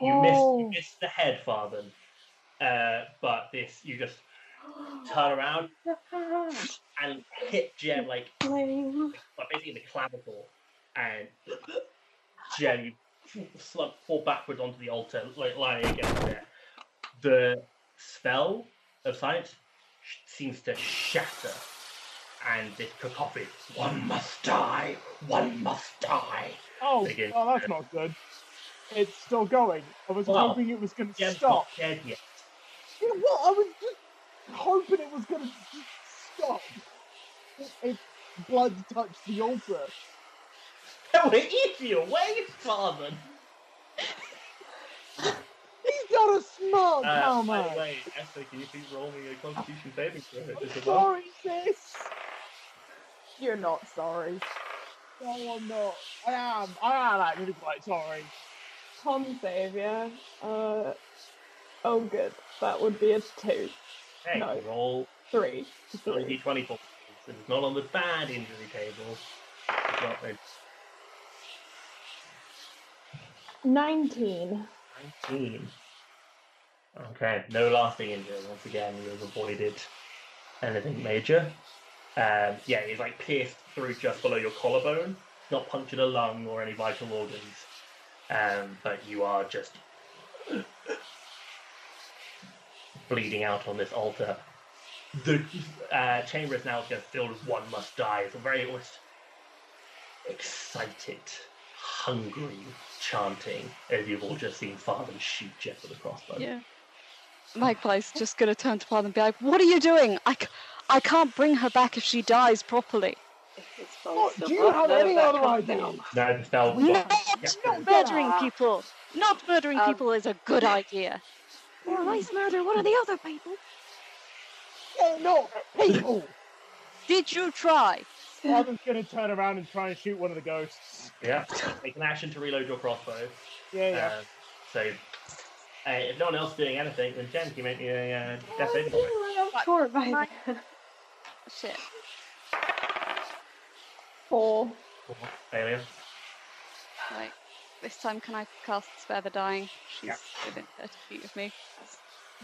Speaker 1: You miss, you miss the head, Farben. Uh, but this, you just turn around and hit Gem like, like basically in the clavicle, and Gem you slump fall backward onto the altar, like lying against there. The spell of silence sh- seems to shatter, and this cacophony, one must die, one must die.
Speaker 2: Oh,
Speaker 1: Again.
Speaker 2: oh that's not good. It's still going. I was
Speaker 1: Well,
Speaker 2: hoping it was going to
Speaker 1: Gem's
Speaker 2: stop.
Speaker 1: not dead yet.
Speaker 2: You know what? I was just hoping it was going to stop. Its blood touched the altar.
Speaker 1: That would eat you away, Farben.
Speaker 2: He's not a smart
Speaker 1: Uh, by
Speaker 2: hammer.
Speaker 1: the way, Esther, can you please roll me a Constitution saving throw? at
Speaker 2: I'm
Speaker 1: disadvantage?
Speaker 2: sorry, sis.
Speaker 10: You're not sorry.
Speaker 2: No, I'm not. I am. I am actually quite sorry.
Speaker 8: Con save, yeah. Uh, oh, good. That would be a two,
Speaker 1: Hey,
Speaker 8: No.
Speaker 1: roll
Speaker 8: three, three.
Speaker 1: d 20 points. It's not on the bad injury table. It's not a
Speaker 8: 19.
Speaker 1: 19. Okay, no lasting injury. Once again, you've avoided anything major. Um, yeah, it's like pierced through just below your collarbone. Not punctured a lung or any vital organs. Um, but you are just bleeding out on this altar. The uh, chamber is now just filled with one must die. It's a very almost excited, hungry chanting as you've all just seen Father shoot Jeff with a crossbow.
Speaker 7: Yeah. Magpie's just going to turn to Father and be like, What are you doing? I, c- I can't bring her back if she dies properly.
Speaker 4: It's
Speaker 2: What, do you have any other ideas?
Speaker 1: No, the spell
Speaker 7: Not,
Speaker 1: Yeah.
Speaker 7: murdering
Speaker 4: Yeah.
Speaker 7: people. Not murdering
Speaker 4: Um,
Speaker 7: people is a good idea.
Speaker 3: Or at least murder one of the other people.
Speaker 2: They're not people.
Speaker 7: Did you try?
Speaker 2: Father's going to turn around and try and shoot one of the ghosts.
Speaker 1: Yeah. Make an action to reload your crossbow.
Speaker 2: Yeah, yeah.
Speaker 1: Uh, so, uh, if no one else is doing anything, then Jen, can you make me a uh, death saving throw?
Speaker 4: Sure, right.
Speaker 7: Shit.
Speaker 8: Four.
Speaker 1: Failure.
Speaker 7: Right. This time, can I cast Spare the Dying? She's
Speaker 1: Yeah.
Speaker 7: within 30 feet of me.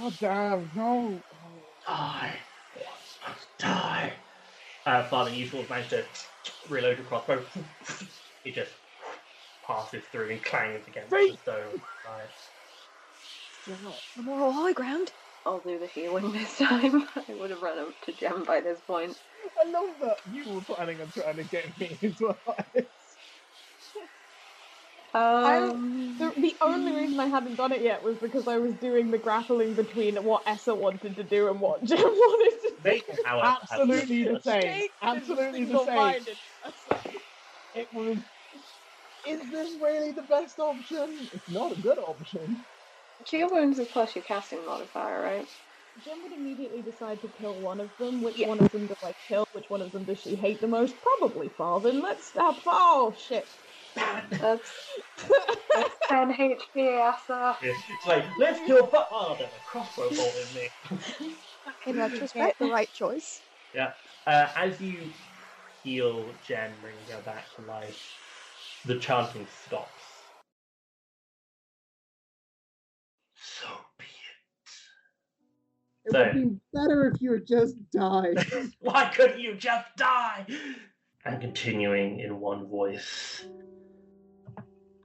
Speaker 2: oh, damn. No.
Speaker 1: Die. Die. Uh, Father, you sort of managed to reload your crossbow. it just passes through and clangs against the
Speaker 2: Freak.
Speaker 1: stone. Right.
Speaker 3: The moral high ground.
Speaker 4: I'll do the healing this time. I would have run up to Gem by this point.
Speaker 2: I love that you were planning on trying to get me as well.
Speaker 4: Um,
Speaker 8: The, the only reason I hadn't done it yet was because I was doing the grappling between what Essa wanted to do and what Jim wanted to do.
Speaker 1: They, however, have
Speaker 2: Absolutely the
Speaker 1: just-
Speaker 2: same. Absolutely the same.
Speaker 8: Single-minded.
Speaker 2: It was. Is this really the best option? It's not a good option.
Speaker 4: Geo wounds is plus your casting modifier, right?
Speaker 8: Jim would immediately decide to kill one of them. Which
Speaker 4: Yeah.
Speaker 8: one of them does I kill? Which one of them does she hate the most? Probably Farvin. Let's stab. Oh shit!
Speaker 4: That's, that's 10 HP, Asa.
Speaker 1: It's like, let's kill Fa- Oh, there's a crossbow bolt in me.
Speaker 9: In retrospect, the right choice.
Speaker 1: Uh, as you heal Jen, bringing her back to life, the chanting stops. So be
Speaker 2: It
Speaker 1: So-
Speaker 2: would be better if you had just died.
Speaker 1: it. Why couldn't you just die? And continuing in one voice,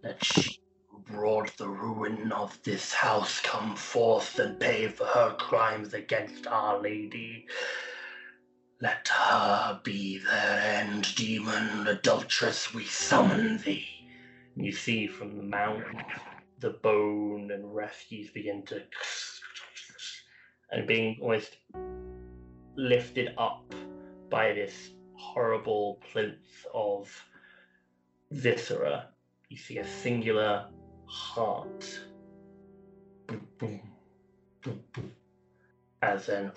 Speaker 1: let she who brought the ruin of this house come forth and pay for her crimes against Our Lady. Let her be their end, demon adulteress, we summon thee. You see from the mountain the bone and refuse begin to and being almost lifted up by this horrible plinth of viscera. You see a singular heart boom, boom, as then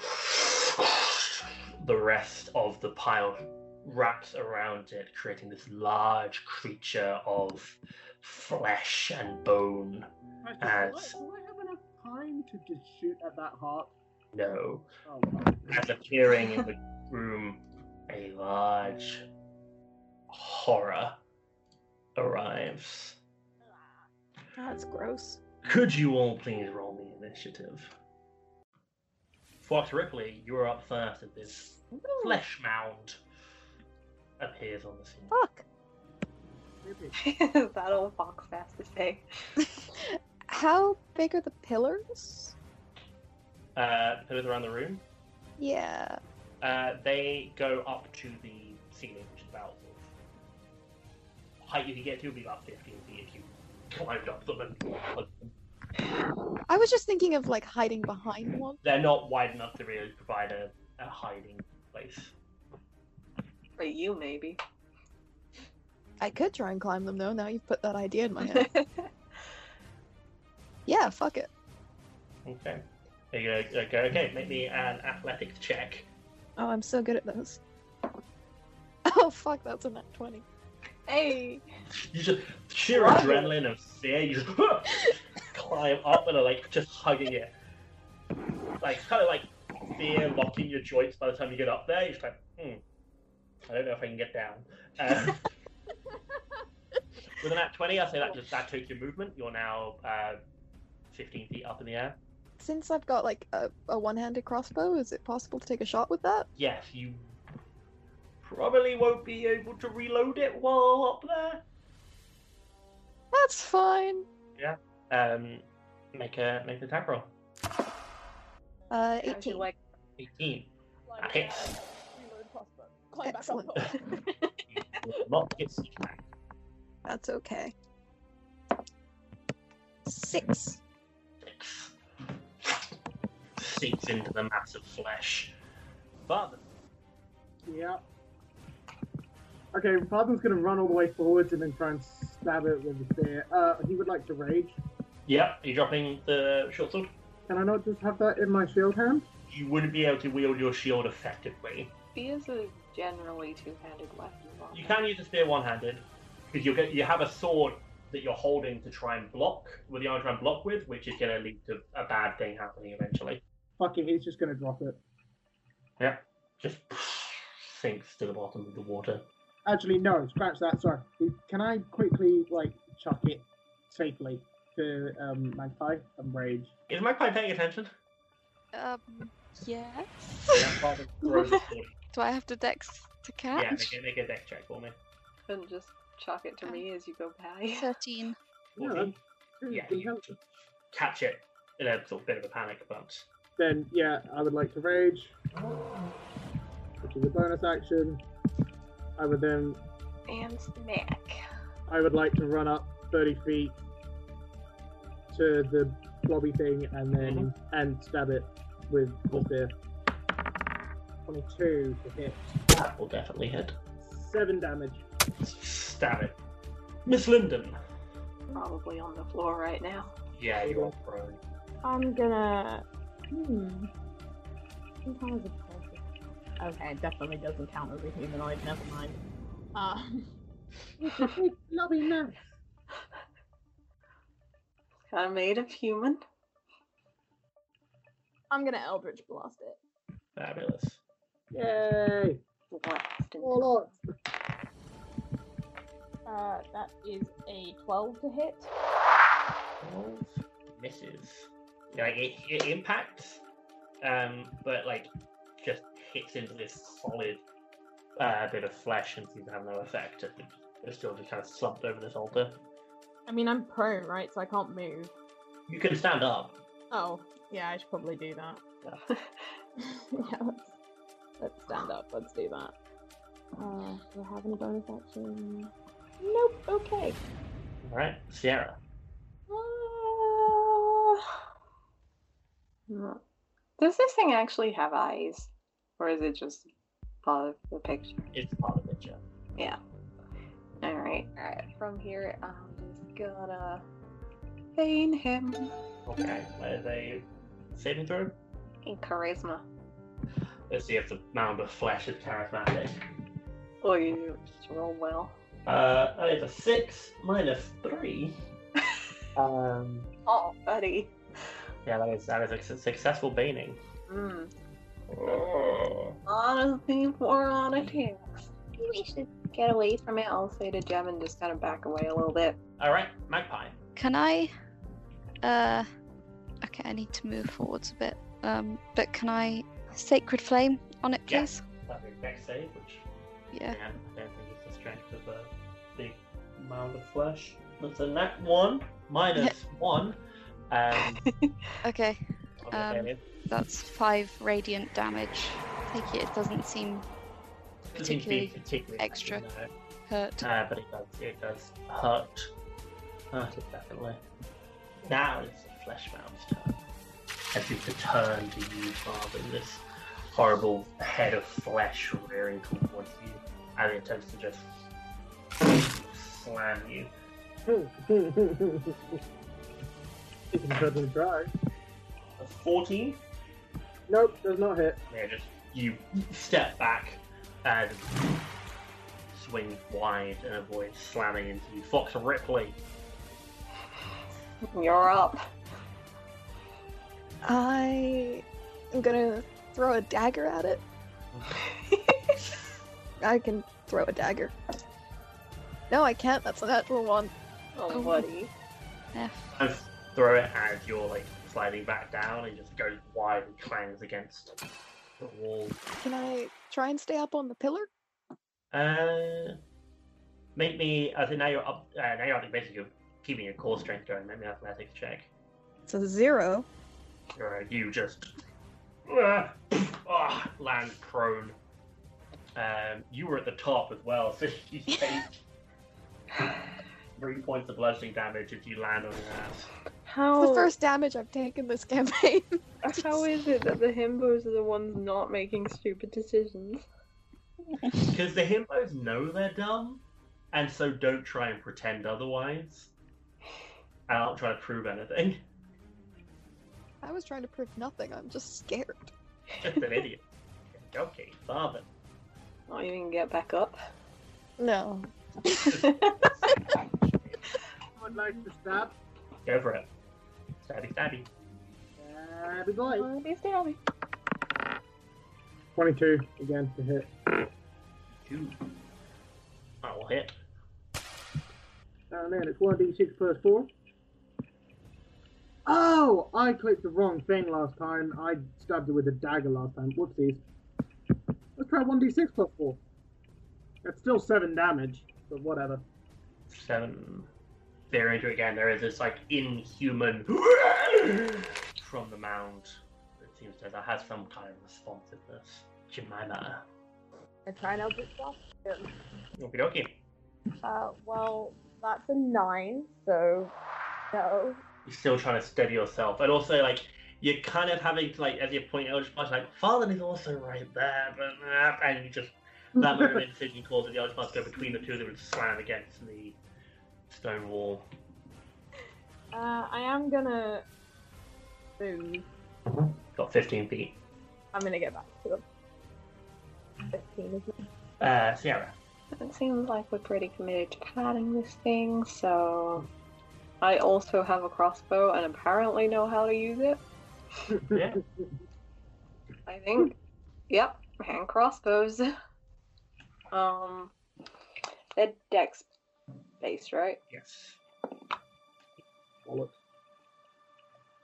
Speaker 1: the rest of the pile wraps around it, creating this large creature of flesh and bone.
Speaker 2: Question,
Speaker 1: As-
Speaker 2: do, I, do I have enough time to just shoot at that heart?
Speaker 1: No,
Speaker 2: Oh, God.
Speaker 1: as appearing in the room, a large horror arrives.
Speaker 3: That's gross.
Speaker 1: Could you all please roll me initiative? Fox Ripley, you are up first as this flesh mound appears on the scene.
Speaker 4: Oh.
Speaker 3: Fuck.
Speaker 4: that old fox has to say.
Speaker 9: How big are the pillars?
Speaker 1: Uh, those around the room,
Speaker 9: Yeah.
Speaker 1: uh, they go up to the ceiling, which is about sort of height you can get to would be about 15 feet if you climbed up them and
Speaker 9: I was just thinking of like hiding behind one.
Speaker 1: they're not wide enough to really provide a, a hiding place.
Speaker 4: For you, maybe.
Speaker 9: I could try and climb them though. Now you've put that idea in my head. yeah, fuck it.
Speaker 1: Okay. There you go. Okay, okay, make me an athletics check.
Speaker 9: Oh, I'm so good at those. Oh fuck, that's a net twenty.
Speaker 4: hey!
Speaker 1: You just sheer
Speaker 4: Love it.
Speaker 1: adrenaline of fear. You just climb up and are like just hugging it, like kind of like fear locking your joints. By the time you get up there, you're just like, hmm, I don't know if I can get down. Um, with an at twenty, I say that just that took your movement. You're now uh, fifteen feet up in the air.
Speaker 9: Since I've got like a, a one-handed crossbow, is it possible to take a shot with that?
Speaker 1: Yes, you probably won't be able to reload it while up there.
Speaker 9: That's fine.
Speaker 1: Um, make a make an attack roll.
Speaker 9: Uh,
Speaker 4: I should,
Speaker 9: eighteen.
Speaker 4: like,
Speaker 1: Eighteen.
Speaker 8: Climb
Speaker 1: That
Speaker 8: back
Speaker 1: hits.
Speaker 8: up. Reload crossbow. Climb back
Speaker 9: Excellent.
Speaker 8: up.
Speaker 1: will not get sneak attack.
Speaker 9: That's okay. Six.
Speaker 1: Seeps into the mass of flesh. But
Speaker 2: Yeah. Okay, Father's gonna run all the way forwards and then try and stab it with the spear. Uh, he would like to rage.
Speaker 1: yep, you're dropping the short sword.
Speaker 2: Can I not just have that in my shield hand?
Speaker 1: You wouldn't be able to wield your shield effectively.
Speaker 4: Spears are generally two handed weapons. aren't
Speaker 1: You
Speaker 4: they?
Speaker 1: can use the spear one-handed because you get you have a sword that you're holding to try and block with the arm to try and block with, which is going to lead to a bad thing happening eventually.
Speaker 2: Fuck it, he's just gonna drop it.
Speaker 1: Just sinks to the bottom of the water.
Speaker 2: Actually, no, scratch that. Sorry. Can I quickly like chuck it safely to um, Magpie and rage?
Speaker 1: Is Magpie paying attention?
Speaker 7: Um, yes.
Speaker 1: Yeah, Father throws the sword.
Speaker 7: Do I have to dex to
Speaker 1: Yeah,
Speaker 7: catch?
Speaker 1: make a, make a deck check for me.
Speaker 4: Couldn't just chuck it to me as you go by.
Speaker 7: 13.
Speaker 2: Yeah,
Speaker 1: 14.
Speaker 2: that's-
Speaker 1: Yeah, you catch it in a sort of bit of a panic, but
Speaker 2: Then yeah, I would like to rage, which is a bonus action. I would then
Speaker 4: and snack.
Speaker 2: I would like to run up thirty feet to the blobby thing and then
Speaker 1: Mm-hmm.
Speaker 2: and stab it with the spear. Twenty-two to hit,
Speaker 1: that will definitely hit.
Speaker 2: seven damage.
Speaker 1: Stab it. Miss Linden.
Speaker 4: Probably on the floor right now.
Speaker 1: Yeah, you are prone.
Speaker 10: I'm gonna. Hmm. Sometimes it's crazy. Okay, definitely doesn't count as a humanoid. Never mind.
Speaker 8: Uh,
Speaker 10: Um,
Speaker 2: Blobby man.
Speaker 4: Kind of made of human.
Speaker 10: I'm gonna Eldritch blast it.
Speaker 1: Fabulous.
Speaker 2: Yay!
Speaker 4: Blast and-
Speaker 2: Hold
Speaker 10: Uh, that is a 12 to hit.
Speaker 1: Misses. Like it, it impacts, um, but like just hits into this solid uh, bit of flesh and seems to have no effect. It- It's still just kind of slumped over this altar.
Speaker 10: I mean, I'm prone, right? So I can't move.
Speaker 1: You can stand up.
Speaker 10: Oh, yeah, I should probably do that. yeah, let's, let's stand up. Let's do that. Uh, do I have any bonus action? Nope. Okay.
Speaker 1: All right, Sierra.
Speaker 4: Mm. Does this thing actually have eyes? Or is it just part of the picture?
Speaker 1: It's part of the picture.
Speaker 4: Alright, alright. From here, I'm just gonna feign him.
Speaker 1: Okay, where they saving throw?
Speaker 4: In charisma.
Speaker 1: Let's see if the mound of flesh is charismatic.
Speaker 4: Oh, you just roll well.
Speaker 1: Uh, that is a six minus three. um,
Speaker 4: Oh, buddy.
Speaker 1: yeah, that is that is a su- successful baning.
Speaker 4: Mm.
Speaker 1: Oh.
Speaker 4: Honestly, we're on a tear. We should get away from it. I'll say to Jem and just kind of back away a little bit.
Speaker 1: All right, magpie.
Speaker 7: Can I? Uh, okay, I need to move forwards a bit. Um, but can I sacred flame on it,
Speaker 1: Yeah.
Speaker 7: please?
Speaker 1: That's your next save, which
Speaker 7: Yeah.
Speaker 1: yeah, I don't think it's the strength of a big mound of flesh. That's a nat one minus one. Um,
Speaker 7: Okay,
Speaker 1: on the
Speaker 7: Um,
Speaker 1: failure.
Speaker 7: that's five radiant damage. Take it. It doesn't seem
Speaker 1: Doesn't seem to be
Speaker 7: particularly
Speaker 1: particularly
Speaker 7: extra.
Speaker 1: effective, no.
Speaker 7: hurt.
Speaker 1: Uh, but it does, it does hurt. Hurt it definitely. Now it's the flesh mound's turn. As you return to you, Father, this horrible head of flesh rearing towards you, and it attempts to just slam you.
Speaker 2: It's better try.
Speaker 1: A 14?
Speaker 2: Nope, does not hit.
Speaker 1: Yeah, just you step back and swing wide and avoid slamming into you. Fox Ripley.
Speaker 4: You're up.
Speaker 9: I am gonna throw a dagger at it. I can throw a dagger. No, I can't. That's a natural one.
Speaker 4: Oh,
Speaker 7: Oh.
Speaker 4: buddy.
Speaker 7: F.
Speaker 1: and throw it as you're like sliding back down and just goes wide and clangs against the wall.
Speaker 9: Can I try and stay up on the pillar?
Speaker 1: Uh, make me. I think now you're up. Uh, now you're basically you're keeping your core strength going. Make me an athletics check.
Speaker 9: It's a zero.
Speaker 1: Uh, you just ah, ah, land prone. Um, you were at the top as well, so you take three points of bludgeoning damage if you land on your ass.
Speaker 9: It's
Speaker 4: How
Speaker 9: the first damage I've taken this campaign.
Speaker 4: how is it that the himbos are the ones not making stupid decisions?
Speaker 1: Because the himbos know they're dumb, and so don't try and pretend otherwise. I don't try to prove anything.
Speaker 9: I was trying to prove nothing. I'm just scared.
Speaker 1: Just an idiot. Donkey, father.
Speaker 4: Not even get back up.
Speaker 9: No.
Speaker 2: Would like to stab.
Speaker 1: Go for it. Stabby, stabby.
Speaker 2: Stabby boy.
Speaker 4: Please tell me.
Speaker 2: 22 again to hit.
Speaker 1: Two. That will hit.
Speaker 2: Oh man, it's 1d6 plus 4. Oh! I clicked the wrong thing last time. I stabbed it with a dagger last time. Whoopsies. Let's try 1d6 plus 4. That's still 7 damage, but whatever.
Speaker 1: Seven. There into it again. There is this like inhuman from the mound that seems to that has some kind of responsiveness. Jemima.
Speaker 10: I try and help it stop him.
Speaker 1: Okie dokie.
Speaker 10: Uh, well, that's a nine, so no.
Speaker 1: you're still trying to steady yourself, and also like you're kind of having to like as you point out, just like Father is also right there, but uh, and you just that moment of incision causes the Eldritch Blast to go between the two of them and slam against the stone wall.
Speaker 10: Uh, I am gonna move.
Speaker 1: Got 15 feet.
Speaker 10: I'm gonna get back to them. Fifteen, isn't it?
Speaker 1: Uh, Sierra.
Speaker 4: It seems like we're pretty committed to padding this thing, so I also have a crossbow and apparently know how to use it.
Speaker 1: Yeah.
Speaker 4: I think. Yep, hand crossbows. Um, they're dex based, right?
Speaker 1: yes.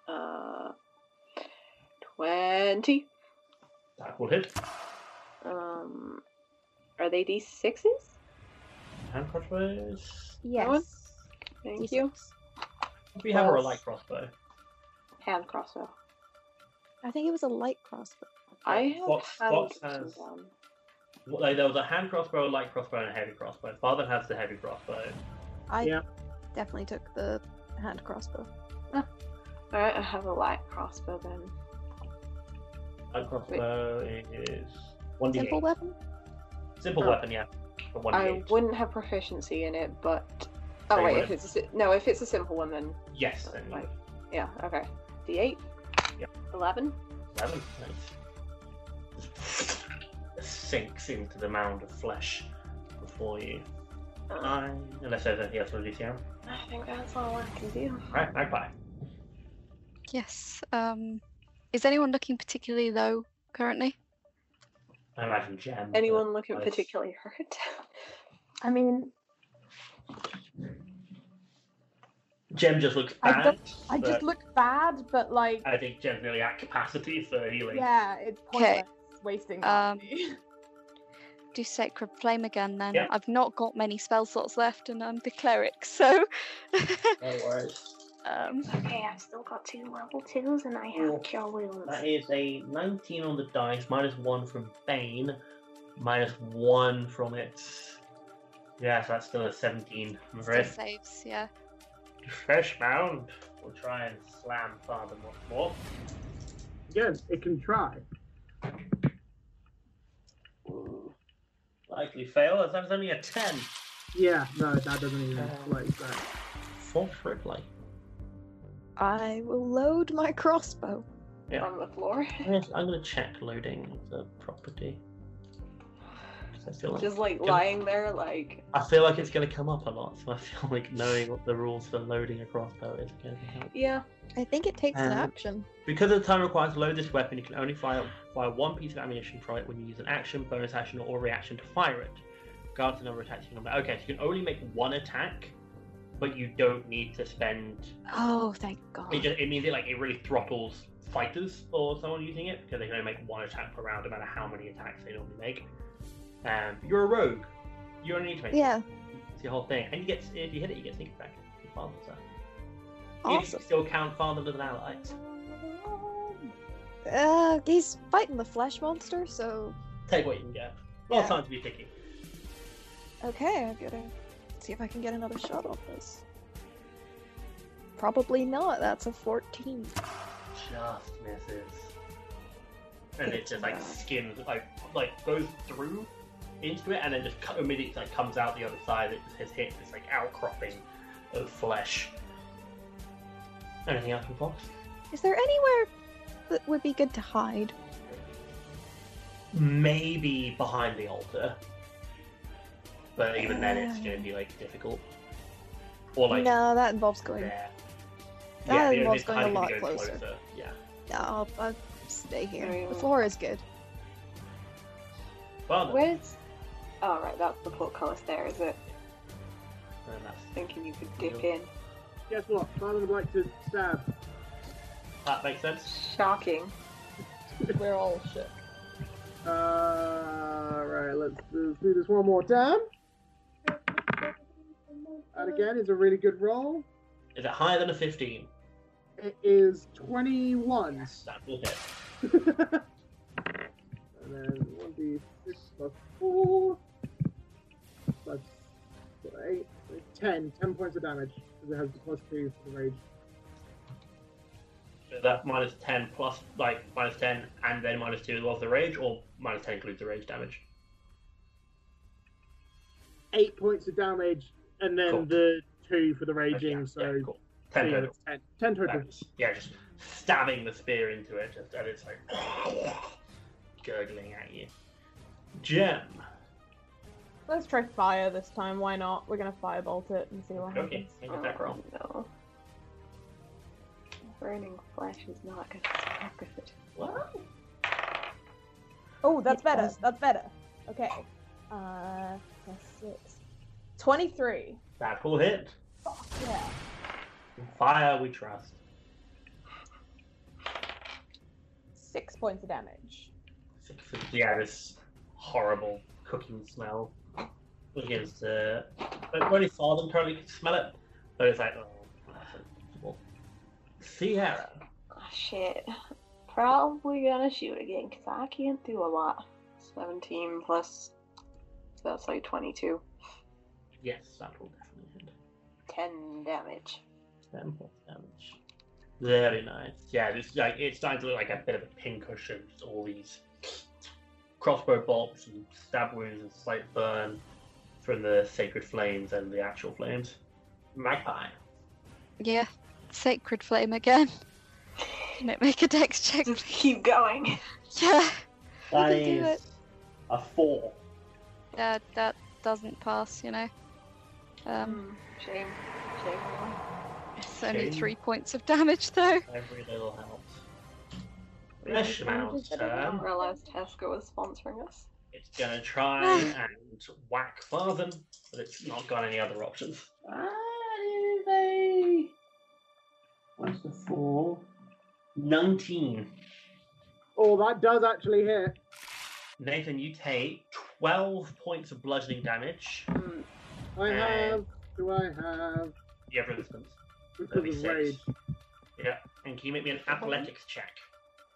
Speaker 4: Uh, twenty.
Speaker 1: That will hit.
Speaker 4: Um, are they d sixes?
Speaker 1: Hand crossbows.
Speaker 4: Yes. Thank you.
Speaker 1: We have a light crossbow.
Speaker 4: Hand crossbow.
Speaker 3: I think it was a light crossbow.
Speaker 4: I have
Speaker 1: Fox-
Speaker 4: hand
Speaker 1: Fox
Speaker 4: crossbow
Speaker 1: has-
Speaker 4: down.
Speaker 1: Well, Like, there was a hand crossbow, a light crossbow, and a heavy crossbow. Father has the heavy crossbow.
Speaker 9: I
Speaker 2: Yeah.
Speaker 9: definitely took the hand crossbow.
Speaker 4: All right, I have a light crossbow then.
Speaker 1: Light crossbow is one d
Speaker 9: Simple weapon.
Speaker 1: Simple
Speaker 4: Oh.
Speaker 1: weapon, yeah. For one
Speaker 4: I wouldn't have proficiency in it, but
Speaker 1: So
Speaker 4: oh
Speaker 1: you
Speaker 4: wait,
Speaker 1: wanna-
Speaker 4: if it's a si- no, if it's a simple one, then
Speaker 1: Yes, then you
Speaker 4: Right.
Speaker 1: would.
Speaker 4: yeah, okay, D eight. Eleven.
Speaker 1: Eleven. Nice. Sinks into the mound of flesh before you. I, unless there's anything else on DCM.
Speaker 4: Uh-huh. I think that's all I can do.
Speaker 1: Right, magpie.
Speaker 7: Yes. Um, is anyone looking particularly low currently?
Speaker 1: I imagine Jem. but
Speaker 4: Anyone looking
Speaker 1: Uh, I-
Speaker 4: particularly hurt?
Speaker 6: I mean,
Speaker 1: Jem just looks
Speaker 6: I
Speaker 1: bad.
Speaker 6: I just
Speaker 1: but
Speaker 6: look bad, but like,
Speaker 1: I think Jem's nearly at capacity for healing.
Speaker 6: yeah, it's pointless wasting.
Speaker 7: Um,
Speaker 6: money.
Speaker 7: do sacred flame again then.
Speaker 1: Yeah.
Speaker 7: I've not got many spell slots left, and I'm the cleric, so.
Speaker 1: No worries.
Speaker 7: um,
Speaker 4: okay, I've still got two level twos and I
Speaker 1: have
Speaker 4: cure wounds.
Speaker 1: Oh, That is a 19 on the dice, minus one from Bane, minus one from its. Yeah, so that's still a 17. I'm
Speaker 7: still
Speaker 1: afraid.
Speaker 7: saves, yeah.
Speaker 1: Fresh mound. We'll try and slam Father once more.
Speaker 2: Yes, it can try.
Speaker 1: Ooh. Likely fail, as that's only a 10.
Speaker 2: Yeah, no, that doesn't even
Speaker 4: Um,
Speaker 2: like that.
Speaker 1: For Ripley.
Speaker 9: I will load my crossbow.
Speaker 1: Yeah.
Speaker 4: On the floor.
Speaker 1: Yes, I'm going to check loading the property. 'Cause I feel like,
Speaker 4: Just like
Speaker 1: Just-
Speaker 4: lying there, like
Speaker 1: I feel like it's going to come up a lot, so I feel like knowing what the rules for loading a crossbow is going to help.
Speaker 4: yeah.
Speaker 9: I think it takes an
Speaker 1: Um,
Speaker 9: action.
Speaker 1: Because of the time required to load this weapon, you can only fire, fire one piece of ammunition from it when you use an action, bonus action, or reaction to fire it. Regardless of the number of attacks you can make. Okay, so you can only make one attack, but you don't need to spend.
Speaker 3: Oh, thank God.
Speaker 1: It, just, it means it like it really throttles fighters or someone using it because they can only make one attack per round, no matter how many attacks they normally make. Um, but you're a rogue. You only need to make.
Speaker 9: Yeah.
Speaker 1: It's your whole thing, and you get if you hit it, you get sneak attack. Your father's there. Even if You
Speaker 9: Awesome.
Speaker 1: still count father as an ally.
Speaker 9: Uh, he's fighting the flesh monster, so
Speaker 1: Take what you can get. Well,
Speaker 9: Yeah.
Speaker 1: time to be picky.
Speaker 9: okay, I gotta see if I can get another shot on this. Probably not. That's a fourteen.
Speaker 1: just misses. And it just
Speaker 9: Yeah.
Speaker 1: like skims, like like goes through into it, and then just cut, immediately like comes out the other side. It has hit this like outcropping of flesh. Anything else from Fox?
Speaker 9: Is there anywhere that would be good to hide?
Speaker 1: Maybe behind the altar, but even then, it's going to be like difficult. Or like
Speaker 9: no, that involves going.
Speaker 1: there.
Speaker 9: That
Speaker 1: yeah, the only
Speaker 9: involves
Speaker 1: time
Speaker 9: going a
Speaker 1: you can
Speaker 9: lot
Speaker 1: go
Speaker 9: closer.
Speaker 1: Yeah.
Speaker 9: No, I'll, I'll stay here.
Speaker 4: Yeah.
Speaker 9: The floor is good.
Speaker 1: Well, then.
Speaker 4: Where's? Oh right, that's the portcullis. There is it.
Speaker 1: And that's-
Speaker 4: Thinking you could dip in.
Speaker 2: Guess what? Father would like to stab.
Speaker 1: that makes sense.
Speaker 4: Shocking.
Speaker 10: We're all shook.
Speaker 2: Uh, right, let's, let's do this one more time. And again, it's a really good roll.
Speaker 1: Is it higher than a fifteen?
Speaker 2: It is 21.
Speaker 1: That will hit.
Speaker 2: And then 1d6 plus 4 plus 8, 10, 10 points of damage because it has the plus 2 for the rage.
Speaker 1: So that's minus 10 plus, like, minus 10 and then minus 2 as well for the rage, or minus 10 includes the rage damage?
Speaker 2: 8 points of damage and then
Speaker 1: Cool.
Speaker 2: the 2 for the raging,
Speaker 1: Yeah,
Speaker 2: so
Speaker 1: yeah, cool. 10
Speaker 2: yeah,
Speaker 1: total.
Speaker 2: it's 10, 10 total.
Speaker 1: damage. Yeah, just stabbing the spear into it, just, and it's like gurgling at you. Gem.
Speaker 10: Let's try fire this time. Why not? We're gonna firebolt it and see
Speaker 6: Oh,
Speaker 10: what
Speaker 1: Okay,
Speaker 10: happens.
Speaker 1: make an attack roll.
Speaker 4: no. Burning flesh is not going to spark with it.
Speaker 1: What?
Speaker 10: Oh, that's better. That's better. Okay. Uh, plus six. Twenty-three.
Speaker 1: That will hit.
Speaker 10: Yeah.
Speaker 1: Fire, we trust.
Speaker 10: Six points of damage.
Speaker 1: Yeah, this horrible cooking smell begins to. Like, only Farthen currently can smell it, but it's like, oh, that's uncomfortable. Sierra.
Speaker 4: Oh, shit. Probably gonna shoot again because I can't do a lot. 17 plus. So that's like 22.
Speaker 1: Yes, that will definitely hit.
Speaker 4: 10 damage.
Speaker 1: 10 points damage. Very nice. Yeah, this like it's starting to look like a bit of a pincushion. Just all these crossbow bolts and stab wounds and slight burn from the sacred flames and the actual flames. Magpie.
Speaker 7: Yeah. Sacred flame again. Can it make a dex check?
Speaker 4: Just keep going.
Speaker 7: Yeah.
Speaker 1: That
Speaker 7: can do
Speaker 1: is a four.
Speaker 7: Uh, that doesn't pass, you know. Um,
Speaker 4: Mm, shame. Shame.
Speaker 7: it's only
Speaker 1: shame.
Speaker 7: three points of damage, though.
Speaker 1: Every little helps. Flesh Mouse
Speaker 4: I
Speaker 1: turn.
Speaker 4: didn't realize Tesco was sponsoring us.
Speaker 1: It's gonna try and whack Farthen, but it's not got any other options. That is a. What's the four? 19.
Speaker 11: Oh, that does actually hit.
Speaker 1: Nathan, you take 12 points of bludgeoning damage.
Speaker 7: Hmm.
Speaker 4: Mm,
Speaker 11: I
Speaker 1: Yeah.
Speaker 11: have. Do I have?
Speaker 1: You have resistance.
Speaker 11: Because
Speaker 1: That'd be
Speaker 11: of
Speaker 1: six.
Speaker 11: rage.
Speaker 1: Yeah, and can you make me an athletics check?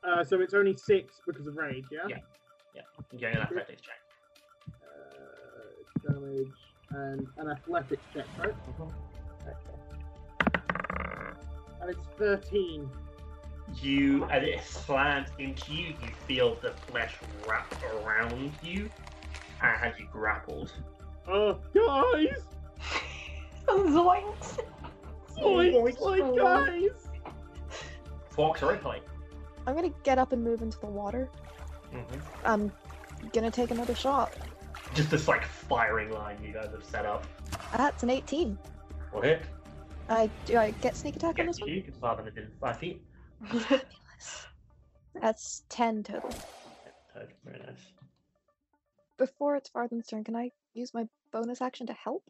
Speaker 11: Uh, so it's only six because of rage. Yeah.
Speaker 1: Yeah. You get an athletics check.
Speaker 11: Uh, damage and an athletics check, right? Okay. And it's thirteen.
Speaker 1: You, as it slams into you, you feel the flesh wrap around you and as you grappled.
Speaker 11: Oh, guys!
Speaker 4: Zoinks!
Speaker 11: Boinks,
Speaker 9: Oh,
Speaker 11: like, guys!
Speaker 1: Fox Ripley.
Speaker 9: I'm gonna get up and move into the water.
Speaker 1: Mm-hmm.
Speaker 9: I'm gonna take another shot.
Speaker 1: Just this like firing line you guys have set up.
Speaker 9: That's an 18.
Speaker 1: Will hit.
Speaker 9: I do I get sneak attack on
Speaker 1: Yes,
Speaker 9: this
Speaker 1: you
Speaker 9: one?
Speaker 1: do, because Farthen is in five feet.
Speaker 9: That's 10 total.
Speaker 1: Oh, Very nice.
Speaker 9: Before it's Farthen's turn, can I use my bonus action to help?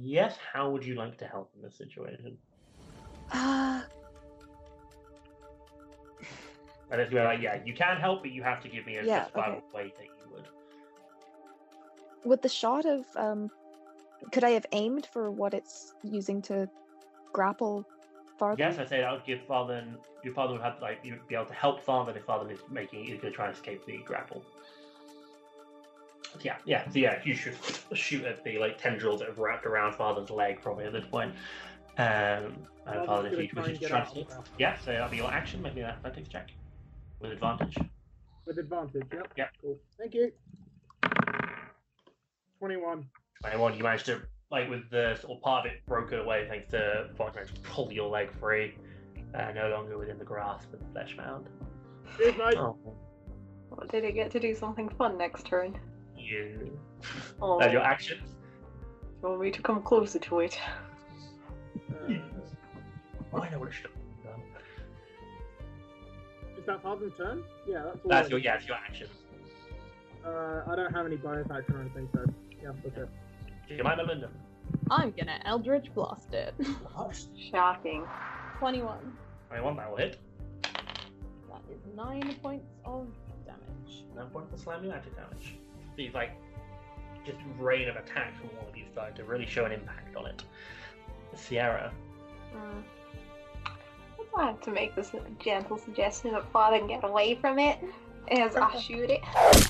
Speaker 1: Yes, how would you like to help in this situation?
Speaker 9: Uh,
Speaker 1: And it's where, like, yeah, you can help, but you have to give me a
Speaker 9: Yeah,
Speaker 1: justifiable
Speaker 9: okay.
Speaker 1: way that you would.
Speaker 9: with the shot of um could I have aimed for what it's using to grapple Farthen?
Speaker 1: Yes, I say that would give Farthen. Your father would have like you'd be able to help Farthen if Farthen is making is going to try and escape the grapple. Yeah, yeah, so yeah. You should shoot at the like tendrils that have wrapped around Farthen's leg probably at this point. Um, and
Speaker 11: Farthen's
Speaker 1: Farthen,
Speaker 11: gonna
Speaker 1: if you
Speaker 11: try
Speaker 1: wishes
Speaker 11: and
Speaker 1: to
Speaker 11: get
Speaker 1: try
Speaker 11: out
Speaker 1: to
Speaker 11: of the
Speaker 1: escape,
Speaker 11: grapple.
Speaker 1: yeah. So that'll be your action. Make me an athletics check with advantage.
Speaker 11: With advantage, yep.
Speaker 1: Yep.
Speaker 11: Cool. Thank you. 21.
Speaker 1: Twenty-one. You managed to like with the sort of part of it broken away thanks to Farthen to pull your leg free, uh, no longer within the grasp of the flesh mound.
Speaker 11: Good night.
Speaker 1: Oh.
Speaker 4: Well, did it get to do something fun next turn?
Speaker 1: You.
Speaker 4: Oh,
Speaker 1: That's your actions.
Speaker 4: you want me to come closer to it?
Speaker 11: Uh,
Speaker 1: Oh, I know what it should have done.
Speaker 11: is that Farthen's turn? Yeah, that's all.
Speaker 1: That's
Speaker 11: it
Speaker 1: your
Speaker 11: is.
Speaker 1: yeah, it's your actions.
Speaker 11: Uh, I don't have any bonus action or anything, so yeah, that's it.
Speaker 1: You might Melinda.
Speaker 10: I'm gonna Eldritch Blast it.
Speaker 4: Shocking.
Speaker 10: 21.
Speaker 1: I want that will hit.
Speaker 10: That is 9 points of damage.
Speaker 1: No point for slamming magic damage. These like just rain of attacks from all of these guys to really show an impact on it. Sierra.
Speaker 4: Mm. I have to make this gentle suggestion that Father can get away from it as I shoot it.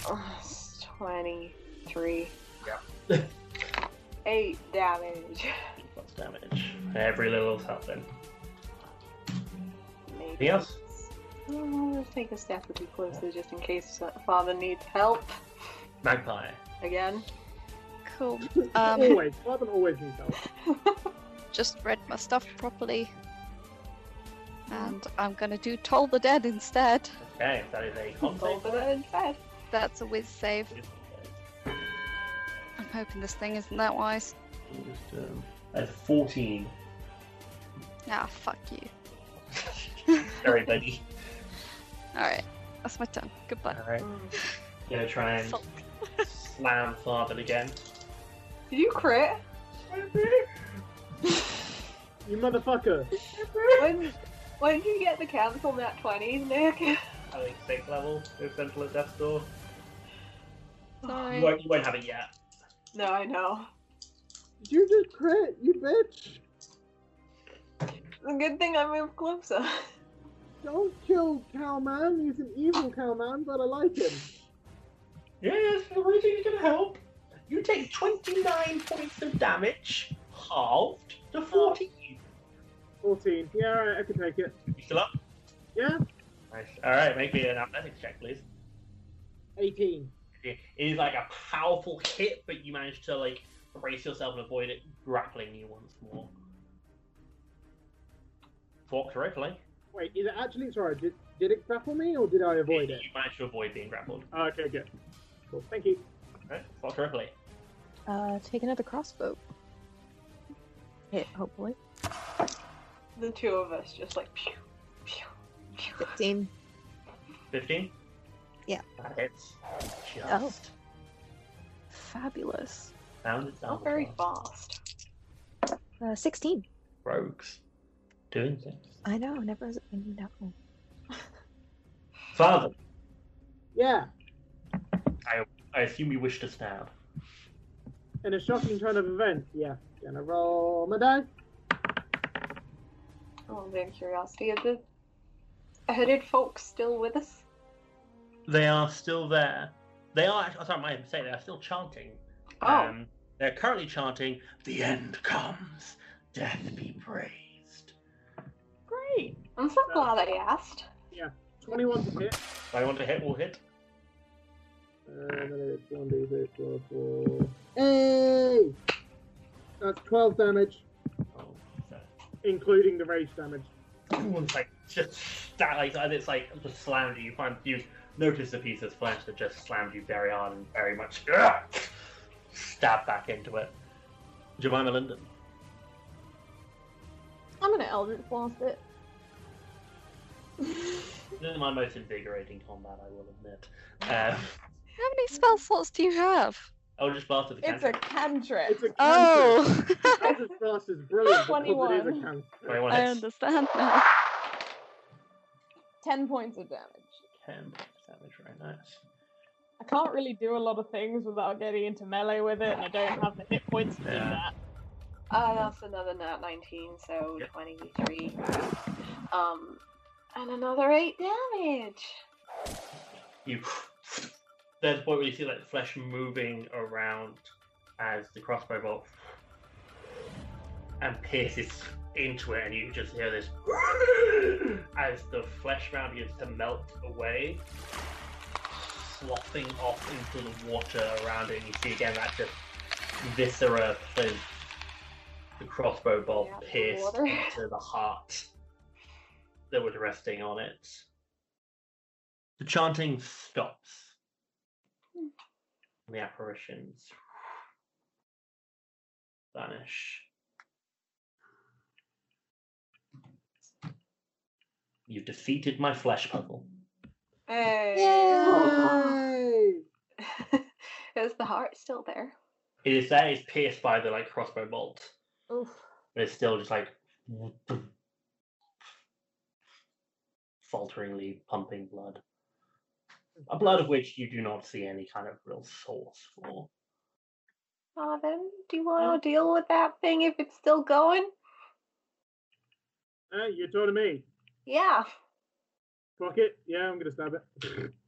Speaker 4: Ugh, it's 23.
Speaker 1: Yeah.
Speaker 4: 8 damage.
Speaker 1: What's damage? Every little something.
Speaker 4: Maybe.
Speaker 1: Anything else?
Speaker 4: Mm, I'll take a step or two closer just in case Father needs help
Speaker 1: Magpie.
Speaker 4: again.
Speaker 7: Cool. Um,
Speaker 11: always. Farthen always needs help.
Speaker 7: just read my stuff properly.
Speaker 4: Hmm.
Speaker 7: And I'm gonna do Toll the Dead instead.
Speaker 1: Okay, that is a con
Speaker 4: Roll
Speaker 1: save.
Speaker 4: for that instead.
Speaker 7: That's a whiz save. I'm hoping this thing isn't that wise.
Speaker 1: Just, um, That's fourteen.
Speaker 7: Ah, fuck you.
Speaker 1: Very buddy.
Speaker 7: Alright, that's my turn. Goodbye.
Speaker 1: Alright.
Speaker 7: Mm.
Speaker 1: Gonna try and
Speaker 7: Sulk.
Speaker 1: slam Farthen again.
Speaker 4: Did you crit?
Speaker 11: You motherfucker.
Speaker 4: When, when did you get the cancel nat 20s, Nick?
Speaker 1: I think sixth level with Central at Death's Door.
Speaker 7: Sorry.
Speaker 1: You won't, you won't have it yet.
Speaker 4: No, I know.
Speaker 11: You just crit, you bitch.
Speaker 4: It's a good thing I moved closer.
Speaker 11: Don't kill Cowman. He's an e- evil Cowman, but I like him.
Speaker 1: Yes, the reading is going to help. You take 29 points of damage, halved to 14.
Speaker 11: 14. Yeah, alright, I can take it.
Speaker 1: You still up?
Speaker 11: Yeah?
Speaker 1: Nice. Alright, make me an athletics check, please.
Speaker 11: 18.
Speaker 1: It is like a powerful hit, but you manage to like brace yourself and avoid it grappling you once more. Fork correctly.
Speaker 2: Wait, is it actually? Sorry, did, did it grapple me or did I avoid it?
Speaker 1: You managed to avoid being grappled.
Speaker 2: Oh, okay, good. Cool. Thank you.
Speaker 1: Right, Fox Ripley.
Speaker 9: Uh, take another crossbow. Hit, hopefully.
Speaker 4: The two of us just like pew, pew, pew.
Speaker 9: 15.
Speaker 1: 15?
Speaker 9: Yeah.
Speaker 1: That hits. Just
Speaker 9: Oh. Fabulous.
Speaker 1: found its
Speaker 4: Not very fast.
Speaker 9: Uh, 16.
Speaker 1: Rogues. Doing things.
Speaker 9: I know, never has it been known.
Speaker 1: Father,
Speaker 2: Yeah.
Speaker 1: I, I assume you wish to stab.
Speaker 2: In a shocking turn of events, yeah. Gonna roll my die.
Speaker 4: Oh, I'm in curiosity. Are the hooded folks still with us?
Speaker 1: They are still there. They are, act- sorry, my mistake, they are still chanting.
Speaker 4: Oh.
Speaker 1: Um, they're currently chanting, The end comes, death be praised.
Speaker 4: Great. I'm so
Speaker 1: Uh,
Speaker 4: glad I asked.
Speaker 2: 21 to hit.
Speaker 1: If I want to hit, will hit.
Speaker 2: Uh, then it's 1d6, 12, 4. Hey! That's 12 damage,
Speaker 1: Oh, so.
Speaker 2: including the rage damage.
Speaker 1: It's like, just stab, like, as it's like, just slammed you. You find, you notice the piece of flesh that just slammed you very hard and very much stab back into it. Jemima Linden.
Speaker 6: I'm gonna Eldritch Blast it.
Speaker 1: This is my most invigorating combat, I will admit. Um,
Speaker 7: How many spell slots do you have?
Speaker 1: I'll just blast at the
Speaker 6: It's
Speaker 1: cantrip.
Speaker 6: a cantrip.
Speaker 2: It's a cantrip.
Speaker 7: Oh,
Speaker 2: Eldritch Blast is brilliant because it is
Speaker 1: Sorry,
Speaker 2: a
Speaker 6: 21.
Speaker 2: cantrip.
Speaker 1: one
Speaker 7: I
Speaker 1: hits.
Speaker 7: understand now.
Speaker 6: Ten points of damage.
Speaker 1: Ten points of damage, very nice.
Speaker 6: I can't really do a lot of things without getting into melee with it, and I don't have the hit points to do
Speaker 1: Yeah.
Speaker 6: that.
Speaker 4: Uh, that's another nat 19, so 23. Um, and another 8 damage.
Speaker 1: You. There's a point where you see like the flesh moving around as the crossbow bolt and pierces into it, and you just hear this as the flesh around begins to melt away, sloughing off into the water around it. And you see again that just viscera of the crossbow bolt
Speaker 4: Yeah, the
Speaker 1: pierced
Speaker 4: water.
Speaker 1: into the heart that was resting on it. The chanting stops. The apparitions vanish. You've defeated my flesh puzzle.
Speaker 4: Hey.
Speaker 2: Yay!
Speaker 4: Is the heart still there?
Speaker 1: It is there, it's pierced by the like crossbow bolt.
Speaker 6: Oof.
Speaker 1: But it's still just like falteringly pumping blood. A blood of which you do not see any kind of real source for.
Speaker 4: Oh, then do you want to deal with that thing if it's still going?
Speaker 2: Uh, you're talking to me.
Speaker 4: Yeah.
Speaker 2: Fuck it. Yeah, I'm gonna stab it.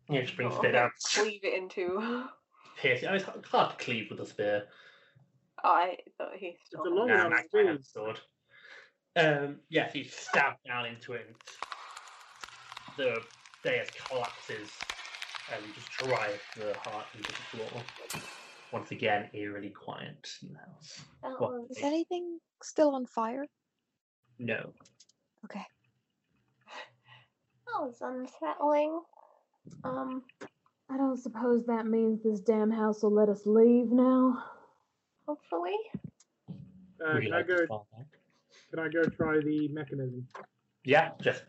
Speaker 1: Yeah, it just brings
Speaker 4: Oh,
Speaker 1: it spear down.
Speaker 4: Cleave it into.
Speaker 1: Piercing. I mean, it's hard- it's hard to cleave with a spear.
Speaker 4: I thought he still.
Speaker 2: a
Speaker 4: had
Speaker 2: long
Speaker 4: it.
Speaker 1: Nah,
Speaker 2: one.
Speaker 1: I'm actually I have a sword. Um, yes, you stab down into it. And the dais collapses and just drives the heart into the floor. Once again, eerily quiet in the house.
Speaker 4: That
Speaker 1: What?
Speaker 4: was-
Speaker 9: Is anything still on fire?
Speaker 1: No.
Speaker 9: Okay.
Speaker 4: That was unsettling. Um,
Speaker 3: I don't suppose that means this damn house will let us leave now.
Speaker 4: hopefully.
Speaker 2: Uh,
Speaker 1: Would you
Speaker 2: can I
Speaker 1: like to
Speaker 2: go?
Speaker 1: fall back?
Speaker 2: Can I go try the mechanism?
Speaker 1: Yeah, just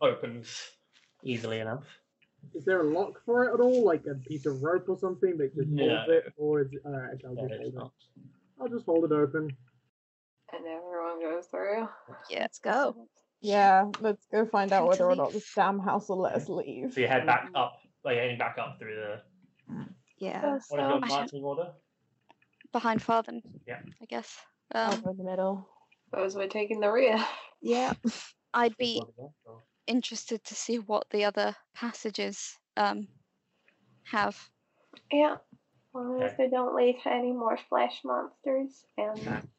Speaker 1: opens easily enough.
Speaker 2: Is there a lock for it at all? Like a piece of rope or something that just holds
Speaker 1: No.
Speaker 2: it, or is it? All right, I'll
Speaker 1: Yeah,
Speaker 2: just
Speaker 1: it's
Speaker 2: hold it.
Speaker 1: not.
Speaker 2: I'll just hold it open.
Speaker 4: And everyone goes through.
Speaker 7: Yeah.
Speaker 9: Let's go.
Speaker 6: Yeah, let's go find out
Speaker 7: Time to
Speaker 6: whether or
Speaker 7: leave.
Speaker 6: not this damn house will let us leave.
Speaker 1: So you head back up, like heading back up through the.
Speaker 9: Yeah.
Speaker 1: What is your
Speaker 7: I don't-
Speaker 1: marching order?
Speaker 7: Behind Farthen.
Speaker 1: Yeah.
Speaker 7: I guess.
Speaker 6: Over
Speaker 7: Um,
Speaker 6: in the middle.
Speaker 4: Those were taking the rear.
Speaker 9: Yeah.
Speaker 7: I'd
Speaker 1: What
Speaker 7: be
Speaker 1: is it? Or-
Speaker 7: interested to see what the other passages um have.
Speaker 4: Yeah. As long as
Speaker 1: Okay.
Speaker 4: they don't lead to any more flesh monsters and
Speaker 1: And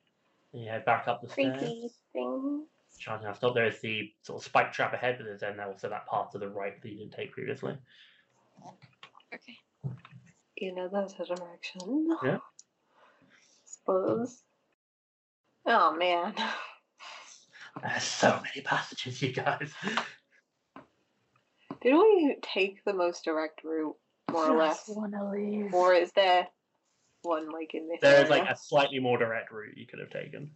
Speaker 1: you head back up the
Speaker 4: creepy
Speaker 1: stairs.
Speaker 4: things.
Speaker 1: Charging up top, there is the sort of spike trap ahead, but there's then also that path to the right that you didn't take previously.
Speaker 7: Okay.
Speaker 4: In another direction.
Speaker 1: Yeah.
Speaker 4: Suppose. Oh man.
Speaker 1: There's so many passages, you guys.
Speaker 4: Did we take the most direct route, more or less?
Speaker 8: wanna leave.
Speaker 4: Or is there one like in this?
Speaker 1: There is
Speaker 4: area?
Speaker 1: like a slightly more direct route you could have taken.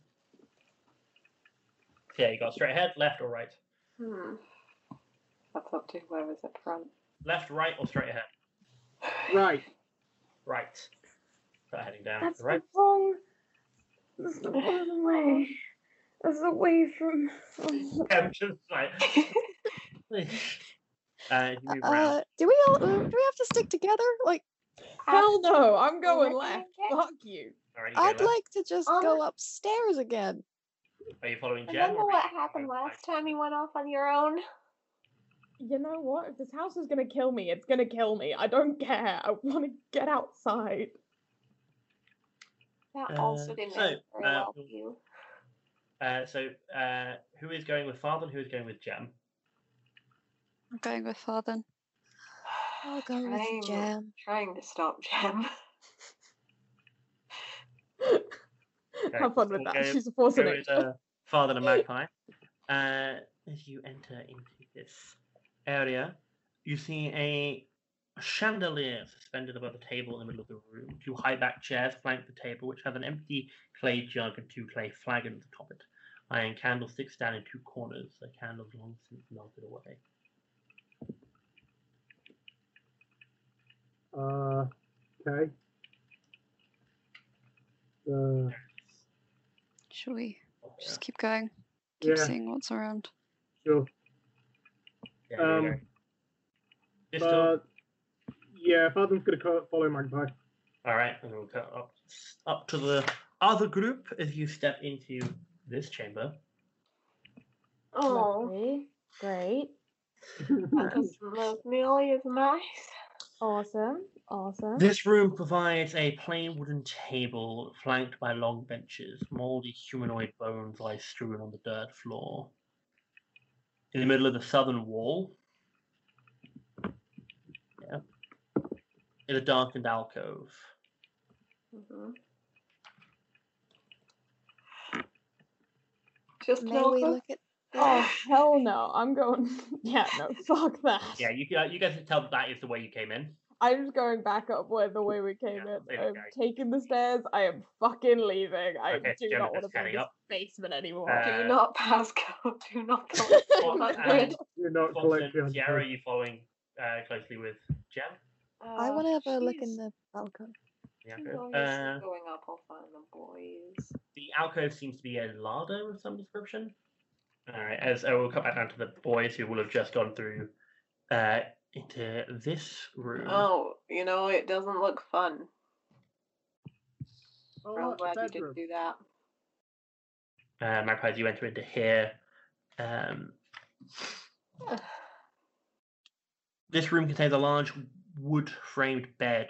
Speaker 1: Yeah, you got straight ahead, left or right?
Speaker 4: Hmm. That's up to whoever's at front.
Speaker 1: Left, right, or straight ahead?
Speaker 2: Right.
Speaker 1: Right. Start heading down.
Speaker 8: That's
Speaker 1: right.
Speaker 8: the wrong. That's the wrong way. That's away from.
Speaker 1: Yeah, just right. uh, you move round.
Speaker 9: Uh, do we all? Do we have to stick together? Like,
Speaker 6: Hell no, I'm going
Speaker 9: reckon I
Speaker 6: left.
Speaker 9: get-
Speaker 6: Fuck you.
Speaker 1: Alright, you go
Speaker 9: I'd
Speaker 1: left.
Speaker 9: like to just go upstairs again.
Speaker 1: Are you following Jen?
Speaker 4: Remember
Speaker 1: or
Speaker 4: what
Speaker 1: are you-
Speaker 4: happened last time you went off on your own?
Speaker 6: You know what? If this house is gonna kill me, it's gonna kill me. I don't care. I want to get outside.
Speaker 4: That
Speaker 1: Uh,
Speaker 4: also didn't
Speaker 1: so,
Speaker 4: end very
Speaker 1: uh,
Speaker 4: well for
Speaker 1: we'll-
Speaker 4: you.
Speaker 1: Uh, so, uh, who is going with Father and who is going with Jen?
Speaker 7: I'm going with Father.
Speaker 9: I'll Oh, go
Speaker 4: Trying-
Speaker 9: with Jam.
Speaker 4: Trying to stop Jem.
Speaker 1: Okay,
Speaker 6: Have fun
Speaker 1: so
Speaker 6: with
Speaker 1: we'll
Speaker 6: that.
Speaker 1: go-
Speaker 6: She's a force of
Speaker 1: go with,
Speaker 6: nature.
Speaker 1: uh, Father and Magpie. Uh, as you enter into this area, you see a chandelier suspended above a table in the middle of the room. Two high backed chairs flank the table, which have an empty clay jug and two clay flagons atop it. Iron candlesticks stand in two corners, the candles long since melted away.
Speaker 2: Uh, okay. Uh,
Speaker 7: Shall we just keep going? Keep
Speaker 2: yeah,
Speaker 7: seeing what's around.
Speaker 2: sure.
Speaker 1: Yeah, there we
Speaker 2: Um,
Speaker 1: go. It's still-
Speaker 2: Uh, yeah, Father's gonna co- follow Magpie.
Speaker 1: All right, and we'll go up up to the other group as you step into this chamber.
Speaker 4: Oh,
Speaker 3: Lovely. Great.
Speaker 4: that doesn't look nearly as nice.
Speaker 3: Awesome. Awesome.
Speaker 1: This room provides a plain wooden table flanked by long benches. Moldy humanoid bones lie strewn on the dirt floor. In the middle of the southern wall, yeah, is a darkened alcove.
Speaker 4: hmm Just
Speaker 9: May we
Speaker 4: Malcolm?
Speaker 9: look at?
Speaker 6: Oh hell no! I'm going. yeah, no, fuck that.
Speaker 1: Yeah, you uh, you guys can tell that is the way you came in.
Speaker 6: I'm just going back up where the way we came
Speaker 1: Yeah,
Speaker 6: in.
Speaker 1: there we
Speaker 6: I'm
Speaker 1: go.
Speaker 6: taking the stairs. I am fucking leaving. I
Speaker 1: Okay,
Speaker 6: do
Speaker 1: Jonathan's
Speaker 6: not want to be
Speaker 1: standing
Speaker 6: in this
Speaker 1: up.
Speaker 6: basement anymore.
Speaker 1: Uh,
Speaker 4: do Oh, not pass go. Do not go.
Speaker 1: Well,
Speaker 4: on that
Speaker 1: um,
Speaker 4: grid.
Speaker 2: You're not
Speaker 1: Watson,
Speaker 2: collecting.
Speaker 1: Sierra, are you following uh, closely with Jem?
Speaker 9: I
Speaker 4: Uh,
Speaker 9: want to have a look
Speaker 4: she's-
Speaker 9: in the balcony.
Speaker 1: The
Speaker 4: she's
Speaker 1: alcove?
Speaker 4: obviously
Speaker 1: Uh,
Speaker 4: going up. I'll find the boys.
Speaker 1: the alcove seems to be a larder of some description. All right, as I will come back down to the boys who will have just gone through uh, into this room.
Speaker 4: Oh, you know it doesn't look fun.
Speaker 2: Oh,
Speaker 4: I'm glad
Speaker 2: that's a
Speaker 4: you didn't
Speaker 2: bedroom.
Speaker 4: do that.
Speaker 1: Uh, Magpie, you enter into here. Um, this room contains a large wood-framed bed,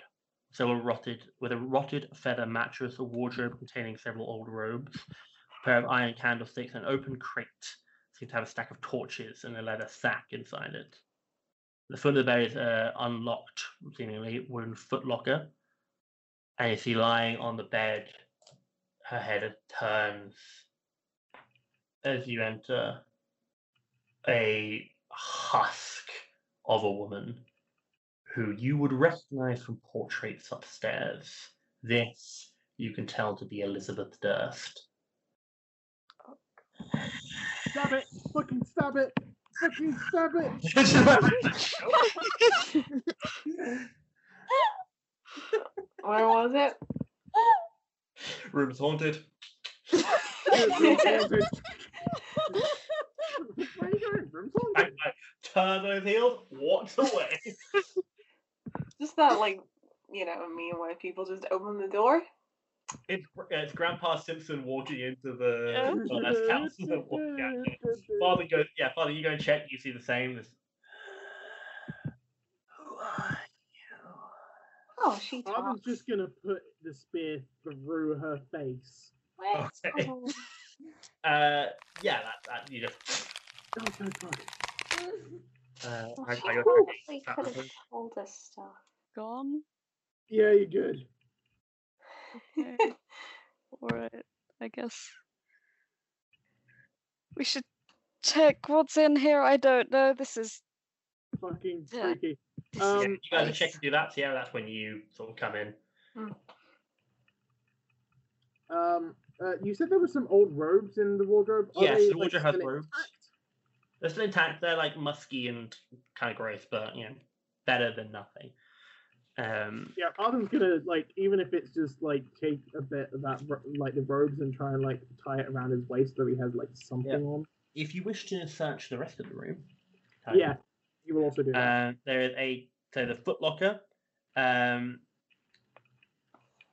Speaker 1: so a rotted with a rotted feather mattress, a wardrobe containing several old robes, a pair of iron candlesticks, an open crate seems to have a stack of torches and a leather sack inside it. The foot of the bed is uh, unlocked, seemingly wooden footlocker, and you see lying on the bed, her head turns as you enter a husk of a woman who you would recognize from portraits upstairs. This you can tell to be Elizabeth Durst.
Speaker 2: Stab it! Fucking stab it! Fucking stab it!
Speaker 4: Where was it?
Speaker 1: Room's haunted.
Speaker 2: Where are you going? Room's haunted.
Speaker 1: Magpie turns on his heels, walks away.
Speaker 4: Just that, like, you know, me where people just open the door.
Speaker 1: It's, uh, it's Grandpa Simpson walking into the Durst house. and walking out. Father goes, yeah, Father, you go and check. You see the same. This... Who are you?
Speaker 4: Oh, she
Speaker 2: Father's
Speaker 4: talks.
Speaker 2: just gonna put the spear through her face.
Speaker 4: Wait.
Speaker 1: Okay.
Speaker 4: Oh.
Speaker 1: Uh, yeah, that, that you just.
Speaker 2: Oh, God, God.
Speaker 4: Mm.
Speaker 1: Uh,
Speaker 4: Well,
Speaker 1: I,
Speaker 4: she
Speaker 1: I got
Speaker 4: probably
Speaker 1: that
Speaker 4: could have
Speaker 1: happened.
Speaker 4: told us stuff.
Speaker 7: Gone.
Speaker 2: Yeah, you're good.
Speaker 7: All right. I guess. We should check what's in here. I don't know. This is
Speaker 2: Fucking
Speaker 7: Yeah.
Speaker 2: freaky.
Speaker 7: This
Speaker 1: Yeah,
Speaker 2: Um,
Speaker 1: you guys are checking through that, yeah, that's when you sort of come in.
Speaker 2: um, uh, you said there were some old robes in the wardrobe. Are
Speaker 1: Yes, the
Speaker 2: they, like,
Speaker 1: wardrobe has
Speaker 2: still
Speaker 1: robes.
Speaker 2: intact?
Speaker 1: They're still intact, they're like musky and kind of gross, but you know, better than nothing. Um,
Speaker 2: Yeah, Arden's gonna like even if it's just like take a bit of that ro- like the robes and try and like tie it around his waist so he has like something on.
Speaker 1: if you wish to search the rest of the room,
Speaker 2: Yeah, he will also do that.
Speaker 1: Uh, there is a so the footlocker, um,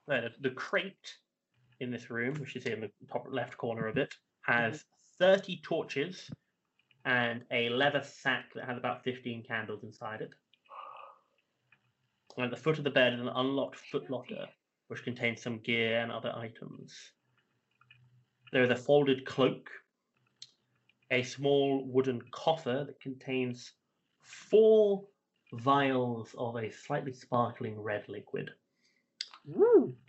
Speaker 1: no, the, the crate in this room, which is in the top left corner of it, has thirty torches and a leather sack that has about fifteen candles inside it. And at the foot of the bed is an unlocked footlocker, which contains some gear and other items. There is a folded cloak, a small wooden coffer that contains four vials of a slightly sparkling red liquid,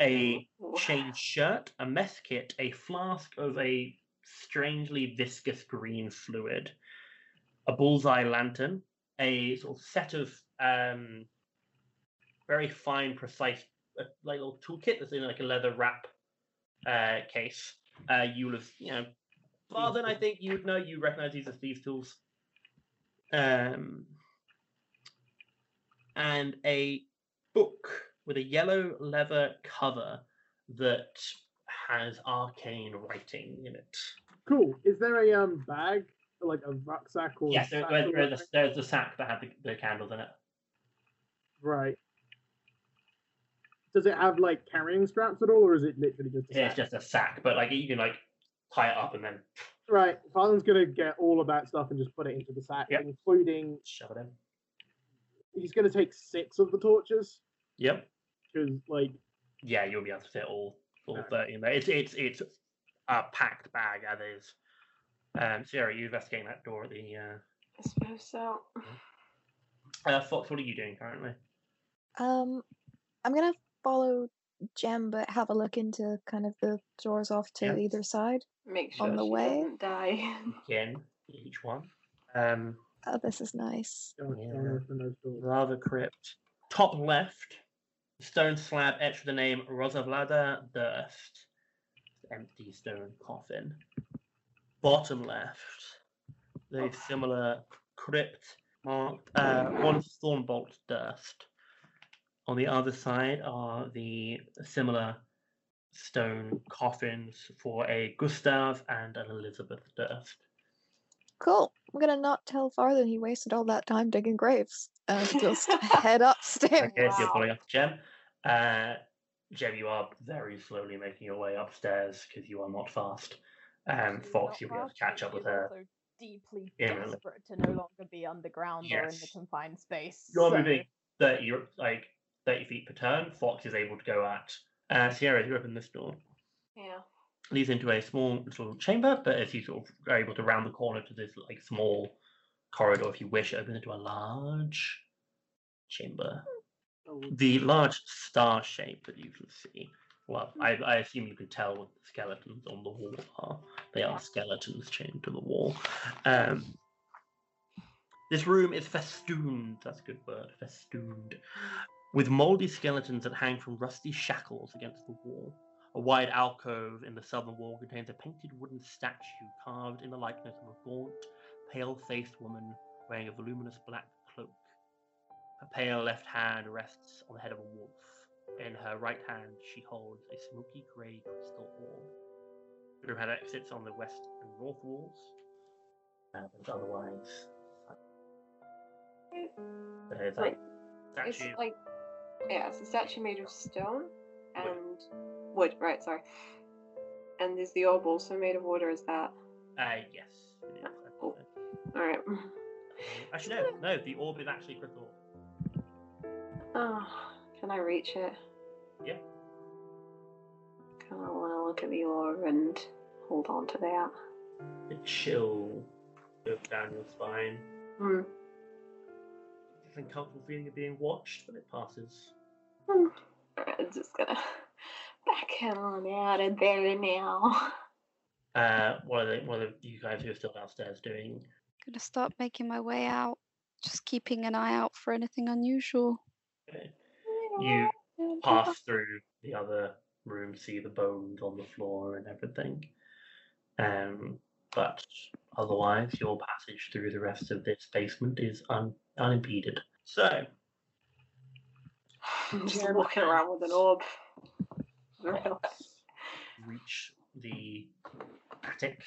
Speaker 1: a chain shirt, a mess kit, a flask of a strangely viscous green fluid, a bullseye lantern, a sort of set of um, very fine, precise, uh, like little toolkit that's in like a leather wrap uh, case. Uh, you'll have, you know, well, then I think you would know you recognize these as thieves' tools. Um, and a book with a yellow leather cover that has arcane writing in it.
Speaker 2: Cool. Is there a um bag like a rucksack or? a
Speaker 1: Yes, there,
Speaker 2: satchel
Speaker 1: there-
Speaker 2: or
Speaker 1: there's,
Speaker 2: something?
Speaker 1: there's the sack that had the, the candles in it.
Speaker 2: Right. Does it have like carrying straps at all, or is it literally just? A
Speaker 1: Yeah, it's
Speaker 2: sack?
Speaker 1: just a sack, but like you can like tie it up and then
Speaker 2: Right. Farland's gonna get all of that stuff and just put it into the sack, including
Speaker 1: shove it in.
Speaker 2: He's gonna take six of the torches
Speaker 1: Yep.
Speaker 2: because like
Speaker 1: Yeah, you'll be able to fit all all thirty in there. It's it's it's a packed bag as is. Um, so yeah, are you investigating that door at the uh,
Speaker 4: I suppose so.
Speaker 1: uh, Fox? What are you doing currently?
Speaker 9: Um, I'm gonna follow Jem, but have a look into kind of the doors off to
Speaker 1: Yeah.
Speaker 9: either side.
Speaker 4: Make
Speaker 9: On
Speaker 4: sure
Speaker 9: the
Speaker 4: she
Speaker 9: way?
Speaker 4: doesn't die.
Speaker 1: Again, each one. Um,
Speaker 9: Oh, this is nice.
Speaker 1: Yeah. Rather crypt. Top left, stone slab etched with the name Rosavlada Durst. Empty stone coffin. Bottom left, the similar crypt marked uh, one Thornbolt Durst. On the other side are the similar stone coffins for a Gustav and an Elizabeth Durst.
Speaker 9: Cool. I'm gonna not tell Farther he wasted all that time digging graves. Um, just head upstairs.
Speaker 1: Okay, so you're following up Jem. Uh, Jem, you are very slowly making your way upstairs because you are not fast. Um, Fox, you'll be able to catch up with her.
Speaker 10: Also deeply
Speaker 1: imminently.
Speaker 10: desperate to no longer be underground or in the
Speaker 1: Yes.
Speaker 10: confined space.
Speaker 1: You're
Speaker 10: so-
Speaker 1: moving 30, like 30 feet per turn. Fox is able to go at. Uh, Sierra, you open this door.
Speaker 4: Yeah.
Speaker 1: Leads into a small little chamber, but as you sort of are able to round the corner to this like small corridor, if you wish, it opens into a large chamber. The large star shape that you can see. Well, I, I assume you can tell what the skeletons on the wall are. They are skeletons chained to the wall. Um, this room is festooned, that's a good word, festooned, with moldy skeletons that hang from rusty shackles against the wall. A wide alcove in the southern wall contains a painted wooden statue carved in the likeness of a gaunt, pale faced woman wearing a voluminous black cloak. Her pale left hand rests on the head of a wolf. In her right hand, she holds a smoky grey crystal orb. The room had exits on the west and north walls, uh, but otherwise. There's
Speaker 4: Like,
Speaker 1: like
Speaker 4: It's
Speaker 1: statue.
Speaker 4: like, yeah, it's a statue made of stone and wood. Right, sorry. And is the orb also made of wood, or is that
Speaker 1: Uh, yes. it is, I
Speaker 4: Oh.
Speaker 1: think.
Speaker 4: all right?
Speaker 1: Actually, no, no, the orb is actually crystal orb.
Speaker 4: Oh, can I reach it?
Speaker 1: Yeah.
Speaker 4: Kind of want to look at the orb and hold on to that.
Speaker 1: The chill goes down your spine.
Speaker 4: Hmm.
Speaker 1: It's an uncomfortable feeling of being watched, but it passes.
Speaker 4: Hmm. Alright, I'm just gonna back on out of there now.
Speaker 1: Uh, one of the one of you guys who are still downstairs doing.
Speaker 7: Gonna start making my way out, just keeping an eye out for anything unusual.
Speaker 1: uh, You pass through the other room, see the bones on the floor and everything. Um, but otherwise, your passage through the rest of this basement is un- unimpeded. So,
Speaker 4: I'm just walking around with an orb.
Speaker 1: reach the attic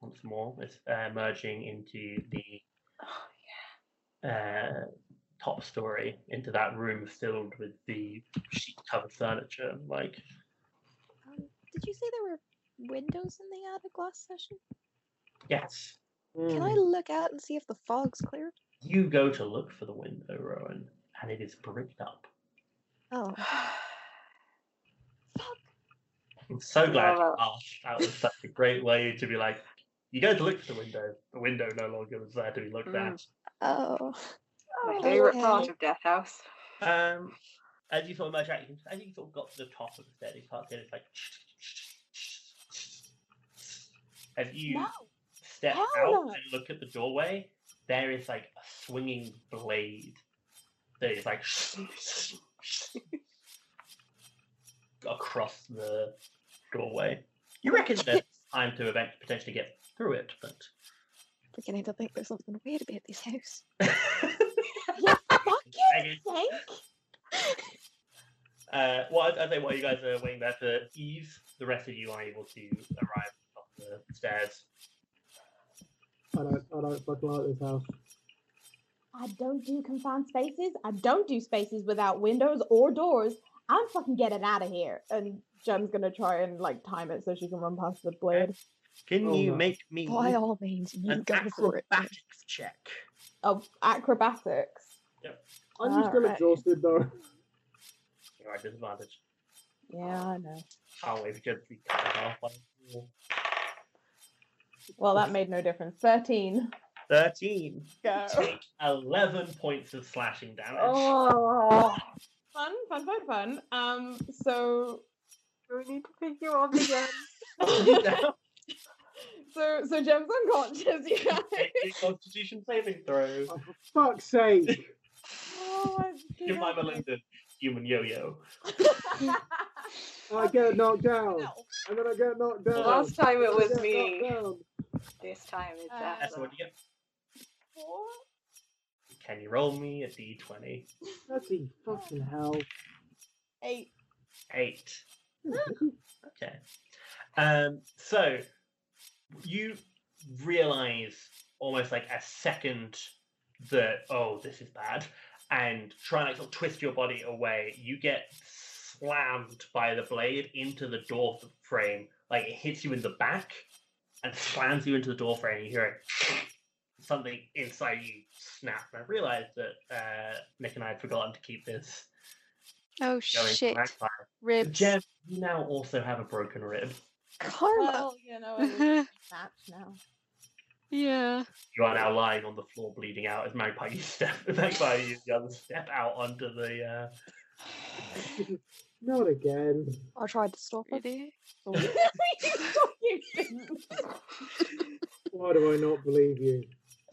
Speaker 1: once more. It's uh, merging into the uh, top story, into that room filled with the sheet covered furniture. Like,
Speaker 9: Um, did you say there were windows in the attic last session?
Speaker 1: yes,
Speaker 9: Can
Speaker 1: Hmm.
Speaker 9: I look out and see if the fog's cleared?
Speaker 1: you go to look for the window, Rowan, and it is bricked up.
Speaker 9: Oh.
Speaker 1: I'm so glad you
Speaker 4: Oh.
Speaker 1: asked. That was such a great way to be like, you go to look for the window. The window no longer was there to be looked
Speaker 4: Mm.
Speaker 1: at.
Speaker 9: Oh.
Speaker 4: My favorite part
Speaker 9: Okay.
Speaker 4: of Death House.
Speaker 1: Um, as you sort of merge out, you can, as you sort of got to the top of the stairs, you can't see it, it's like. As you step
Speaker 9: Hell
Speaker 1: out
Speaker 9: no.
Speaker 1: and look at the doorway, there is like a swinging blade that is like across the doorway. You reckon there's time to event potentially get through it, but
Speaker 9: Beginning to think there's something weird about this house.
Speaker 1: Okay. Uh, well, I, I think while you guys are waiting there for Eve, the rest of you are able to arrive up the stairs.
Speaker 11: I don't, I don't fucking like this house.
Speaker 10: I don't do confined spaces. I don't do spaces without windows or doors. I'm fucking getting out of here.
Speaker 8: And Jem's gonna try and like time it so she can run past the blade.
Speaker 1: Can
Speaker 11: Oh,
Speaker 1: you
Speaker 11: no.
Speaker 1: make me
Speaker 9: By all means, you
Speaker 1: an
Speaker 9: go for it.
Speaker 1: acrobatics check?
Speaker 8: Oh, acrobatics.
Speaker 11: I'm just still
Speaker 8: Alright.
Speaker 11: exhausted though.
Speaker 1: You're at disadvantage.
Speaker 8: Yeah, I know.
Speaker 1: Oh, if you just be cut off by the wall.
Speaker 8: Well, that made no difference. Thirteen.
Speaker 1: 13.
Speaker 8: Go.
Speaker 1: Take 11 points of slashing damage.
Speaker 8: Oh. Fun, fun, fun, fun. Um, so
Speaker 4: We need to pick you up again.
Speaker 8: so so Jem's unconscious, you guys.
Speaker 1: Make a constitution saving throw.
Speaker 11: Oh, for fuck's sake.
Speaker 8: Oh, I
Speaker 1: Give my
Speaker 8: forgot.
Speaker 1: Melinda human yo yo.
Speaker 11: I get knocked down. And then I get knocked down.
Speaker 4: Last time it
Speaker 11: and I
Speaker 4: was
Speaker 11: get
Speaker 4: me.
Speaker 11: knocked down.
Speaker 4: This time it's
Speaker 8: Uh,
Speaker 1: That's
Speaker 4: Asa.
Speaker 1: what you get.
Speaker 8: Four?
Speaker 1: Can you roll me a d20?
Speaker 11: Bloody fucking hell.
Speaker 8: Eight.
Speaker 1: Eight. Okay. Um, so you realize almost like a second that oh this is bad, and try and sort of twist your body away. You get slammed by the blade into the door f- frame. Like it hits you in the back and slams you into the door frame. You hear it. Something inside you snap. And I realized that uh, Nick and I had forgotten to keep this
Speaker 7: Oh
Speaker 1: going. from
Speaker 7: shit!
Speaker 1: last time.
Speaker 7: Ribs.
Speaker 1: Jem, you now also have a broken rib.
Speaker 9: Karma.
Speaker 8: Well, you know, it is match now.
Speaker 7: yeah.
Speaker 1: You are now lying on the floor, bleeding out as Magpie you step Magpie you the other step out onto the. Uh...
Speaker 11: Not again.
Speaker 9: I tried to stop it. Oh,
Speaker 7: Really?
Speaker 1: uh,
Speaker 11: Why do I not believe you?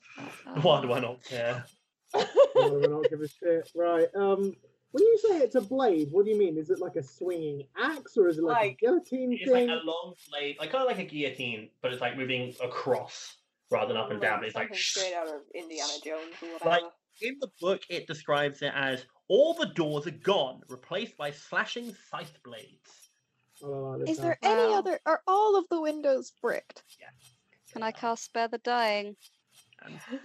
Speaker 1: Why do I not care?
Speaker 11: Why do I not give a shit? Right. Um. When you say it's a blade, what do you mean? Is it like a swinging axe, or is it like,
Speaker 4: Like,
Speaker 11: a guillotine
Speaker 1: It's like
Speaker 11: thing?
Speaker 1: a long blade, like kind of like a guillotine, but it's like moving across rather than up and down. But it's like
Speaker 4: Something straight out of Indiana Jones or whatever.
Speaker 1: Like- in the book, it describes it as all the doors are gone, replaced by slashing scythe blades.
Speaker 11: Oh, I like this
Speaker 9: Is there
Speaker 11: house.
Speaker 9: any
Speaker 7: Wow.
Speaker 9: other? Are all of the windows bricked?
Speaker 7: Can I cast spare the dying?
Speaker 11: I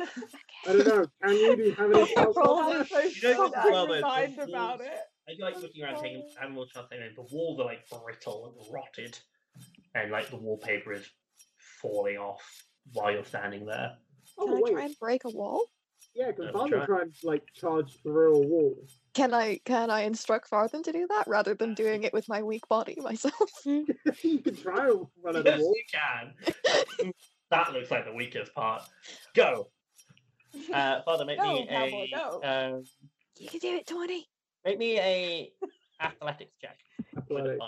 Speaker 11: don't know. Can you do you have any spells?
Speaker 8: Roland so
Speaker 1: You don't
Speaker 8: shocked
Speaker 1: get well,
Speaker 8: and
Speaker 1: though, the
Speaker 8: resigned about
Speaker 1: walls-
Speaker 8: it.
Speaker 1: I do like looking around, taking animal shots, and the walls are like brittle and rotted, and like the wallpaper is falling off while you're standing there.
Speaker 9: Can
Speaker 11: Oh
Speaker 9: I try
Speaker 11: wait,
Speaker 9: and break a wall?
Speaker 11: yeah,
Speaker 1: Uh,
Speaker 11: because Farther
Speaker 1: try.
Speaker 11: try and like charge through a wall.
Speaker 9: Can I can I instruct Farthen to do that rather than doing it with my weak body myself?
Speaker 7: Hmm.
Speaker 11: you can try and run at
Speaker 1: yes,
Speaker 11: the wall.
Speaker 1: you can. that looks like the weakest part. Go. Uh, Father, make
Speaker 8: Go,
Speaker 1: me
Speaker 8: cowboy,
Speaker 1: a
Speaker 8: go.
Speaker 1: um,
Speaker 9: you can do it, Tony.
Speaker 1: make me a athletics check.
Speaker 2: Athletics.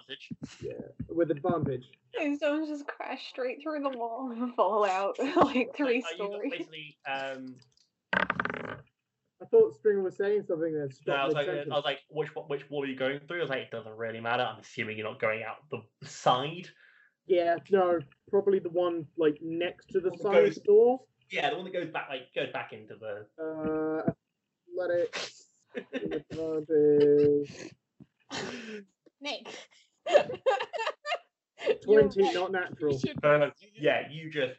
Speaker 2: Yeah, with advantage.
Speaker 3: And someone just crashed straight through the wall and fall out like three
Speaker 1: Are you
Speaker 3: stories.
Speaker 1: basically? Um,
Speaker 2: I thought Stringer was saying something that
Speaker 1: no, I
Speaker 2: stopped
Speaker 1: was
Speaker 2: me
Speaker 1: like, uh, I was like, which wa- which wall are you going through? I was like, it doesn't really matter. I'm assuming you're not going out the side.
Speaker 2: Yeah, no, probably the one like next to the
Speaker 1: Well, it
Speaker 2: side
Speaker 1: goes-
Speaker 2: door.
Speaker 1: Yeah, the one that goes back, like goes back into the.
Speaker 2: Uh, athletics. with advantage.
Speaker 8: Nick.
Speaker 2: Twenty, not natural.
Speaker 1: Uh, yeah, you just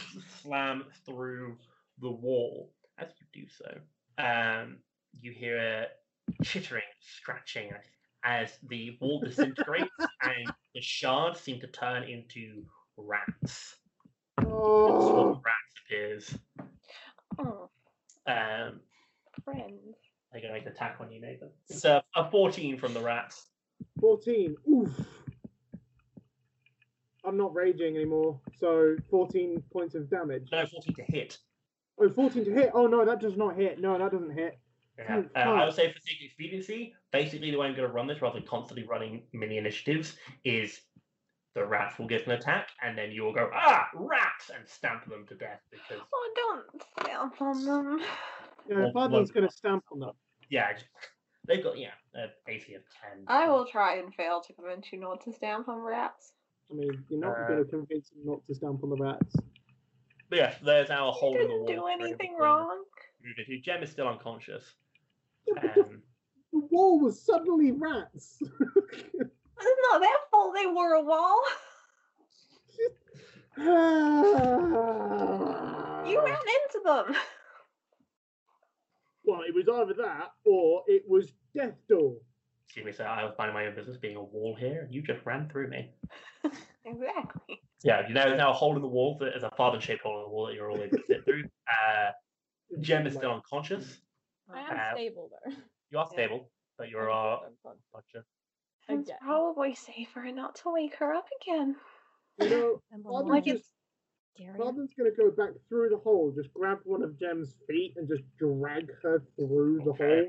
Speaker 1: slam through the wall. As you do so, um, you hear a chittering, scratching as the wall disintegrates and the shards seem to turn into rats. Swarm
Speaker 2: Oh,
Speaker 1: of rats appears.
Speaker 3: Oh,
Speaker 1: Um,
Speaker 3: friends.
Speaker 1: they're going to make an attack on you, Nathan. It's a, a 14 from the rats.
Speaker 2: 14. Oof. I'm not raging anymore, so 14 points of damage.
Speaker 1: No, 14 to hit.
Speaker 2: Oh, 14 to hit. Oh, no, that does not hit. No, that doesn't hit.
Speaker 1: Yeah.
Speaker 2: Hmm,
Speaker 1: Uh, I
Speaker 2: fine.
Speaker 1: would say for sake of expediency, basically the way I'm going to run this rather than constantly running mini initiatives is the rats will get an attack and then you'll go, ah, rats, and stamp them to death because,
Speaker 3: Oh, don't stamp on them.
Speaker 2: Yeah,
Speaker 1: Well,
Speaker 2: Fadlan's
Speaker 1: well-
Speaker 2: going to stamp on them.
Speaker 1: yeah, just- they've got, yeah, an AC of 10.
Speaker 3: I will try and fail to convince you not to stamp on rats.
Speaker 2: I mean, you're not
Speaker 1: Uh,
Speaker 2: going to convince him not to stamp on the rats.
Speaker 1: But yeah, there's our hole
Speaker 3: You
Speaker 1: in the
Speaker 3: didn't
Speaker 1: wall.
Speaker 3: do
Speaker 1: for
Speaker 3: anything
Speaker 1: everything.
Speaker 3: wrong.
Speaker 1: Move it to- Jem is still unconscious.
Speaker 2: Yeah, but the,
Speaker 1: Um,
Speaker 2: the wall was suddenly rats.
Speaker 3: It's not their fault they were a wall.
Speaker 1: Ah.
Speaker 3: You ran into them.
Speaker 2: Well, it was either that or it was Death Door.
Speaker 1: excuse me, so I was minding my own business being a wall here. You just ran through me.
Speaker 3: Exactly.
Speaker 1: Yeah, you know, there's now a hole in the wall that is a father shaped hole in the wall that you're all able to fit through. Uh, Jem is still unconscious.
Speaker 8: I
Speaker 1: Uh,
Speaker 8: am stable though.
Speaker 1: You are
Speaker 3: Yeah.
Speaker 1: stable, but you're uh, unconscious.
Speaker 3: It's
Speaker 8: Again.
Speaker 3: probably safer not to wake her up again.
Speaker 2: You know,
Speaker 9: And one
Speaker 2: Father's
Speaker 3: Like
Speaker 2: just
Speaker 3: it's
Speaker 9: scarier.
Speaker 2: Father's going to go back through the hole, just grab one of Jem's feet and just drag her through the
Speaker 1: Okay.
Speaker 2: hole.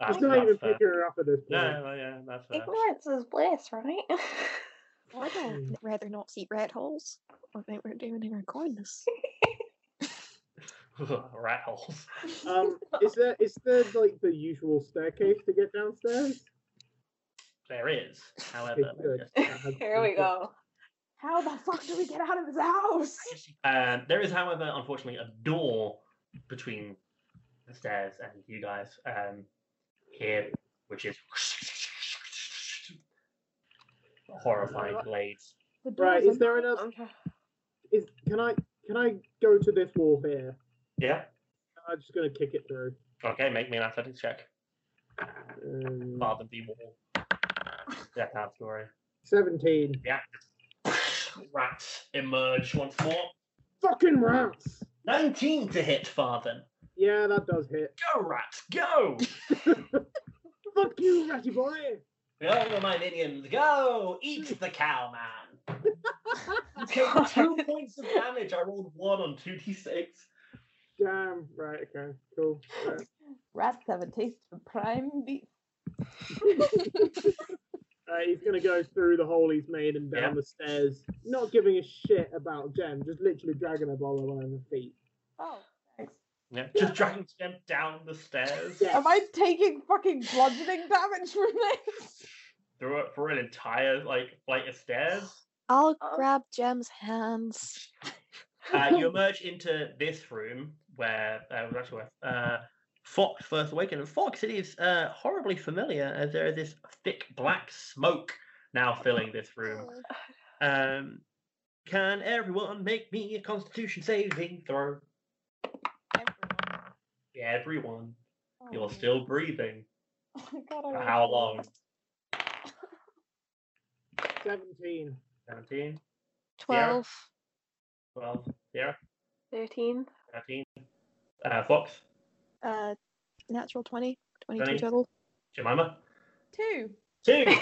Speaker 1: That's,
Speaker 2: He's not
Speaker 1: that's
Speaker 2: even
Speaker 1: fair.
Speaker 2: picking her up at this point.
Speaker 1: No, no, yeah, that's fair.
Speaker 3: Ignorance is bliss, right?
Speaker 9: I'd
Speaker 11: Hmm.
Speaker 9: uh, rather not see rat holes. I think we're doing in recording this.
Speaker 1: Rat holes.
Speaker 2: Um, is there is there like the usual staircase to get downstairs?
Speaker 1: There is, however.
Speaker 2: Okay, good.
Speaker 1: just-
Speaker 2: That has
Speaker 3: Here we
Speaker 2: been fixed.
Speaker 3: go.
Speaker 8: How the fuck do we get out of this house?
Speaker 1: Um, there is, however, unfortunately, a door between the stairs and you guys um, here, which is horrifying blades.
Speaker 8: The door
Speaker 2: Right,
Speaker 8: is
Speaker 2: is there another?
Speaker 3: Okay.
Speaker 2: Is can I can I go to this wall here?
Speaker 1: Yeah.
Speaker 2: Uh, I'm just gonna kick it through.
Speaker 1: Okay, make me an athletics check.
Speaker 2: Um,
Speaker 1: Rather than be wall. That category.
Speaker 2: Seventeen.
Speaker 1: Rats emerge once more.
Speaker 2: Fucking rats.
Speaker 1: 19 to hit, Farthen.
Speaker 2: Yeah, that does hit.
Speaker 1: Go, rats, go!
Speaker 2: Fuck you, ratty boy.
Speaker 1: Go, my minions, go! Eat the cow, man! Take two points of damage. I rolled one on 2d6.
Speaker 2: Damn. Right. Okay. Cool. Alright.
Speaker 8: Rats have a taste for prime beef.
Speaker 2: Alright, he's gonna go through the hole he's made and down
Speaker 1: Yeah.
Speaker 2: the stairs, not giving a shit about Jem, just literally dragging her by one of her feet.
Speaker 8: Oh, thanks.
Speaker 1: Yeah, just dragging them down the stairs
Speaker 2: Yeah.
Speaker 8: Am I taking fucking bludgeoning damage from this?
Speaker 1: through it for an entire like flight of stairs.
Speaker 9: I'll
Speaker 3: Oh.
Speaker 9: grab Jem's hands.
Speaker 1: Uh, you emerge into this room where uh, was actually where uh, Fox first awakened. And Fox, it is uh, horribly familiar as there is this thick black smoke now filling this room. Um, can everyone make me a Constitution saving throw? Everyone, you're still breathing.
Speaker 8: God,
Speaker 1: For
Speaker 8: I
Speaker 1: how long?
Speaker 2: Seventeen.
Speaker 1: 17,
Speaker 12: 12.
Speaker 1: 12, yeah,
Speaker 3: 13.
Speaker 1: 13. Uh, Fox,
Speaker 9: Uh, natural 20, 22
Speaker 1: Twenty.
Speaker 9: total.
Speaker 1: Jemima,
Speaker 8: Two.
Speaker 1: two.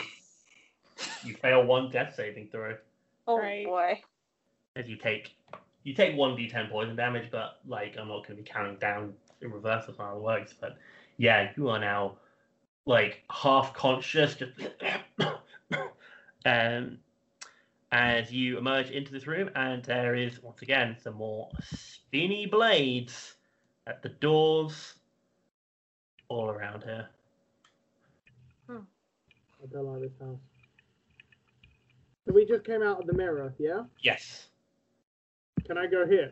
Speaker 1: you fail one death saving throw.
Speaker 3: Oh
Speaker 8: Right.
Speaker 3: boy.
Speaker 1: as you take you take one d10 poison damage, but like I'm not going to be counting down in reverse as how it works. But yeah, you are now like half conscious, just um, as you emerge into this room, and there is once again some more spinny blades at the doors all around her.
Speaker 11: I don't like this house. So we just came out of the mirror, yeah?
Speaker 1: Yes.
Speaker 11: Can I go here?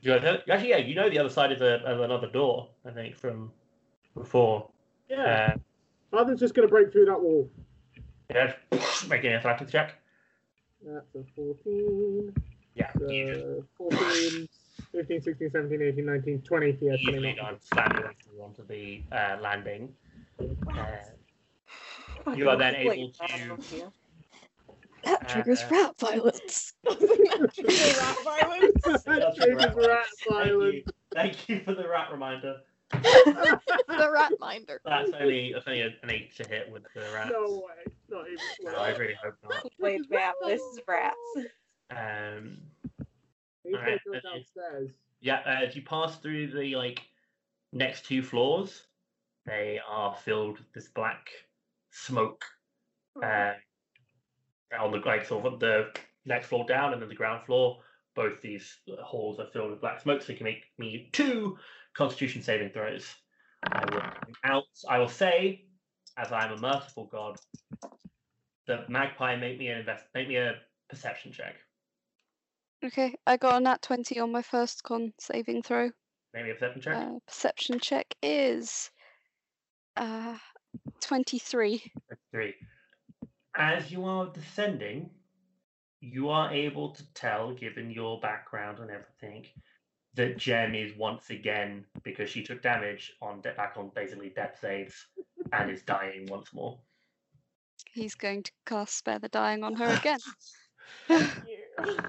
Speaker 1: You guys know- actually, yeah, you know the other side is a, of another door, I think, from before.
Speaker 11: yeah.
Speaker 1: Uh,
Speaker 11: Arthur's just going to break through that wall.
Speaker 1: yeah, making an athletics check.
Speaker 11: That's a 14.
Speaker 1: Yeah, you just
Speaker 11: So 14, 15, 16, 17, 18, 19, 20. Yeah,
Speaker 1: easily
Speaker 11: 29.
Speaker 1: done, slamming through onto the uh, landing. Uh, you are then able to.
Speaker 9: That triggers
Speaker 1: Uh,
Speaker 9: rat violence.
Speaker 11: That triggers rat
Speaker 1: violence. Thank you for the rat reminder.
Speaker 9: the rat minder.
Speaker 1: That's only, that's only an eight to hit with the rat.
Speaker 11: No way. Not even
Speaker 1: No, I really hope not.
Speaker 4: Wait, yeah, this is rats.
Speaker 1: Um,
Speaker 11: He's going
Speaker 1: Alright,
Speaker 11: to go
Speaker 1: okay.
Speaker 11: downstairs.
Speaker 1: yeah, uh, as you pass through the like next two floors, they are filled with this black smoke. Uh, on the like sort of the next floor down and then the ground floor, both these halls are filled with black smoke. So you can make me two Constitution saving throws. I will out. I will say, as I am a merciful god, that magpie make me an invest. Make me a perception check.
Speaker 7: Okay, I got a nat 20 on my first con saving throw.
Speaker 1: Make me a perception check.
Speaker 7: Uh, perception check is uh, 23.
Speaker 1: Three. As you are descending, you are able to tell, given your background and everything, that Jem is once again because she took damage on de- back on basically death saves and is dying once more.
Speaker 7: He's going to cast Spare the Dying on her again.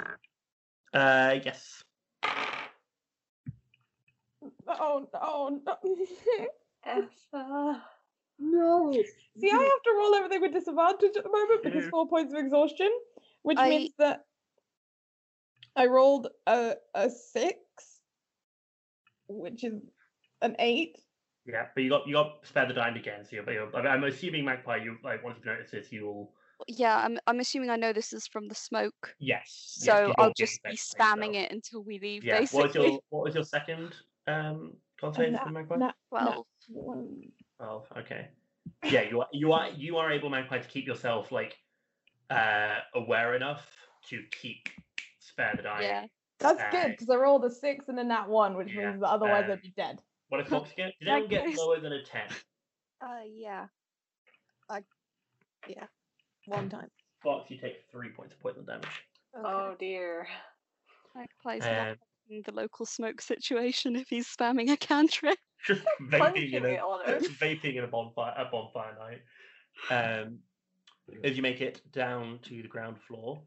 Speaker 1: Uh, yes.
Speaker 8: Oh no, no.
Speaker 4: Essa.
Speaker 11: No.
Speaker 8: See, I have to roll everything with disadvantage at the moment because
Speaker 1: Yeah.
Speaker 8: four points of exhaustion, which
Speaker 7: I-
Speaker 8: means that I rolled a a six, which is an eight.
Speaker 1: Yeah, but you got you got spare the dying again. So you're, you're, I'm- I'm assuming Magpie. You like once you've noticed this, you'll
Speaker 7: yeah, I'm, I'm assuming I know this is from the smoke.
Speaker 1: yes. yes,
Speaker 7: So
Speaker 1: you
Speaker 7: I'll
Speaker 1: will
Speaker 7: just be
Speaker 1: basically, so-
Speaker 7: spamming it until we leave,
Speaker 1: Yeah.
Speaker 7: basically.
Speaker 1: What was your what was your second um container for Magpie?
Speaker 8: Nat
Speaker 7: well,
Speaker 8: one.
Speaker 1: Oh, okay. Yeah, you are you are you are able, Magpie, to keep yourself like uh aware enough to keep spare the Uh, dying.
Speaker 7: yeah.
Speaker 8: That's good
Speaker 1: Alright.
Speaker 8: because I rolled a six and a nat one, which
Speaker 1: Yeah,
Speaker 8: means that otherwise
Speaker 1: um,
Speaker 8: I'd be dead.
Speaker 1: What if Fox get? Did anyone get
Speaker 7: Magpie's-
Speaker 1: lower than a ten?
Speaker 7: Uh, yeah.
Speaker 9: One time.
Speaker 1: Fox, you take three points of poison damage.
Speaker 4: Oh dear.
Speaker 7: Magpie's not
Speaker 1: Um,
Speaker 7: in the local smoke situation if he's spamming a cantrip.
Speaker 1: just vaping
Speaker 4: Punching
Speaker 1: in
Speaker 4: it
Speaker 1: a
Speaker 4: on her.
Speaker 1: vaping in a bonfire a bonfire night. Um, as you make it down to the ground floor,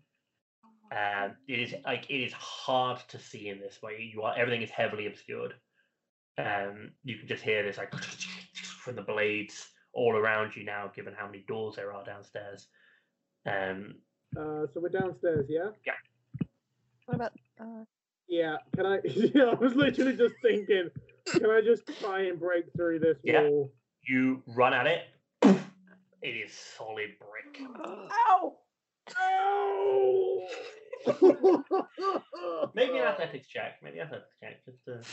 Speaker 1: um, it is like it is hard to see in this way. You are everything is heavily obscured. Um, you can just hear this like from the blades all around you now, given how many doors there are downstairs. Um,
Speaker 11: Uh, so we're downstairs, yeah?
Speaker 9: What about uh,
Speaker 11: Yeah. Can I? Yeah, I was literally just thinking, can I just try and break through this
Speaker 1: Yeah.
Speaker 11: wall?
Speaker 1: you run at it. It is solid brick.
Speaker 8: Ow!
Speaker 1: Maybe an athletics check. Maybe an athletics check. Just to...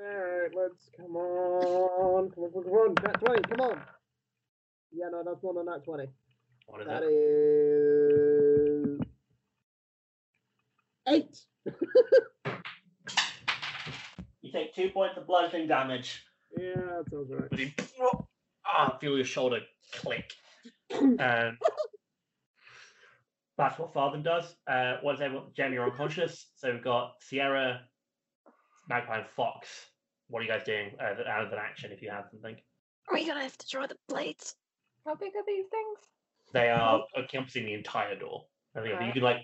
Speaker 11: Alright, let's come on. Come on, come on, come on. Nat 20, come on. Yeah, no, that's more than that 20.
Speaker 1: What is
Speaker 11: That
Speaker 1: it?
Speaker 11: is. Eight.
Speaker 1: You take two points of bludgeoning damage.
Speaker 11: Yeah, that sounds right.
Speaker 1: But you ah, feel your shoulder click. Um, that's what Fartham does. Uh, once everyone, Jem, you're unconscious. So we've got Sierra, Magpie, and Fox. What are you guys doing uh, that- out of an action if you have something?
Speaker 9: Are we gonna have to draw the blades?
Speaker 4: How big are these things?
Speaker 1: They are encompassing the entire door. I think you
Speaker 4: Alright.
Speaker 1: can like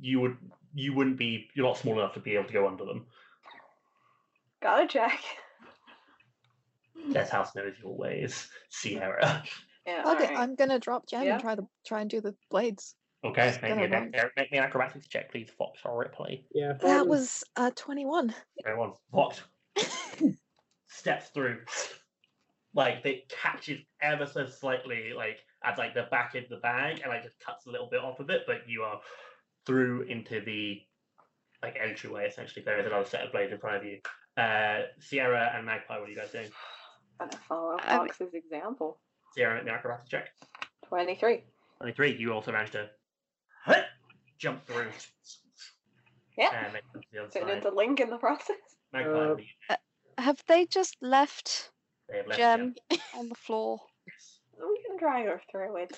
Speaker 1: you would you wouldn't be you're not small enough to be able to go under them.
Speaker 4: Gotta check.
Speaker 11: Hmm.
Speaker 1: Death House knows your ways, Sierra.
Speaker 4: Yeah,
Speaker 9: Fuck it,
Speaker 4: alright.
Speaker 9: I'm gonna drop Jem
Speaker 4: Yeah.
Speaker 9: and try the try and do the blades.
Speaker 1: Okay,
Speaker 9: She's
Speaker 1: make me,
Speaker 9: gonna
Speaker 1: an,
Speaker 9: run.
Speaker 1: ac- make me an acrobatics check, please, Fox or Ripley.
Speaker 11: Yeah,
Speaker 9: That
Speaker 11: Fartham's-
Speaker 9: was uh 21.
Speaker 1: Everyone, Fox steps through like it catches ever so slightly, like at like the back of the bag, and like just cuts a little bit off of it. But you are through into the like entryway essentially. There is another set of blades in front of you. Uh, Sierra and Magpie, what are you guys doing?
Speaker 4: I'm gonna follow Fox's example.
Speaker 1: Sierra, make the acrobatics check.
Speaker 4: Twenty-three.
Speaker 1: Twenty-three. You also managed to jump through.
Speaker 4: Yeah.
Speaker 1: And make it to the other
Speaker 4: Turned
Speaker 1: side.
Speaker 4: into Link in the process.
Speaker 1: Magpie,
Speaker 13: Uh,
Speaker 1: what are you-
Speaker 7: Have they just left
Speaker 1: they have left you.
Speaker 7: Jem on the floor?
Speaker 4: We can drag her through it.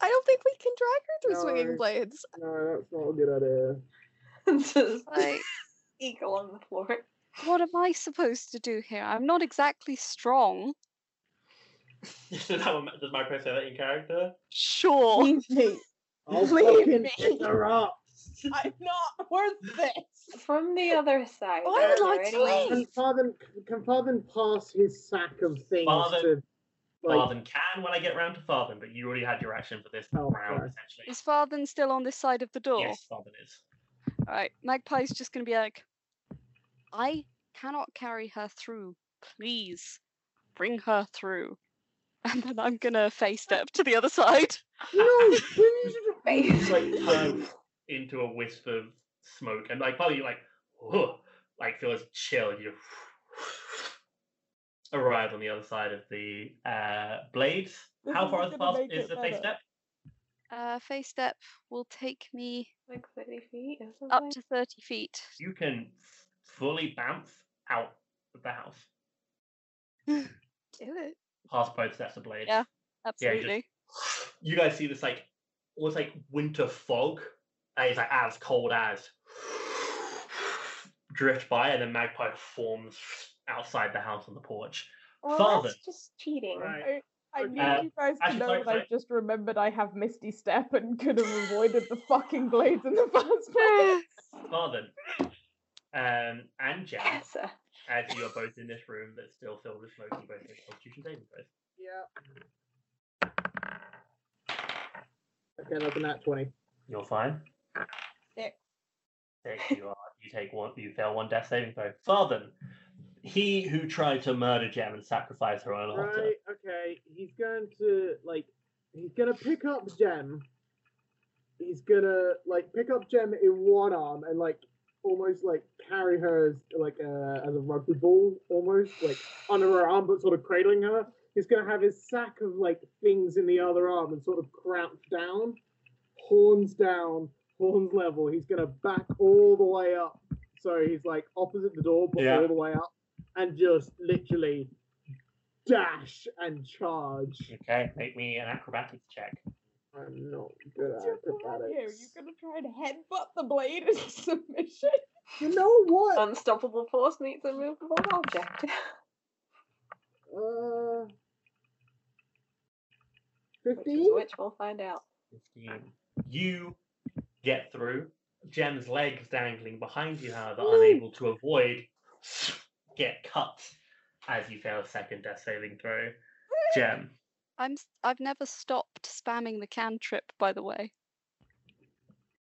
Speaker 6: I don't think we can drag her through
Speaker 2: No.
Speaker 6: swinging blades.
Speaker 2: No, that's not a good idea.
Speaker 4: Just
Speaker 7: Like,
Speaker 4: eagle on the floor.
Speaker 7: what am I supposed to do here? I'm not exactly strong.
Speaker 1: Does that one- does Magpie say that in character?
Speaker 7: Sure.
Speaker 13: Leave me.
Speaker 2: I'll
Speaker 13: Leave
Speaker 2: fucking
Speaker 13: me.
Speaker 2: pick her up.
Speaker 13: I'm not worth this.
Speaker 4: From the other side.
Speaker 6: I would
Speaker 4: are
Speaker 6: like
Speaker 4: there
Speaker 6: to
Speaker 4: any-
Speaker 6: leave.
Speaker 2: Can Farthen, can Farthen pass his sack of things
Speaker 1: Farthen-
Speaker 2: to. Like,
Speaker 1: Farthen can when I get round to Farthen, but you already had your action for this
Speaker 2: Oh,
Speaker 1: round,
Speaker 2: right.
Speaker 1: essentially.
Speaker 7: Is Farthen still on this side of the door?
Speaker 1: Yes, Farthen is.
Speaker 7: All right. Magpie's just going to be like, I cannot carry her through. Please bring her through. And then I'm going to face step to the other side.
Speaker 2: no, please.
Speaker 1: It's like um, turn into a wisp of smoke, and like probably like, "Whoa," like feel this chill. and You arrive on the other side of the uh, blades.
Speaker 13: This
Speaker 1: How
Speaker 13: isn't
Speaker 1: far is the
Speaker 13: gonna
Speaker 1: path?
Speaker 13: make
Speaker 1: Is
Speaker 13: it
Speaker 1: the face
Speaker 13: better.
Speaker 1: step?
Speaker 7: Uh, face step will take me
Speaker 4: Like 30 feet or something?
Speaker 7: up to 30 feet.
Speaker 1: You can fully bounce out of the house
Speaker 7: Do it.
Speaker 1: past both sets of blades.
Speaker 7: Yeah.
Speaker 1: just-
Speaker 7: Absolutely.
Speaker 1: you guys see this like almost like winter fog, and it's like as cold as drift by, and then magpie forms outside the house on the porch.
Speaker 4: Well,
Speaker 1: Farther.
Speaker 4: that's just cheating.
Speaker 2: Right.
Speaker 6: I, I
Speaker 2: Okay.
Speaker 6: need
Speaker 1: Uh,
Speaker 6: you guys to
Speaker 1: actually,
Speaker 6: know
Speaker 1: sorry,
Speaker 6: that
Speaker 1: sorry.
Speaker 6: I've just remembered I have Misty Step and could have avoided the fucking blades in the first place.
Speaker 1: Farther, um, and Jack,
Speaker 4: Yes, sir.
Speaker 1: as you are both in this room that's still filled with smoke, you both make Constitution saving throws.
Speaker 2: Yeah. Okay, that's a nat 20.
Speaker 1: You're fine.
Speaker 13: Six.
Speaker 1: Six, you are. You take one. You fail one death saving throw. Farther, he who tried to murder Jem and sacrifice her on an altar.
Speaker 2: Right, okay. He's going to, like, he's going to pick up Gem. He's going to, like, pick up Gem in one arm and, like, almost, like, carry her as, like, uh, as a rugby ball, almost, like, under her arm, but sort of cradling her. He's going to have his sack of, like, things in the other arm and sort of crouch down, horns down, horns level. He's going to back all the way up. So he's, like, opposite the door, but
Speaker 1: Yeah.
Speaker 2: all the way up. And just literally dash and charge.
Speaker 1: Okay, make me an acrobatics check.
Speaker 2: I'm not good
Speaker 6: What's
Speaker 2: at
Speaker 6: your plan here? Are
Speaker 2: acrobatics.
Speaker 6: you gonna try and headbutt the blade as a submission?
Speaker 2: You know what?
Speaker 4: Unstoppable force meets immovable object.
Speaker 2: Uh,
Speaker 4: Which is
Speaker 2: fifteen.
Speaker 4: which we'll find out.
Speaker 1: 15. You get through. Jem's legs dangling behind you, however, unable to avoid, get cut as you fail a second death saving throw. Jem,
Speaker 7: I'm, s- I've never stopped spamming the cantrip, by the way.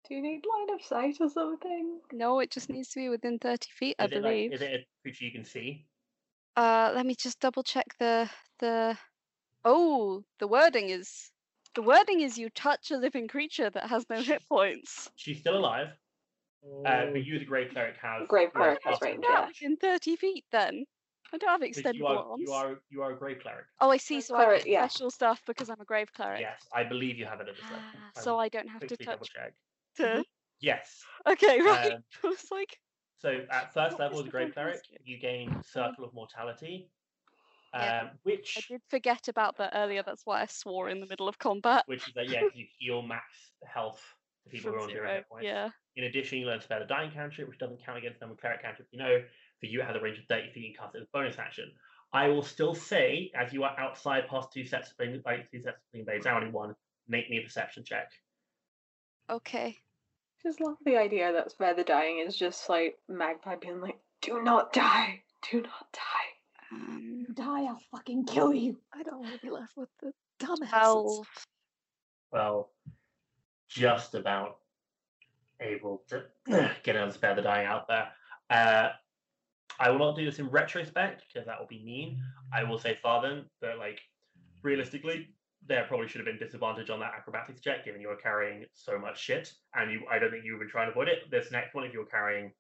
Speaker 4: Do you need line of sight or something?
Speaker 7: No, it just needs to be within 30 feet, I
Speaker 1: is it like
Speaker 7: believe.
Speaker 1: is it a creature you can see?
Speaker 7: Uh, let me just double check the the. Oh, the wording is the wording is you touch a living creature that has no hit points
Speaker 1: She's still alive, uh,
Speaker 7: Oh.
Speaker 1: but you, the Grey Cleric, have
Speaker 4: Grey
Speaker 1: you are
Speaker 4: Cleric has
Speaker 1: casting
Speaker 4: range,
Speaker 1: range,
Speaker 4: yeah.
Speaker 7: Not within thirty feet. Then I don't have
Speaker 1: but you
Speaker 7: extendable
Speaker 1: are
Speaker 7: arms.
Speaker 1: you are you are a Grey Cleric.
Speaker 7: Oh, I see.
Speaker 4: Grave
Speaker 7: So I
Speaker 4: cleric,
Speaker 7: get
Speaker 4: yeah.
Speaker 7: special stuff because I'm a grave cleric.
Speaker 1: Yes, I believe you have it at this level.
Speaker 7: Ah, so
Speaker 1: will
Speaker 7: I don't have to
Speaker 1: quickly double
Speaker 7: touch.
Speaker 1: check.
Speaker 7: To...
Speaker 4: Mm-hmm.
Speaker 1: Yes,
Speaker 7: Okay, right.
Speaker 1: um,
Speaker 7: I was like,
Speaker 1: So at first level
Speaker 7: not just
Speaker 1: as a
Speaker 7: the
Speaker 1: Grave Cleric,
Speaker 7: fantastic.
Speaker 1: you gain Circle of Mortality,
Speaker 7: Yeah.
Speaker 1: um, which
Speaker 7: I did forget about that earlier. That's why I swore in the middle of combat.
Speaker 1: which is that yeah, 'cause you heal max health to people who
Speaker 7: From
Speaker 1: are on zero
Speaker 7: zero.
Speaker 1: hit points.
Speaker 7: Yeah.
Speaker 1: In addition, you learn Spare the Dying cantrip, which doesn't count against normal cleric cantrip. You know, for you it has a range of 30 feet and cast it as a bonus action. I will still say, as you are outside past two sets of things, like two sets of things, but it's now only one. Make me a perception check.
Speaker 7: Okay.
Speaker 4: Just love the idea that Spare the Dying is just like Magpie being like, do not die, do not die.
Speaker 7: Um,
Speaker 6: You die, I'll fucking kill you.
Speaker 9: I don't want to be left with the dumbasses.
Speaker 7: twelve.
Speaker 1: well, just about able to get out of spare the dying out there. Uh, I will not do this in retrospect because that will be mean. I will say Farthen, but like realistically, there probably should have been disadvantage on that acrobatics check given you were carrying so much shit, and you I don't think you've been trying to avoid it. This next one, if you're carrying,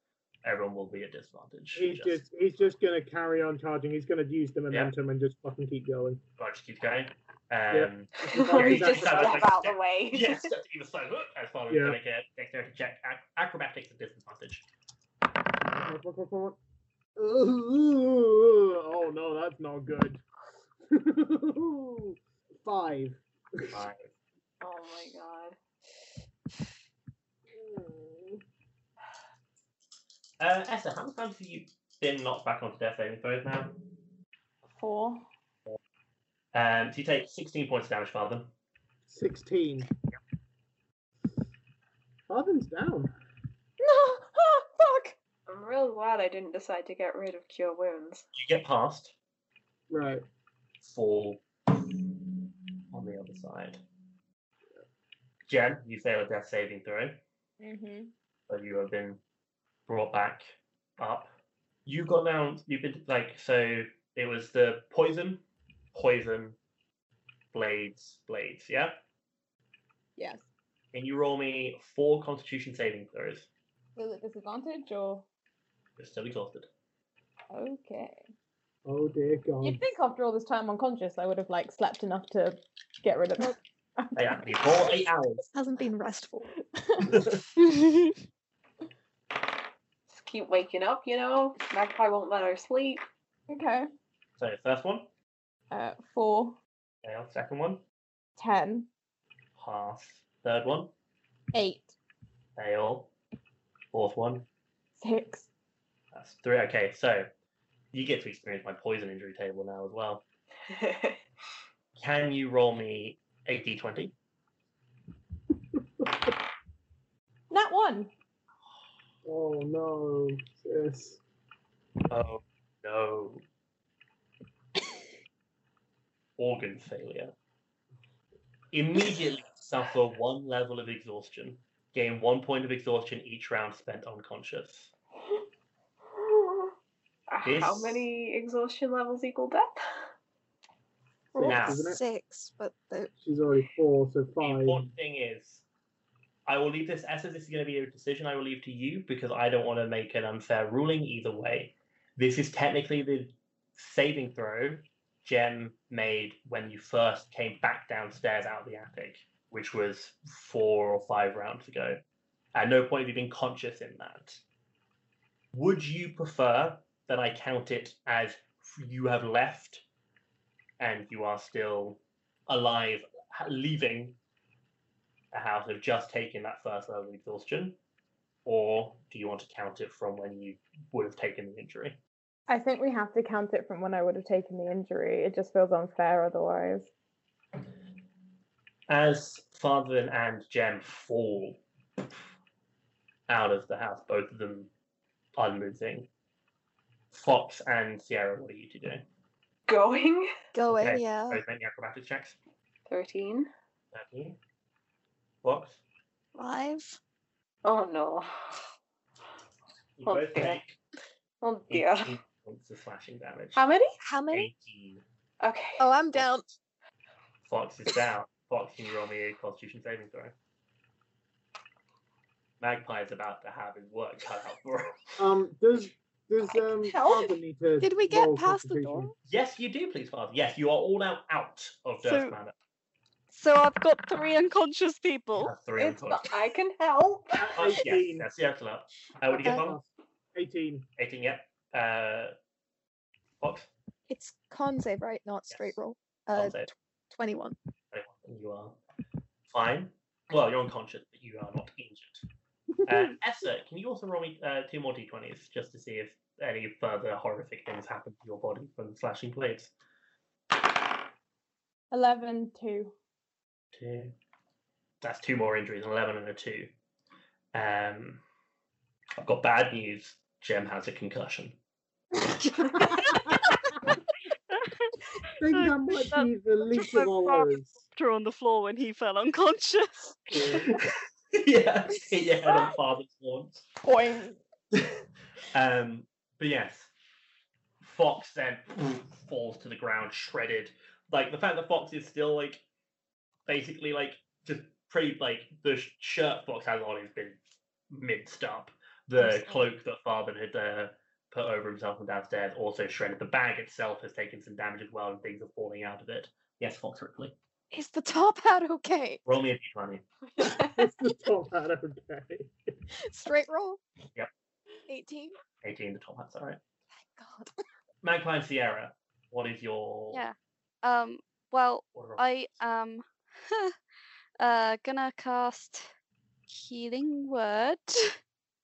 Speaker 1: everyone will be at disadvantage.
Speaker 2: He's just, he's just gonna carry on charging. He's gonna use the momentum and just fucking keep going.
Speaker 1: I'll just keep going.
Speaker 2: Yeah.
Speaker 1: Um,
Speaker 2: Or you
Speaker 4: just
Speaker 1: kind of,
Speaker 4: step out the
Speaker 1: step-
Speaker 4: way.
Speaker 1: Yeah, step to either side. Look, As far as
Speaker 2: Yeah.
Speaker 1: yeah. make a dexterity check, ac- acrobatics at disadvantage.
Speaker 2: Oh no, that's not good. Five.
Speaker 1: Five.
Speaker 4: Oh my god.
Speaker 1: Uh, Esther, how many times have you been knocked back onto death saving throws now?
Speaker 8: Four.
Speaker 1: Um, so you take 16 points of damage, Father.
Speaker 2: Sixteen. Farthen's down.
Speaker 4: No! Ah, fuck! I'm real glad I didn't decide to get rid of Cure Wounds.
Speaker 1: You get past,
Speaker 2: Right.
Speaker 1: fall on the other side. Jen, you fail a death saving throw,
Speaker 6: Mm-hmm.
Speaker 1: so you have been brought back up. You got down, you've been like, so it was the poison, poison, blades, blades, yeah?
Speaker 6: Yes.
Speaker 1: Can you roll me four constitution saving throws?
Speaker 6: Will it disadvantage or
Speaker 1: You're still exhausted.
Speaker 6: okay?
Speaker 1: Hmm.
Speaker 2: Oh dear
Speaker 6: You'd
Speaker 2: God.
Speaker 6: think after all this time unconscious, I would have like slept enough to get rid of it.
Speaker 1: They have to be four eight hours.
Speaker 9: Hasn't been restful.
Speaker 4: Just keep waking up, you know? Magpie won't let her sleep.
Speaker 6: okay.
Speaker 1: So first one,
Speaker 6: Uh, four,
Speaker 1: fail. Second one,
Speaker 6: ten,
Speaker 1: pass. Third one,
Speaker 6: eight,
Speaker 1: fail. Fourth one,
Speaker 6: six.
Speaker 1: That's three. Okay, so you get to experience my poison injury table now as well. Can you roll me a d20?
Speaker 6: That one.
Speaker 2: Oh no. Yes.
Speaker 1: Oh no. Organ failure. Immediately suffer one level of exhaustion. Gain one point of exhaustion each round spent unconscious.
Speaker 4: How
Speaker 1: This-
Speaker 4: Ah, many exhaustion levels equal death?
Speaker 2: Six,
Speaker 1: Now.
Speaker 2: isn't it?
Speaker 9: Six, but the,
Speaker 2: She's already four, so
Speaker 1: The
Speaker 2: five.
Speaker 1: important thing is, I will leave this as if this is going to be a decision I will leave to you because I don't want to make an unfair ruling either way. This is technically the saving throw Jem made when you first came back downstairs out the attic, which was four or five rounds ago. At no point have you been conscious in that. Would you prefer that I count it as you have left and you are still alive, ha- leaving a house of just taking that first level of exhaustion, or do you want to count it from when you would have taken the injury?
Speaker 6: I think we have to count it from when I would have taken the injury. It just feels unfair otherwise.
Speaker 1: As Father and Jem fall out of the house, both of them unmoving, Fox and Sierra, what are you two doing?
Speaker 4: Going?
Speaker 9: go in,
Speaker 1: Okay,
Speaker 9: yeah.
Speaker 1: Both make the acrobatics checks.
Speaker 4: 13.
Speaker 1: 13. Fox,
Speaker 9: Five.
Speaker 4: Oh no.
Speaker 1: you
Speaker 4: Oh,
Speaker 1: both
Speaker 4: dear.
Speaker 1: make
Speaker 4: Oh dear.
Speaker 1: 18 points of slashing damage.
Speaker 4: How many?
Speaker 9: How many?
Speaker 1: 18.
Speaker 4: Okay.
Speaker 9: Oh, I'm down.
Speaker 1: Fox is down. Fox, can you roll me a Constitution saving throw? Magpie's about to have his work cut out for him.
Speaker 2: Um, does does um
Speaker 4: Help.
Speaker 2: Farthen need to
Speaker 9: Did we get
Speaker 2: roll
Speaker 9: past the
Speaker 2: Constitution?
Speaker 9: door?
Speaker 1: Yes, you do, please, Father. Yes, you are all now out of Durst
Speaker 9: So-
Speaker 1: Manor.
Speaker 7: So I've got three unconscious
Speaker 1: You
Speaker 7: people.
Speaker 1: have three
Speaker 4: It's
Speaker 1: unconscious.
Speaker 4: not, I can help.
Speaker 1: Oh, yes,
Speaker 2: 18.
Speaker 1: that's the actual up. Uh, what do you get,
Speaker 9: Okay.
Speaker 1: Father?
Speaker 2: 18.
Speaker 1: 18, yep. Uh, Fox,
Speaker 9: It's con save, right? Not straight
Speaker 1: Yes.
Speaker 9: roll.
Speaker 1: Con
Speaker 9: Uh,
Speaker 1: save.
Speaker 9: tw- 21.
Speaker 1: 21. You are fine. Well, you're unconscious, but you are not injured. Uh, Esther, can you also roll me uh, two more d20s just to see if any further horrific things happen to your body from the slashing blades?
Speaker 6: Eleven, two.
Speaker 1: Two. That's two more injuries, an 11 and a 2. Um, I've got bad news. Jem has a concussion.
Speaker 2: I think that might
Speaker 7: That's-
Speaker 2: be the least of our
Speaker 7: so bad.
Speaker 2: worries.
Speaker 7: Threw on the floor when he fell unconscious.
Speaker 1: yeah, hit your head on father's lawn.
Speaker 6: Point.
Speaker 1: um, but yes, Fox then falls to the ground, shredded. Like the fact that Fox is still like basically like just pretty like the sh- shirt Fox has on has been minced up. The cloak that Farben had uh, put over himself and downstairs also shredded. The bag itself has taken some damage as well, and things are falling out of it. Yes, Fox Ripley.
Speaker 7: Is the top hat okay?
Speaker 1: Roll me a d20.
Speaker 11: It's the top hat, okay.
Speaker 7: Straight roll.
Speaker 1: Yep.
Speaker 7: 18.
Speaker 1: 18, the top hat's all right. Thank God. Magpie and Sierra, what is your.
Speaker 7: Yeah. Um. Well,
Speaker 1: Order of-
Speaker 7: I am uh gonna cast healing word.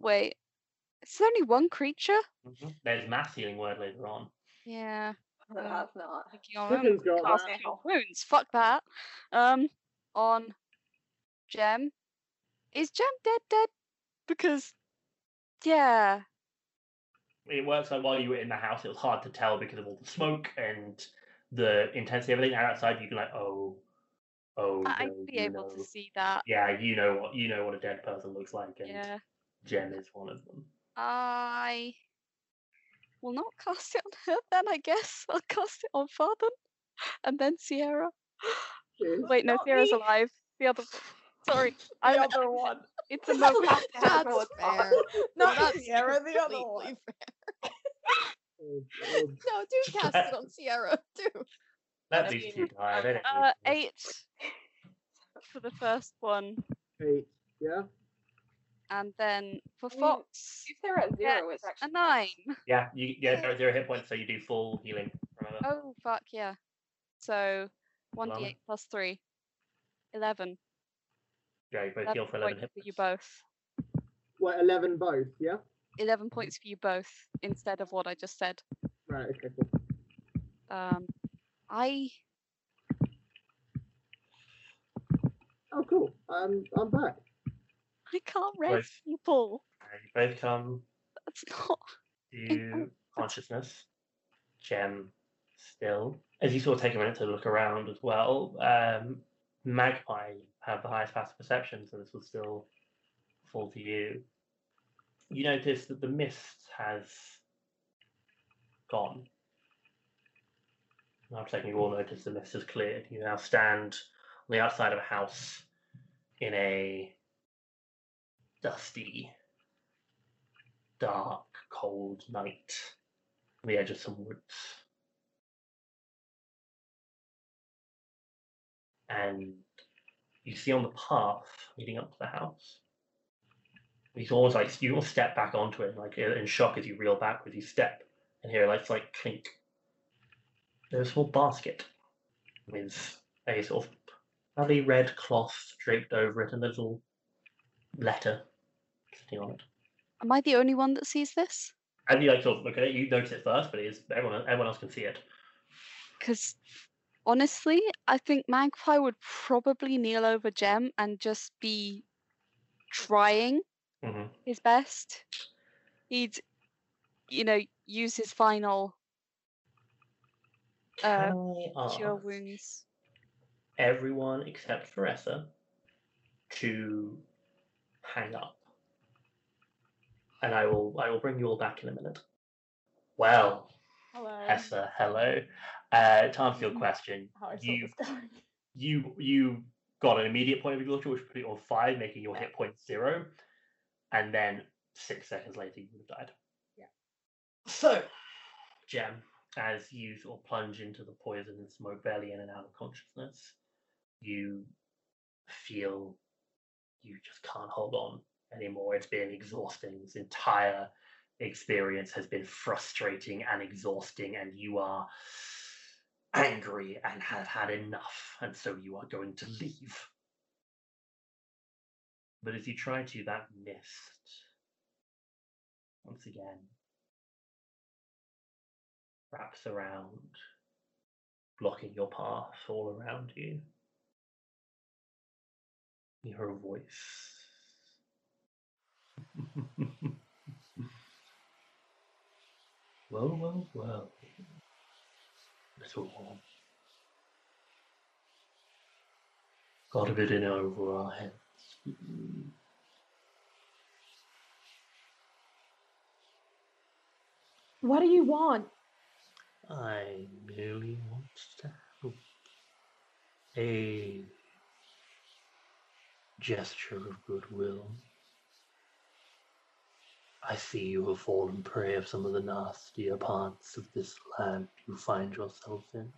Speaker 7: Wait, is there only one creature?
Speaker 1: Mhm. There's mass healing word later on.
Speaker 7: Yeah.
Speaker 4: That has not.
Speaker 7: Your
Speaker 11: Chicken's got
Speaker 7: cast
Speaker 4: that.
Speaker 7: Cure wounds. Fuck that. Um, on Gem. Is Gem dead? Dead? Because yeah,
Speaker 1: It works like while you were in the house, it was hard to tell because of all the smoke and the intensity of everything. And outside, you can like, oh, oh,
Speaker 7: I-
Speaker 1: no,
Speaker 7: I'd be
Speaker 1: you
Speaker 7: able to
Speaker 1: know.
Speaker 7: see that.
Speaker 1: Yeah, you know what you know what a dead person looks like, and
Speaker 7: Yeah.
Speaker 1: Jen is one of them.
Speaker 7: I will not cast it on her then, I guess. I'll cast it on Farben and then Sierra. Wait, no,
Speaker 4: Not
Speaker 7: Sierra's
Speaker 4: me.
Speaker 7: alive. The other Sorry.
Speaker 8: The
Speaker 7: I'm-
Speaker 8: other one.
Speaker 7: It's a moment.
Speaker 4: That's fair.
Speaker 8: Not
Speaker 10: That's
Speaker 8: Sierra, the other
Speaker 10: completely
Speaker 8: one.
Speaker 11: Oh, God.
Speaker 10: No, do cast it on Sierra too.
Speaker 1: Let
Speaker 7: I
Speaker 1: these two
Speaker 7: mean,
Speaker 1: die. They don't
Speaker 7: Uh,
Speaker 1: need to.
Speaker 7: eight for the first one.
Speaker 11: Eight. Yeah.
Speaker 7: And then for
Speaker 4: I mean,
Speaker 7: Fox,
Speaker 4: If they're at
Speaker 7: Yeah,
Speaker 4: zero, it's
Speaker 7: a
Speaker 4: actually
Speaker 7: nine.
Speaker 1: Yeah, you, yeah, there are zero hit points, so you do full healing. Remember,
Speaker 7: Oh, fuck yeah. So 1d8
Speaker 1: Blimey.
Speaker 7: plus 3. 11.
Speaker 1: yeah, you both
Speaker 7: 11
Speaker 1: heal for eleven
Speaker 7: points
Speaker 1: hit
Speaker 7: for you
Speaker 1: points.
Speaker 7: both.
Speaker 11: What? Eleven both. Yeah.
Speaker 7: 11 points for you both instead of what I just said.
Speaker 11: Right. Okay. Cool.
Speaker 7: Um, I
Speaker 11: Oh, cool. I'm I'm back.
Speaker 7: I can't
Speaker 1: Right.
Speaker 7: read people.
Speaker 1: And you both come
Speaker 7: That's not.
Speaker 1: to consciousness. Gem still. As you sort of take a minute to look around as well, um, Magpie have the highest passive perception, so this will still fall to you. You notice that the mist has gone. And I'm taking you all notice the mist has cleared. You now stand on the outside of a house in a dusty dark, cold night on the edge of some woods. And you see on the path leading up to the house, it's almost like you almost step back onto it, like in in shock as you reel backwards. You step and hear like, it's like clink. There's a small basket with a sort of lovely red cloth draped over it and a little letter sitting on it.
Speaker 7: Am I the only one that sees this?
Speaker 1: And you like sort of look at it, you notice it first, but it is everyone everyone else can see it.
Speaker 7: Because honestly, I think Magpie would probably kneel over Gem and just be trying
Speaker 1: hmm
Speaker 11: Mm-hmm.
Speaker 7: his best. He'd, you know, use his final uh,
Speaker 1: Can I
Speaker 7: cure
Speaker 1: ask
Speaker 7: wounds.
Speaker 1: everyone except for Essa to hang up? And I will I will bring you all back in a minute. Well,
Speaker 10: Hello.
Speaker 1: Essa, hello. Uh, to answer your question,
Speaker 10: How I saw
Speaker 1: you
Speaker 10: this going.
Speaker 1: you you got an immediate point of exhaustion, which put you on five, making your hit point zero, and then six seconds later you would have died.
Speaker 10: Yeah.
Speaker 1: So, Gem, as you sort of plunge into the poison and smoke barely in and out of consciousness, you feel you just can't hold on anymore. It's been exhausting. This entire experience has been frustrating and exhausting, and you are angry and have had enough, and so you are going to leave. But as you try to, that mist once again wraps around, blocking your path all around you. You hear a voice. well, well, well. Little one. Got a bit in over our heads. Mm.
Speaker 6: What do you want?
Speaker 1: I merely want to help. A gesture of goodwill. I see you have fallen prey of some of the nastier parts of this land you find yourself in,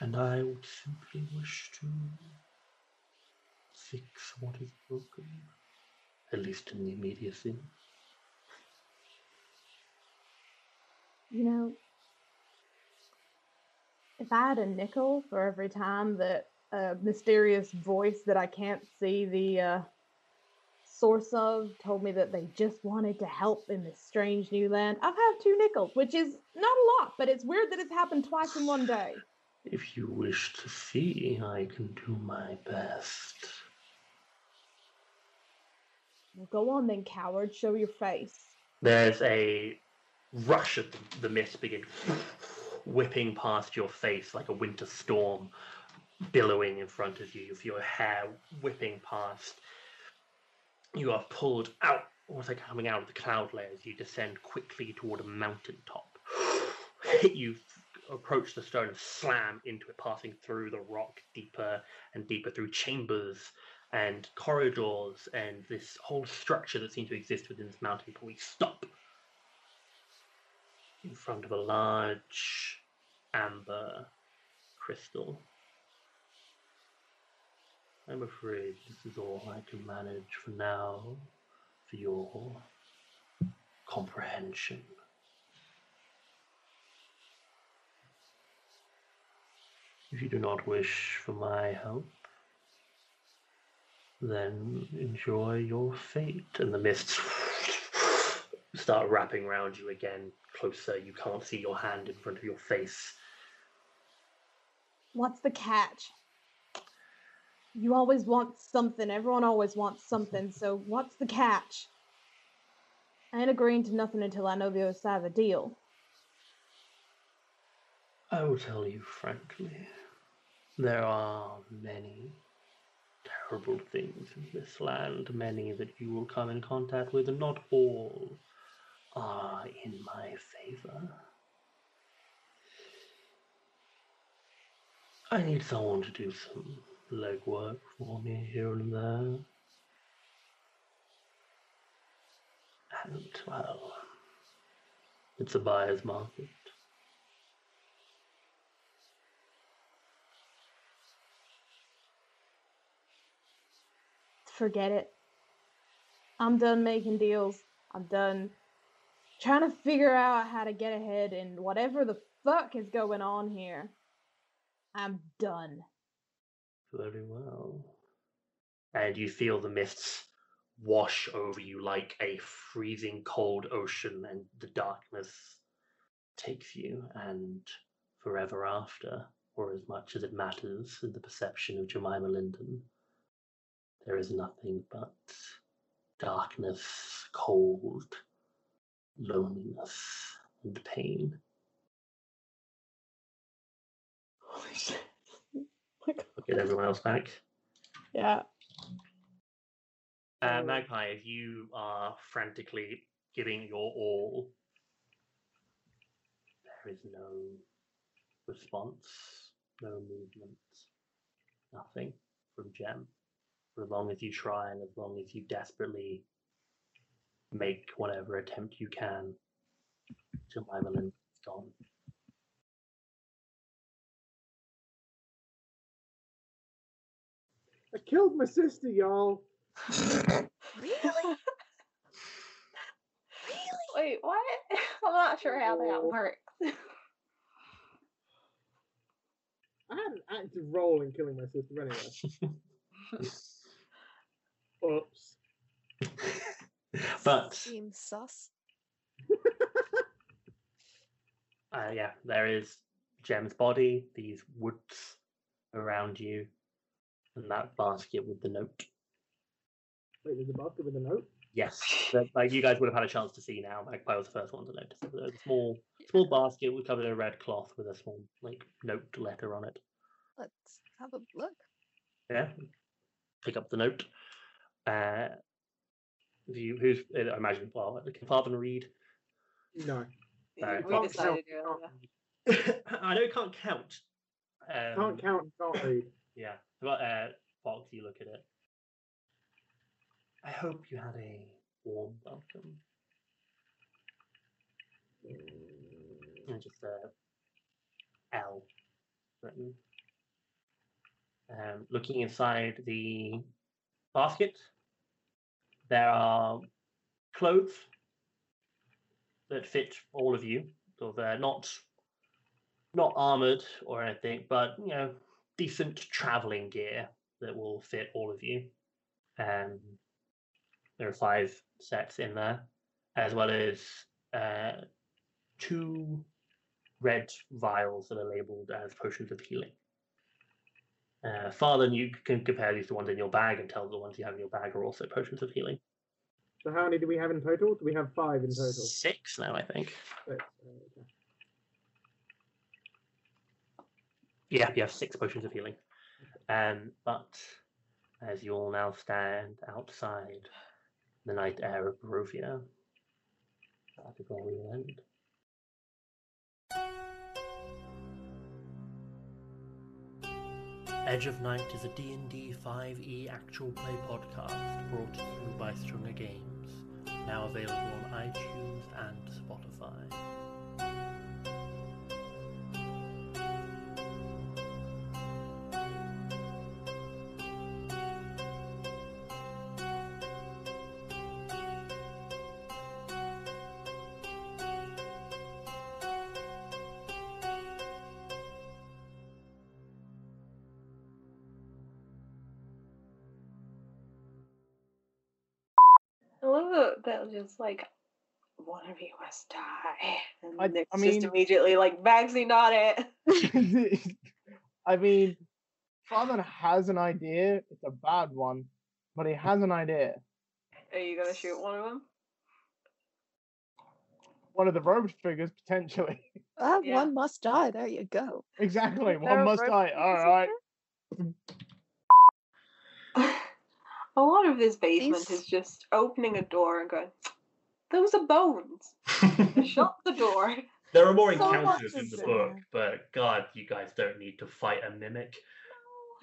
Speaker 1: and I would simply wish to fix what is broken, at least in the immediacy.
Speaker 10: You know,
Speaker 6: If I had a nickel for every time that a mysterious voice that I can't see the uh, source of told me that they just wanted to help in this strange new land, I've had two nickels, which is not a lot, but it's weird that it's happened twice in one day.
Speaker 1: If you wish to see, I can do my best.
Speaker 6: Well, go on then, coward. Show your face.
Speaker 1: There's a rush of the mist begin whipping past your face like a winter storm, billowing in front of you. You feel your hair whipping past. You are pulled out, almost like coming out of the cloud layers. You descend quickly toward a mountain top. you approach the stone and slam into it, passing through the rock deeper and deeper through chambers and corridors and this whole structure that seems to exist within this mountain before we stop in front of a large amber crystal. I'm afraid this is all I can manage for now for your comprehension. If you do not wish for my help, then enjoy your fate. And the mists start wrapping around you again, closer. You can't see your hand in front of your face.
Speaker 6: What's the catch? You always want something. Everyone always wants
Speaker 10: Mm-hmm.
Speaker 6: something. So what's the catch? I ain't agreeing to nothing until I know the other side of the deal.
Speaker 1: I will tell you frankly, there are many terrible things in this land, many that you will come in contact with, and not all are uh, in my favor. I need someone to do some legwork for me here and there. And, well, it's a buyer's market.
Speaker 6: Forget it. I'm done making deals. I'm done trying to figure out how to get ahead in whatever the fuck is going on here. I'm done.
Speaker 1: Very well. And you feel the mists wash over you like a freezing cold ocean, and the darkness takes you, and forever after, or as much as it matters in the perception of Jemima Linden, there is nothing but darkness, cold, loneliness, and pain.
Speaker 10: holy shit.
Speaker 1: Get everyone else back.
Speaker 10: Yeah.
Speaker 1: Uh, Magpie, if you are frantically giving your all, there is no response, no movement, nothing from Jem. For as long as you try and as long as you desperately make whatever attempt you can, till Madeline is gone.
Speaker 11: I killed my sister, y'all.
Speaker 4: Really? Wait, what? I'm not sure how that works.
Speaker 11: I had an active role in killing my sister anyway. Oops.
Speaker 1: But
Speaker 9: Seems sus.
Speaker 1: uh, yeah, there is Jem's body, these woods around you, and that basket with the note.
Speaker 11: Wait, there's a basket with a note.
Speaker 1: Yes, that, like you guys would have had a chance to see now. Magpie was the first one to notice. It was a small, small basket was covered in a red cloth with a small like note letter on it.
Speaker 9: Let's have a look.
Speaker 1: Yeah, pick up the note. Uh, do you, who's I imagine? Well, can Farben read?
Speaker 11: No.
Speaker 1: No.
Speaker 4: we decided earlier.
Speaker 1: I know you can't count. Um,
Speaker 11: Can't count, can't read.
Speaker 1: Yeah. How about uh, Fox? You look at it. I hope you had a warm welcome. And just uh, L. written. Um, looking inside the basket, there are clothes that fit all of you. So they're not not armored or anything, but you know, decent traveling gear that will fit all of you. Um, there are five sets in there, as well as uh, two red vials that are labeled as potions of healing. Uh, Father, you can compare these to ones in your bag and tell the ones you have in your bag are also potions of healing.
Speaker 11: So how many do we have in total? Do we have five in total?
Speaker 1: Six now, I think.
Speaker 11: Six, okay.
Speaker 1: Yeah, you have six potions of healing. Um, but as you all now stand outside the night air of Barovia, that is where we will end.
Speaker 14: Edge of Night is a D&D 5e E actual play podcast brought to you by Stringer Games, now available on iTunes and Spotify.
Speaker 4: I love that they're just like, one of you must die. And
Speaker 2: I-
Speaker 4: Nick's
Speaker 2: I
Speaker 4: just
Speaker 2: mean-
Speaker 4: immediately like, Bagsy, not it.
Speaker 2: I mean, Father has an idea. It's a bad one, but he has an idea.
Speaker 4: Are you going to shoot one of them?
Speaker 2: One of the robed figures, potentially.
Speaker 9: Ah,
Speaker 4: Yeah.
Speaker 9: One must die. There you go.
Speaker 2: Exactly.
Speaker 9: there
Speaker 2: One
Speaker 9: a
Speaker 2: must
Speaker 9: rogue
Speaker 2: die. All
Speaker 9: figures in
Speaker 2: right.
Speaker 4: A lot of this basement
Speaker 9: These-
Speaker 4: is just opening a door and going, those are bones. Shut the door.
Speaker 1: There are more
Speaker 4: So much
Speaker 1: encounters in
Speaker 4: is
Speaker 1: the
Speaker 4: in
Speaker 1: book, but God, you guys don't need to fight a mimic.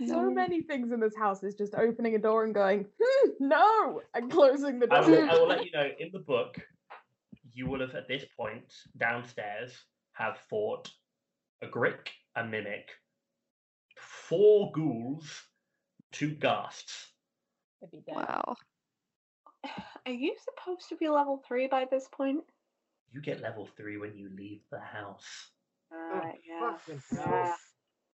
Speaker 10: So many things in this house is just opening a door and going, hmm, no, and closing the door.
Speaker 1: I will, I will let you know in the book, you will have at this point downstairs have fought a Grick, a mimic, four ghouls, two ghasts.
Speaker 10: Could be dead.
Speaker 7: Wow.
Speaker 4: Are you supposed to be level three by this point?
Speaker 1: You get level three when you leave the house.
Speaker 4: Uh, yeah.
Speaker 11: Fucking
Speaker 4: Yeah.
Speaker 11: hell.